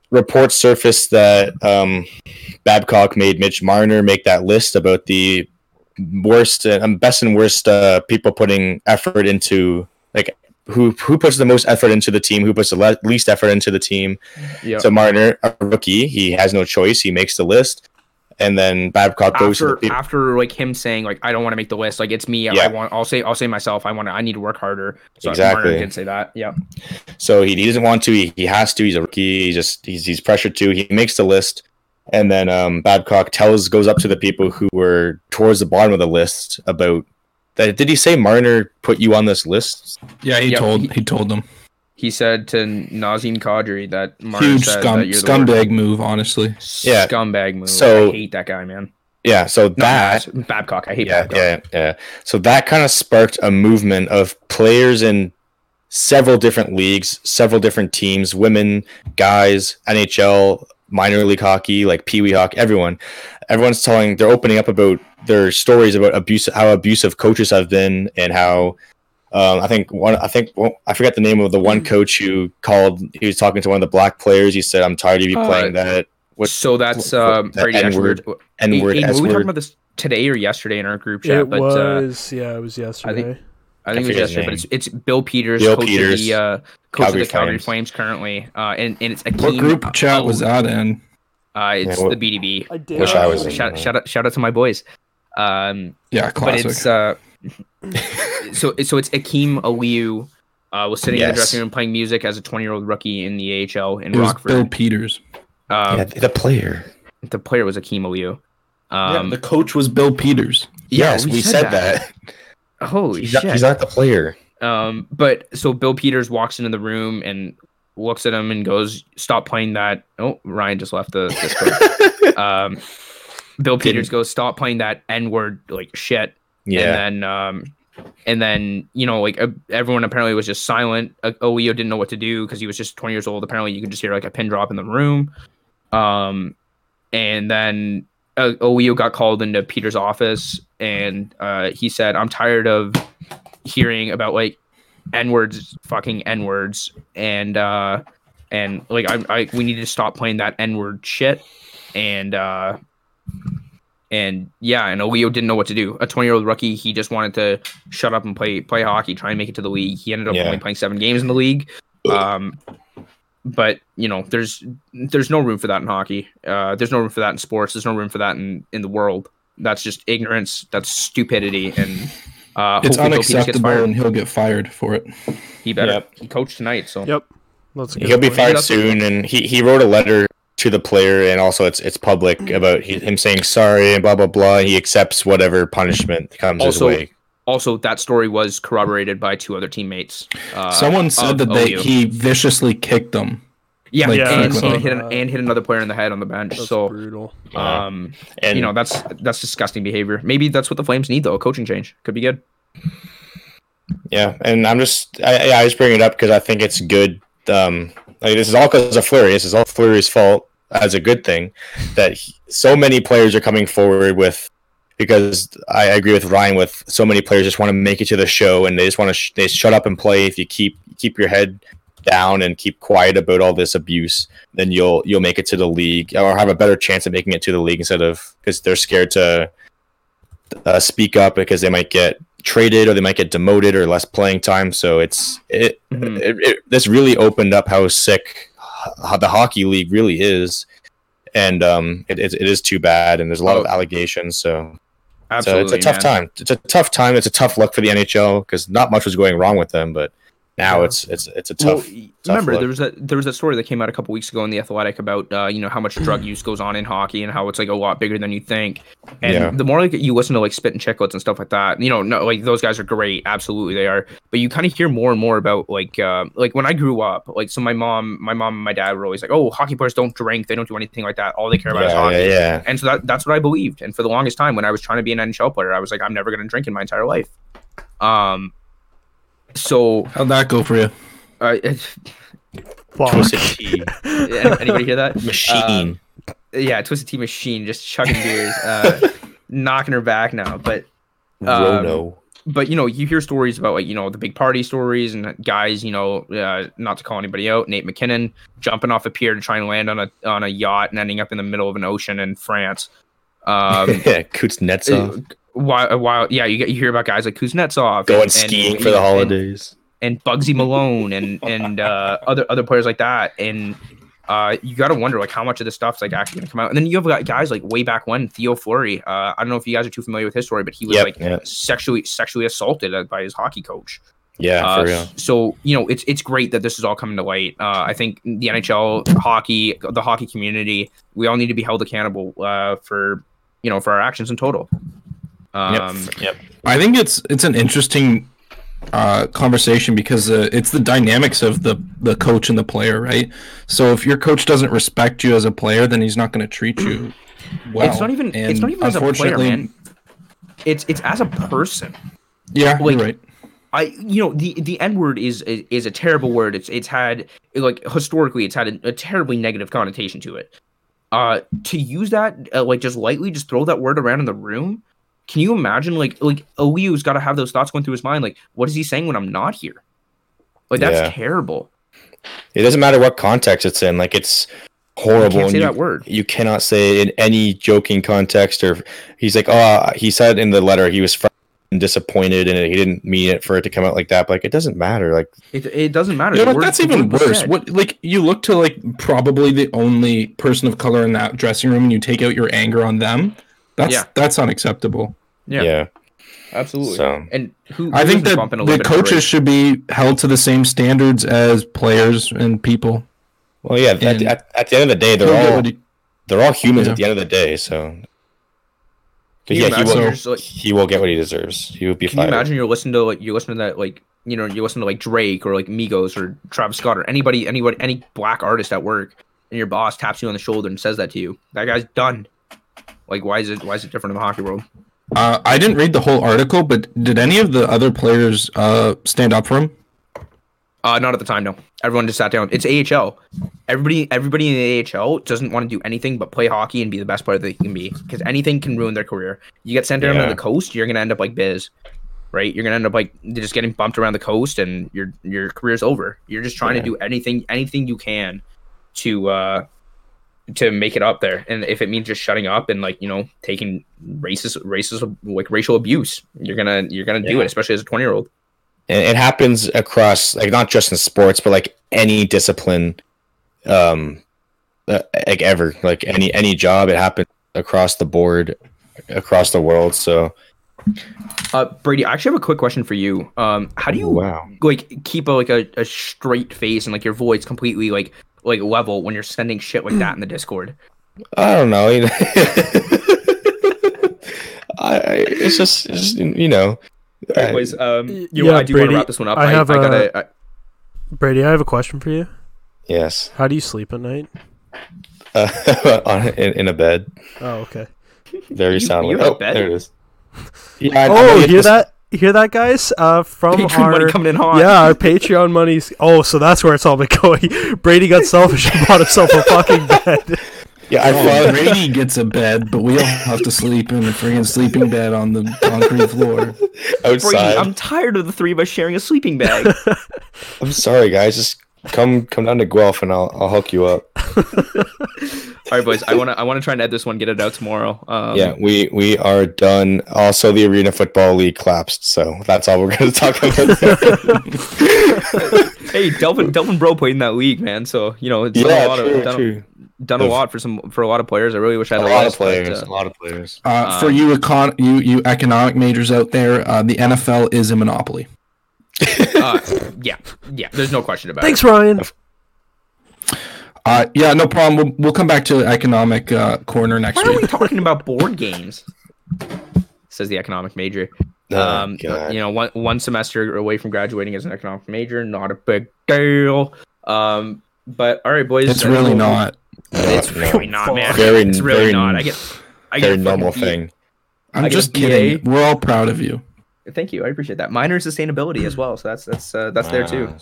[SPEAKER 2] reports surfaced that um, Babcock made Mitch Marner make that list about the worst, um, best and worst uh, people putting effort into like who who puts the most effort into the team, who puts the le- least effort into the team.
[SPEAKER 4] Yeah.
[SPEAKER 2] So Marner, a rookie, he has no choice. He makes the list, and then Babcock goes to the
[SPEAKER 4] after
[SPEAKER 2] people.
[SPEAKER 4] after like him saying like I don't want to make the list like it's me I
[SPEAKER 2] Yeah.
[SPEAKER 4] want I'll say I'll say myself I want to I need to work harder so Marner
[SPEAKER 2] Exactly.
[SPEAKER 4] did say that yeah
[SPEAKER 2] So he, he doesn't want to. He, he has to. He's a rookie. He just he's he's pressured to. He makes the list, and then um, Babcock tells goes up to the people who were towards the bottom of the list about that. Did he say Marner put you on this list?
[SPEAKER 3] Yeah, he
[SPEAKER 4] Yeah,
[SPEAKER 3] told
[SPEAKER 4] he-
[SPEAKER 3] he, told them.
[SPEAKER 4] he said to Nazim Kadri that Marner
[SPEAKER 3] Huge
[SPEAKER 4] said
[SPEAKER 3] scum
[SPEAKER 4] that you're the worst.
[SPEAKER 3] scumbag move, honestly.
[SPEAKER 2] Yeah.
[SPEAKER 4] scumbag move
[SPEAKER 2] So-
[SPEAKER 4] I hate that guy man
[SPEAKER 2] Yeah. So
[SPEAKER 4] Not
[SPEAKER 2] that
[SPEAKER 4] Nas- Babcock I hate
[SPEAKER 2] yeah,
[SPEAKER 4] Babcock
[SPEAKER 2] yeah, yeah. So that kind of sparked a movement of players in several different leagues, several different teams, women, guys, NHL, minor league hockey, like Pee Wee hockey, everyone. Everyone's telling they're opening up about their stories about abuse, how abusive coaches have been, and how. Um, I think one. I think well, I forget the name of the one coach who called. He was talking to one of the black players. He said, "I'm tired of you
[SPEAKER 4] Uh,
[SPEAKER 2] playing that." What
[SPEAKER 4] so that's
[SPEAKER 2] what-
[SPEAKER 4] um,
[SPEAKER 2] that
[SPEAKER 4] Brady
[SPEAKER 2] N-word,
[SPEAKER 4] Ashford.
[SPEAKER 2] N word,
[SPEAKER 4] Aiden,
[SPEAKER 2] S
[SPEAKER 4] were we talking
[SPEAKER 2] word.
[SPEAKER 4] about this today or yesterday in our group chat?
[SPEAKER 5] it
[SPEAKER 4] but uh,
[SPEAKER 5] was, yeah, it was yesterday.
[SPEAKER 4] I think
[SPEAKER 2] I
[SPEAKER 4] it
[SPEAKER 2] forget
[SPEAKER 4] was
[SPEAKER 2] his
[SPEAKER 4] yesterday. But it's,
[SPEAKER 2] name.
[SPEAKER 4] it's Bill Peters,
[SPEAKER 2] Bill
[SPEAKER 4] coach of
[SPEAKER 2] Peters,
[SPEAKER 4] the uh, coach
[SPEAKER 2] Calgary
[SPEAKER 4] of the Calgary
[SPEAKER 2] Flames.
[SPEAKER 4] Flames, currently, uh, and, and it's Akeem,
[SPEAKER 3] What group chat was that in?
[SPEAKER 4] Uh, it's
[SPEAKER 2] Yeah, what-
[SPEAKER 4] the BDB.
[SPEAKER 5] I did.
[SPEAKER 2] Wish I was in
[SPEAKER 4] Shout,
[SPEAKER 2] that.
[SPEAKER 4] shout out, shout out to my boys. Um,
[SPEAKER 3] Yeah, classic.
[SPEAKER 4] But it's uh, so so it's Akeem Aliu uh, was sitting in the
[SPEAKER 2] Yes.
[SPEAKER 4] dressing room playing music as a 20 year old rookie in the AHL in
[SPEAKER 3] it was Bill
[SPEAKER 4] Rockford.
[SPEAKER 3] Peters.
[SPEAKER 4] Um,
[SPEAKER 2] yeah, the player.
[SPEAKER 4] The player was Akeem Aliu. Um,
[SPEAKER 3] the coach was Bill Peters.
[SPEAKER 4] yeah,
[SPEAKER 2] yes, we, said, that.
[SPEAKER 4] Holy
[SPEAKER 2] He's [LAUGHS]
[SPEAKER 4] shit!
[SPEAKER 2] not, he's not the player.
[SPEAKER 4] Um, but so Bill Peters walks into the room and looks at him and goes, "Stop playing that." Oh, Ryan just left the
[SPEAKER 2] [LAUGHS]
[SPEAKER 4] Discord. um, Bill Peters goes, "Stop playing that N word like shit."
[SPEAKER 2] Yeah.
[SPEAKER 4] And then, um, and then you know, like uh, everyone apparently was just silent. Uh, Oeo didn't know what to do because he was just 20 years old. Apparently, you could just hear like a pin drop in the room. Um, and then uh, Oeo got called into Peter's office, and uh, he said, "I'm tired of hearing about like n words, fucking n words, and uh, and like I, I, we need to stop playing that n word shit." And uh, and yeah, and Olio didn't know what to do. A 20 year old rookie, he just wanted to shut up and play play hockey, try and make it to the league. He ended up
[SPEAKER 2] Yeah.
[SPEAKER 4] only playing seven games in the league. Um, but you know, there's there's no room for that in hockey. Uh, there's no room for that in sports. There's no room for that in in the world. That's just ignorance. That's stupidity. And uh,
[SPEAKER 3] It's
[SPEAKER 4] hopefully Bill Peters gets
[SPEAKER 3] unacceptable,
[SPEAKER 4] fired.
[SPEAKER 3] and he'll get fired for it.
[SPEAKER 4] He better.
[SPEAKER 2] Yep.
[SPEAKER 4] He coached tonight, so
[SPEAKER 5] Yep. That's a good
[SPEAKER 2] He'll be
[SPEAKER 5] point.
[SPEAKER 2] fired
[SPEAKER 4] That's-
[SPEAKER 2] soon, and he, he wrote a letter to the player, and also it's it's public about he- him saying sorry and blah blah blah. He accepts whatever punishment comes
[SPEAKER 4] Also-
[SPEAKER 2] his way.
[SPEAKER 4] also that story was corroborated by two other teammates. Uh,
[SPEAKER 3] Someone said
[SPEAKER 4] of
[SPEAKER 3] that they,
[SPEAKER 4] OU.
[SPEAKER 3] he viciously kicked them.
[SPEAKER 4] yeah,
[SPEAKER 3] like,
[SPEAKER 4] and,
[SPEAKER 3] frequently.
[SPEAKER 4] and hit an,
[SPEAKER 5] Uh,
[SPEAKER 4] and hit another player in the head on the bench.
[SPEAKER 5] That's
[SPEAKER 4] so,
[SPEAKER 5] brutal.
[SPEAKER 4] um,
[SPEAKER 2] And
[SPEAKER 4] you know that's that's disgusting behavior. Maybe that's what the Flames need though. A coaching change could be good.
[SPEAKER 2] Yeah, and I'm just I, I- I just bring it up because I think it's good. Um, like this is all because of Flurry. This is all Flurry's fault as a good thing that he, so many players are coming forward with because I agree with Ryan with so many players just want to make it to the show and they just want to sh- they shut up and play. If you keep keep your head down and keep quiet about all this abuse, then you'll you'll make it to the league or have a better chance of making it to the league instead of because they're scared to uh, speak up because they might get traded or they might get demoted or less playing time. So it's it,
[SPEAKER 3] Mm-hmm.
[SPEAKER 4] Mhm.
[SPEAKER 2] it, it this really opened up how sick h- how the hockey league really is, and um, it, it, it is too bad. And there's a lot of
[SPEAKER 4] Oh.
[SPEAKER 2] allegations. So, so
[SPEAKER 4] Absolutely,
[SPEAKER 2] it's a tough
[SPEAKER 4] man.
[SPEAKER 2] time. It's a tough time. It's a tough look for the NHL because not much was going wrong with them, but now
[SPEAKER 5] Yeah.
[SPEAKER 2] it's it's it's a tough.
[SPEAKER 4] Well, y-
[SPEAKER 2] tough
[SPEAKER 4] remember,
[SPEAKER 2] look.
[SPEAKER 4] there was a there was that story that came out a couple weeks ago in the Athletic about uh, you know how much drug use goes on in hockey and how it's like a lot bigger than you think. And
[SPEAKER 2] Yeah.
[SPEAKER 4] the more like you listen to like Spit and Chicklets and stuff like that, you know, no, like those guys are great, absolutely they are. But you kind of hear more and more about like uh, like when I grew up, like so my mom, my mom and my dad were always like, oh, hockey players don't drink, they don't do anything like that. All they care about is
[SPEAKER 2] yeah,
[SPEAKER 4] hockey.
[SPEAKER 2] yeah, yeah.
[SPEAKER 4] And so that, that's what I believed. And for the longest time, when I was trying to be an NHL player, I was like, I'm never going to drink in my entire life. Um, so
[SPEAKER 3] How'd that go for you?
[SPEAKER 4] uh,
[SPEAKER 5] Fuck.
[SPEAKER 2] Twisted
[SPEAKER 4] [LAUGHS]
[SPEAKER 2] Tea
[SPEAKER 4] Any- anybody hear that?
[SPEAKER 2] machine.
[SPEAKER 4] Um, yeah, Twisted Tea Machine just chugging beers,
[SPEAKER 2] [LAUGHS]
[SPEAKER 4] uh, knocking her back now. But um,
[SPEAKER 2] Rono. [LAUGHS]
[SPEAKER 4] but you know you hear stories about like you know the big party stories and guys you know uh, not to call anybody out Nate McKinnon jumping off a pier to try and land on a on a yacht and ending up in the middle of an ocean in France.
[SPEAKER 2] [LAUGHS]
[SPEAKER 4] Um,
[SPEAKER 2] yeah, Kuznetsov
[SPEAKER 4] while, while yeah you get you hear about guys like Kuznetsov
[SPEAKER 2] going
[SPEAKER 4] and- and-
[SPEAKER 2] skiing for the
[SPEAKER 4] and-
[SPEAKER 2] holidays.
[SPEAKER 4] and Bugsy Malone and and uh, other other players like that. And uh, you got to wonder like how much of this stuff's like actually gonna come out. And then you have got guys like way back when Theo Fleury. Uh, I don't know if you guys are too familiar with his story, but he was
[SPEAKER 2] Yep,
[SPEAKER 4] like
[SPEAKER 2] yeah.
[SPEAKER 4] sexually sexually assaulted uh, by his hockey coach.
[SPEAKER 2] yeah,
[SPEAKER 4] Uh,
[SPEAKER 2] for real.
[SPEAKER 4] So you know, it's it's great that this is all coming to light. Uh, I think the NHL hockey, the hockey community, we all need to be held accountable uh, for you know for our actions in total. Um,
[SPEAKER 2] yep. yep.
[SPEAKER 3] I think it's it's an interesting uh, conversation because uh, it's the dynamics of the the coach and the player, right? So if your coach doesn't respect you as a player, then he's not going to treat
[SPEAKER 4] [CLEARS THROAT]
[SPEAKER 3] you well.
[SPEAKER 4] It's not even- it's
[SPEAKER 3] And
[SPEAKER 4] not even as a player,
[SPEAKER 3] unfortunately-
[SPEAKER 4] man. It's it's as a person.
[SPEAKER 3] Yeah,
[SPEAKER 4] Like-
[SPEAKER 3] you're right.
[SPEAKER 4] I you know the the N word is is a terrible word. It's it's had like historically it's had a, a terribly negative connotation to it. Uh, to use that uh, like just lightly, just throw that word around in the room. Can you imagine like like Aliu's got to have those thoughts going through his mind? Like, what is he saying when I'm not here? Like that's
[SPEAKER 2] Yeah.
[SPEAKER 4] terrible.
[SPEAKER 2] It doesn't matter what context it's in. Like it's
[SPEAKER 4] You
[SPEAKER 2] horrible.
[SPEAKER 4] can't
[SPEAKER 2] and
[SPEAKER 4] say
[SPEAKER 2] you,
[SPEAKER 4] that word.
[SPEAKER 2] you cannot say it in any joking context. Or he's like, oh, he said in the letter he was fr- and disappointed, and he didn't mean it for it to come out like that. But like it doesn't matter. Like
[SPEAKER 4] It, it doesn't matter.
[SPEAKER 3] You know what?
[SPEAKER 4] The word-
[SPEAKER 3] That's
[SPEAKER 4] the
[SPEAKER 3] even
[SPEAKER 4] word was
[SPEAKER 3] worse.
[SPEAKER 4] said.
[SPEAKER 3] What like you look to like probably the only person of color in that dressing room, and you take out your anger on them. That's
[SPEAKER 4] Yeah.
[SPEAKER 3] that's unacceptable.
[SPEAKER 4] Yeah.
[SPEAKER 2] yeah,
[SPEAKER 4] Absolutely.
[SPEAKER 2] So-
[SPEAKER 4] and who
[SPEAKER 3] I think
[SPEAKER 4] who isn't
[SPEAKER 3] that
[SPEAKER 4] bumping a
[SPEAKER 3] the
[SPEAKER 4] little bit of a
[SPEAKER 3] coaches
[SPEAKER 4] race?
[SPEAKER 3] should be held to the same standards as players and people.
[SPEAKER 2] well, yeah. At,
[SPEAKER 3] And-
[SPEAKER 2] at, at the end of the day, they're all they're all humans. At the end of the day, so. But
[SPEAKER 4] Can you
[SPEAKER 2] yeah, he
[SPEAKER 4] imagine
[SPEAKER 2] will.
[SPEAKER 4] yours, like-
[SPEAKER 2] he will get what he deserves. He will be
[SPEAKER 4] Can you
[SPEAKER 2] fired.
[SPEAKER 4] imagine you're listening to like you're listening to that like you know you listen to like Drake or like Migos or Travis Scott or anybody anybody any black artist at work, and your boss taps you on the shoulder and says that to you, that guy's done. Like why is it why is it different in the hockey world?
[SPEAKER 3] Uh, I didn't read the whole article, but did any of the other players uh, stand up for him?
[SPEAKER 4] Uh, not at the time, no. Everyone just sat down. It's AHL. Everybody, everybody in the AHL doesn't want to do anything but play hockey and be the best player they can be, because anything can ruin their career. You get sent down
[SPEAKER 2] Yeah.
[SPEAKER 4] to the coast, you're gonna end up like Biz, right? You're gonna end up like just getting bumped around the coast, and your your career's over. You're just trying
[SPEAKER 2] Yeah.
[SPEAKER 4] to do anything, anything you can, to uh, to make it up there. And if it means just shutting up and like you know taking racist, racist like racial abuse, you're gonna you're gonna do
[SPEAKER 2] Yeah.
[SPEAKER 4] it, especially as a twenty year old.
[SPEAKER 2] it, it happens across like not just in sports but like any discipline um uh, like ever like any any job it happens across the board across the world so
[SPEAKER 4] Uh, Brady, I actually have a quick question for you. Um, how do you
[SPEAKER 2] wow
[SPEAKER 4] like keep a, like a, a straight face and like your voice completely like like level when you're sending shit like that in the Discord?
[SPEAKER 2] i don't know [LAUGHS] you know I, I it's just, it's just you know I-
[SPEAKER 4] Anyways, um,
[SPEAKER 5] Y-
[SPEAKER 4] you
[SPEAKER 5] yeah,
[SPEAKER 4] I do want
[SPEAKER 5] Brady,
[SPEAKER 4] to wrap this one up.
[SPEAKER 5] I
[SPEAKER 4] I,
[SPEAKER 5] have
[SPEAKER 4] I
[SPEAKER 5] a-
[SPEAKER 4] gotta. I-
[SPEAKER 5] Brady, I have a question for you.
[SPEAKER 2] yes
[SPEAKER 5] How do you sleep at night?
[SPEAKER 2] uh, [LAUGHS] on, in, in a bed
[SPEAKER 4] [LAUGHS]
[SPEAKER 5] Oh, okay.
[SPEAKER 2] very
[SPEAKER 4] You-
[SPEAKER 2] soundly
[SPEAKER 4] you're in a
[SPEAKER 2] oh
[SPEAKER 4] bed?
[SPEAKER 2] there it is yeah, I- I
[SPEAKER 5] Oh,
[SPEAKER 2] mean,
[SPEAKER 5] hear
[SPEAKER 2] it's-
[SPEAKER 5] that? Hear that, guys? Uh, from
[SPEAKER 4] Patreon
[SPEAKER 5] our
[SPEAKER 4] money coming in hot.
[SPEAKER 5] yeah, our Patreon money's. Oh, so that's where it's all been [LAUGHS] going. Brady got selfish and bought himself a
[SPEAKER 2] [LAUGHS]
[SPEAKER 5] fucking bed.
[SPEAKER 2] yeah i
[SPEAKER 3] Oh,
[SPEAKER 2] follow
[SPEAKER 3] Brady gets a bed, but we all have to sleep in a friggin' sleeping bed on the concrete floor.
[SPEAKER 2] [LAUGHS]
[SPEAKER 4] Brady,
[SPEAKER 2] outside
[SPEAKER 4] I'm tired of the three of us sharing a sleeping
[SPEAKER 5] [LAUGHS]
[SPEAKER 4] bag.
[SPEAKER 2] I'm sorry, guys. Just come come down to Guelph and I'll I'll hook you up.
[SPEAKER 4] All right, boys. I wanna I wanna try and edit this one, get it out tomorrow. Um,
[SPEAKER 2] yeah, we we are done. Also, the Arena Football League collapsed, so that's all we're going to [LAUGHS] talk about.
[SPEAKER 4] Hey, Delvin Delvin Bro played in that league, man. So you know, it's done a
[SPEAKER 2] yeah,
[SPEAKER 4] lot
[SPEAKER 2] true,
[SPEAKER 4] of, done,
[SPEAKER 2] true.
[SPEAKER 4] done a lot for some for a lot of players. I really wish I
[SPEAKER 2] A
[SPEAKER 4] had
[SPEAKER 2] lot of
[SPEAKER 4] list, but,
[SPEAKER 2] players,
[SPEAKER 4] uh,
[SPEAKER 2] a lot of players.
[SPEAKER 3] Uh, for
[SPEAKER 4] Um,
[SPEAKER 3] you, econ- you, you economic majors out there, uh, the NFL is a monopoly.
[SPEAKER 4] uh, yeah, yeah. There's no question about
[SPEAKER 5] Thanks,
[SPEAKER 4] it.
[SPEAKER 5] Ryan.
[SPEAKER 3] Uh, yeah, no problem. We'll, we'll come back to economic uh, corner next
[SPEAKER 4] Why are
[SPEAKER 3] week.
[SPEAKER 4] we
[SPEAKER 2] [LAUGHS]
[SPEAKER 4] talking about board games? Says the economic major.
[SPEAKER 2] Oh,
[SPEAKER 4] um,
[SPEAKER 2] God.
[SPEAKER 4] you know, one one semester away from graduating as an economic major, not a big deal. Um, but all right, boys,
[SPEAKER 3] It's
[SPEAKER 4] I
[SPEAKER 3] really
[SPEAKER 4] don't-
[SPEAKER 3] not.
[SPEAKER 4] It's
[SPEAKER 2] No,
[SPEAKER 4] really not, man.
[SPEAKER 2] Very-
[SPEAKER 4] it's really
[SPEAKER 2] very-
[SPEAKER 4] not. I get, I get
[SPEAKER 2] Very
[SPEAKER 4] a fucking
[SPEAKER 2] normal
[SPEAKER 4] B.
[SPEAKER 2] thing.
[SPEAKER 4] I
[SPEAKER 3] I'm
[SPEAKER 4] get
[SPEAKER 3] just
[SPEAKER 4] a BA.
[SPEAKER 3] kidding. We're all proud of you.
[SPEAKER 4] Thank you, I appreciate that. Minor in sustainability as well, so that's that's uh, that's there too.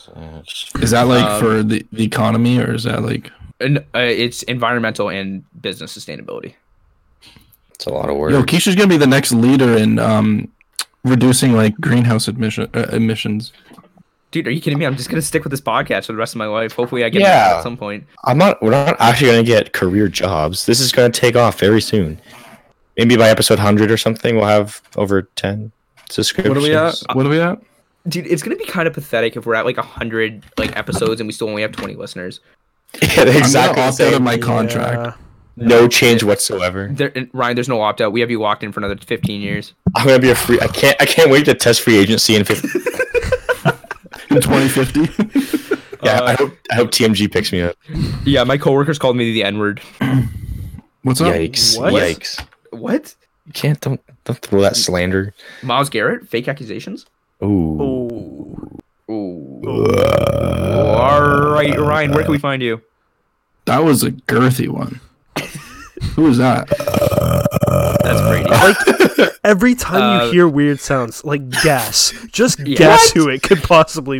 [SPEAKER 3] Is that like
[SPEAKER 4] Um,
[SPEAKER 3] for the, the economy or is that like
[SPEAKER 4] And uh, it's environmental and business sustainability.
[SPEAKER 2] It's a lot of work.
[SPEAKER 3] yo? Keisha's gonna be the next leader in um reducing like greenhouse emission uh, emissions.
[SPEAKER 4] Dude, are you kidding me? I'm just gonna stick with this podcast for the rest of my life. Hopefully, I get
[SPEAKER 2] Yeah.
[SPEAKER 4] it at some point.
[SPEAKER 2] I'm not. We're not actually going to get career jobs. This is going to take off very soon. Maybe by episode hundred or something, we'll have over ten subscriptions. [LAUGHS]
[SPEAKER 3] What are we at?
[SPEAKER 2] Uh,
[SPEAKER 3] What are we at?
[SPEAKER 4] Dude, it's gonna be kind of pathetic if we're at like hundred like episodes and we still only have twenty listeners.
[SPEAKER 2] Yeah, exactly.
[SPEAKER 3] I'm
[SPEAKER 2] the
[SPEAKER 3] gonna opt out of
[SPEAKER 2] same.
[SPEAKER 3] my contract.
[SPEAKER 2] No change whatsoever.
[SPEAKER 4] There, and Ryan, there's no opt out. We have you locked in for another fifteen years.
[SPEAKER 2] I'm gonna be a free. I can't. I can't wait to test free agency in 50.
[SPEAKER 3] In
[SPEAKER 2] [LAUGHS]
[SPEAKER 3] 2050.
[SPEAKER 2] Yeah, I
[SPEAKER 4] Uh,
[SPEAKER 2] hope. I hope TMG picks me up.
[SPEAKER 4] Yeah, my coworkers called me the N word.
[SPEAKER 3] What's up?
[SPEAKER 2] Yikes!
[SPEAKER 5] what?
[SPEAKER 2] Yikes!
[SPEAKER 4] What?
[SPEAKER 2] You can't. Don't. Don't throw that slander.
[SPEAKER 4] Miles Garrett? Fake accusations?
[SPEAKER 2] Ooh.
[SPEAKER 5] Oh,
[SPEAKER 4] Ooh.
[SPEAKER 2] Uh,
[SPEAKER 4] All right, Ryan, where can we find you?
[SPEAKER 3] That was a girthy one. Who was that?
[SPEAKER 4] That's Brady.
[SPEAKER 5] every time
[SPEAKER 4] Uh,
[SPEAKER 5] you hear weird sounds,
[SPEAKER 4] [LAUGHS]
[SPEAKER 5] like guess, just
[SPEAKER 4] Yeah.
[SPEAKER 5] guess
[SPEAKER 4] What?
[SPEAKER 5] who it could possibly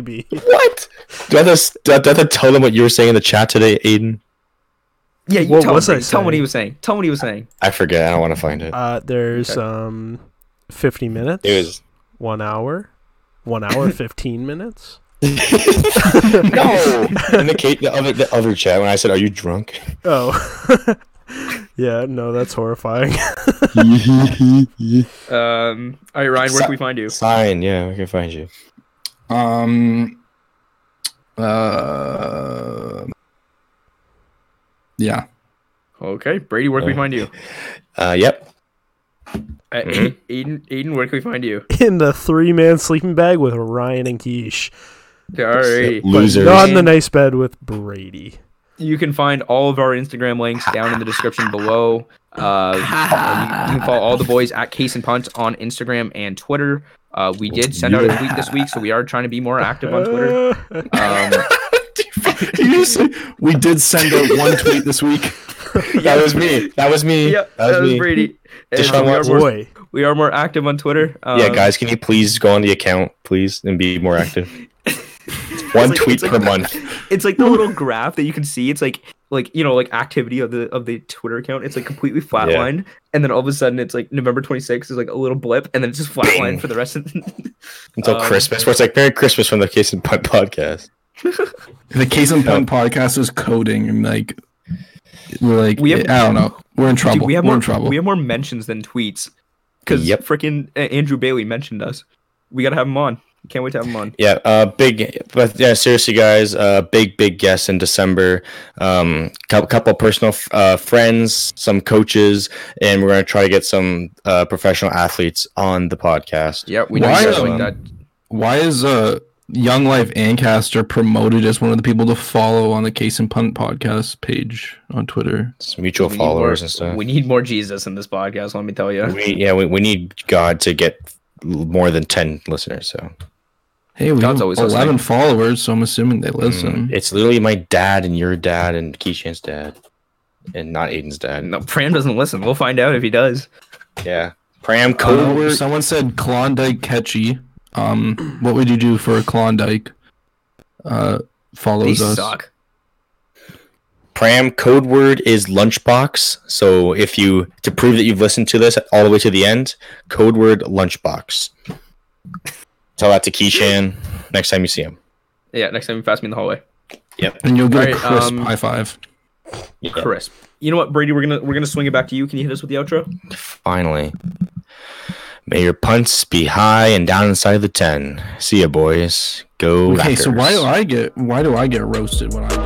[SPEAKER 4] [LAUGHS]
[SPEAKER 5] be.
[SPEAKER 2] what? Do I, have to, do I have to tell them what you were saying in the chat today, Aiden?
[SPEAKER 4] Yeah, you
[SPEAKER 5] What
[SPEAKER 4] tell,
[SPEAKER 5] was
[SPEAKER 4] him,
[SPEAKER 5] I
[SPEAKER 4] Brady. tell him what
[SPEAKER 5] saying?
[SPEAKER 4] he was saying. Tell him what he was saying.
[SPEAKER 2] I forget. I don't want to find it.
[SPEAKER 5] Uh, there's um, fifty minutes.
[SPEAKER 2] It was
[SPEAKER 5] one hour, one
[SPEAKER 4] [LAUGHS]
[SPEAKER 5] hour fifteen minutes.
[SPEAKER 2] [LAUGHS] no in the, ca- the other the other chat when I said, "Are you drunk?"
[SPEAKER 5] Oh, [LAUGHS] yeah. No, that's horrifying. [LAUGHS]
[SPEAKER 4] Um, all right, Ryan, where can we find you?
[SPEAKER 2] Sign. Yeah, we can find you.
[SPEAKER 3] Um. Uh. Yeah.
[SPEAKER 2] [LAUGHS]
[SPEAKER 4] Okay, Brady, where can we find you?
[SPEAKER 2] Uh, yep.
[SPEAKER 4] Uh, Aiden, Aiden, Aiden, where can we find you?
[SPEAKER 5] In the three-man sleeping bag with Ryan and Keish,
[SPEAKER 4] All right.
[SPEAKER 5] but
[SPEAKER 2] Losers.
[SPEAKER 5] not in the nice bed with Brady.
[SPEAKER 4] You can find all of our Instagram links down in the description below. Uh, you, you can follow all the boys at Case and Punt on Instagram and Twitter. Uh, we did send out a tweet this week, so we are trying to be more active on Twitter.
[SPEAKER 5] [LAUGHS]
[SPEAKER 4] [LAUGHS] Um,
[SPEAKER 3] Did you say- we did send out one tweet this week.
[SPEAKER 2] That was me. That was me.
[SPEAKER 4] yeah,
[SPEAKER 2] that was me.
[SPEAKER 4] Brady. And
[SPEAKER 2] Deshaun
[SPEAKER 4] we, are
[SPEAKER 2] Watson.
[SPEAKER 4] more,
[SPEAKER 5] Boy,
[SPEAKER 4] we are more active on Twitter. Um,
[SPEAKER 2] yeah,
[SPEAKER 4] [LAUGHS]
[SPEAKER 2] guys, can you please go on the account, please, and be more active? One
[SPEAKER 4] like-
[SPEAKER 2] tweet
[SPEAKER 4] it's like-
[SPEAKER 2] per month.
[SPEAKER 4] It's like the little graph that you can see. It's like like you know like activity of the of the Twitter account. It's like completely flatlined, and then all of a sudden it's like November 26th is like a little blip, and then it's just flatlined for the rest of. The-
[SPEAKER 2] Until
[SPEAKER 4] Um,
[SPEAKER 2] Christmas, where it's like Merry Christmas from the Case and Punt podcast.
[SPEAKER 3] The case in point podcast is coding and like we're like
[SPEAKER 4] We have-
[SPEAKER 3] I don't know. We're in trouble.
[SPEAKER 4] Dude, we have
[SPEAKER 3] are
[SPEAKER 4] more
[SPEAKER 3] in trouble.
[SPEAKER 4] we have more mentions than tweets because
[SPEAKER 2] Yep.
[SPEAKER 4] freaking uh, Andrew Bailey mentioned us. We gotta have him on. Can't wait to have him on.
[SPEAKER 2] Yeah, uh, big, but yeah, seriously, guys, uh, big, big guests in December. Um, couple, couple personal f- uh, friends, some coaches, and we're gonna try to get some uh, professional athletes on the podcast.
[SPEAKER 4] Yeah, we
[SPEAKER 3] do Why,
[SPEAKER 2] stuff like um,
[SPEAKER 4] that.
[SPEAKER 3] Why is uh Young Life Ancaster promoted as one of the people to follow on the Case and Punt podcast page on Twitter?
[SPEAKER 2] Some mutual followers and stuff.
[SPEAKER 4] We need more Jesus in this podcast. Let me tell you.
[SPEAKER 2] We, yeah, we, we need God to get l- more than ten listeners. So
[SPEAKER 3] Hey, we
[SPEAKER 4] God's
[SPEAKER 3] have
[SPEAKER 4] always Mm.
[SPEAKER 3] eleven followers, so I'm assuming they
[SPEAKER 4] Mm-hmm.
[SPEAKER 3] listen.
[SPEAKER 2] it's literally my dad and your dad and Keishan's dad, and not Aiden's dad.
[SPEAKER 4] No, Pram uh, doesn't listen. We'll find out if he does.
[SPEAKER 2] Yeah, Pram
[SPEAKER 3] Uh,
[SPEAKER 2] code. word-
[SPEAKER 3] someone said Klondike catchy. Um, what would you do for a Klondike? Uh,
[SPEAKER 4] They
[SPEAKER 3] follows us.
[SPEAKER 4] suck.
[SPEAKER 2] Pram code word is lunchbox. So if you to prove that you've listened to this all the way to the end, code word lunchbox. Tell that to Keishan next time you see him.
[SPEAKER 4] Yeah, next time you pass me in the hallway.
[SPEAKER 3] And you'll get a
[SPEAKER 4] Alright,
[SPEAKER 3] crisp
[SPEAKER 4] um,
[SPEAKER 3] high five.
[SPEAKER 2] Yeah.
[SPEAKER 4] Crisp. You know what, Brady? We're gonna we're gonna swing it back to you. Can you hit us with the outro?
[SPEAKER 2] Finally. May your punts be high and down inside the ten. See ya, boys. Go.
[SPEAKER 3] Okay, so why
[SPEAKER 2] Raptors.
[SPEAKER 3] do I get why do I get roasted when I do?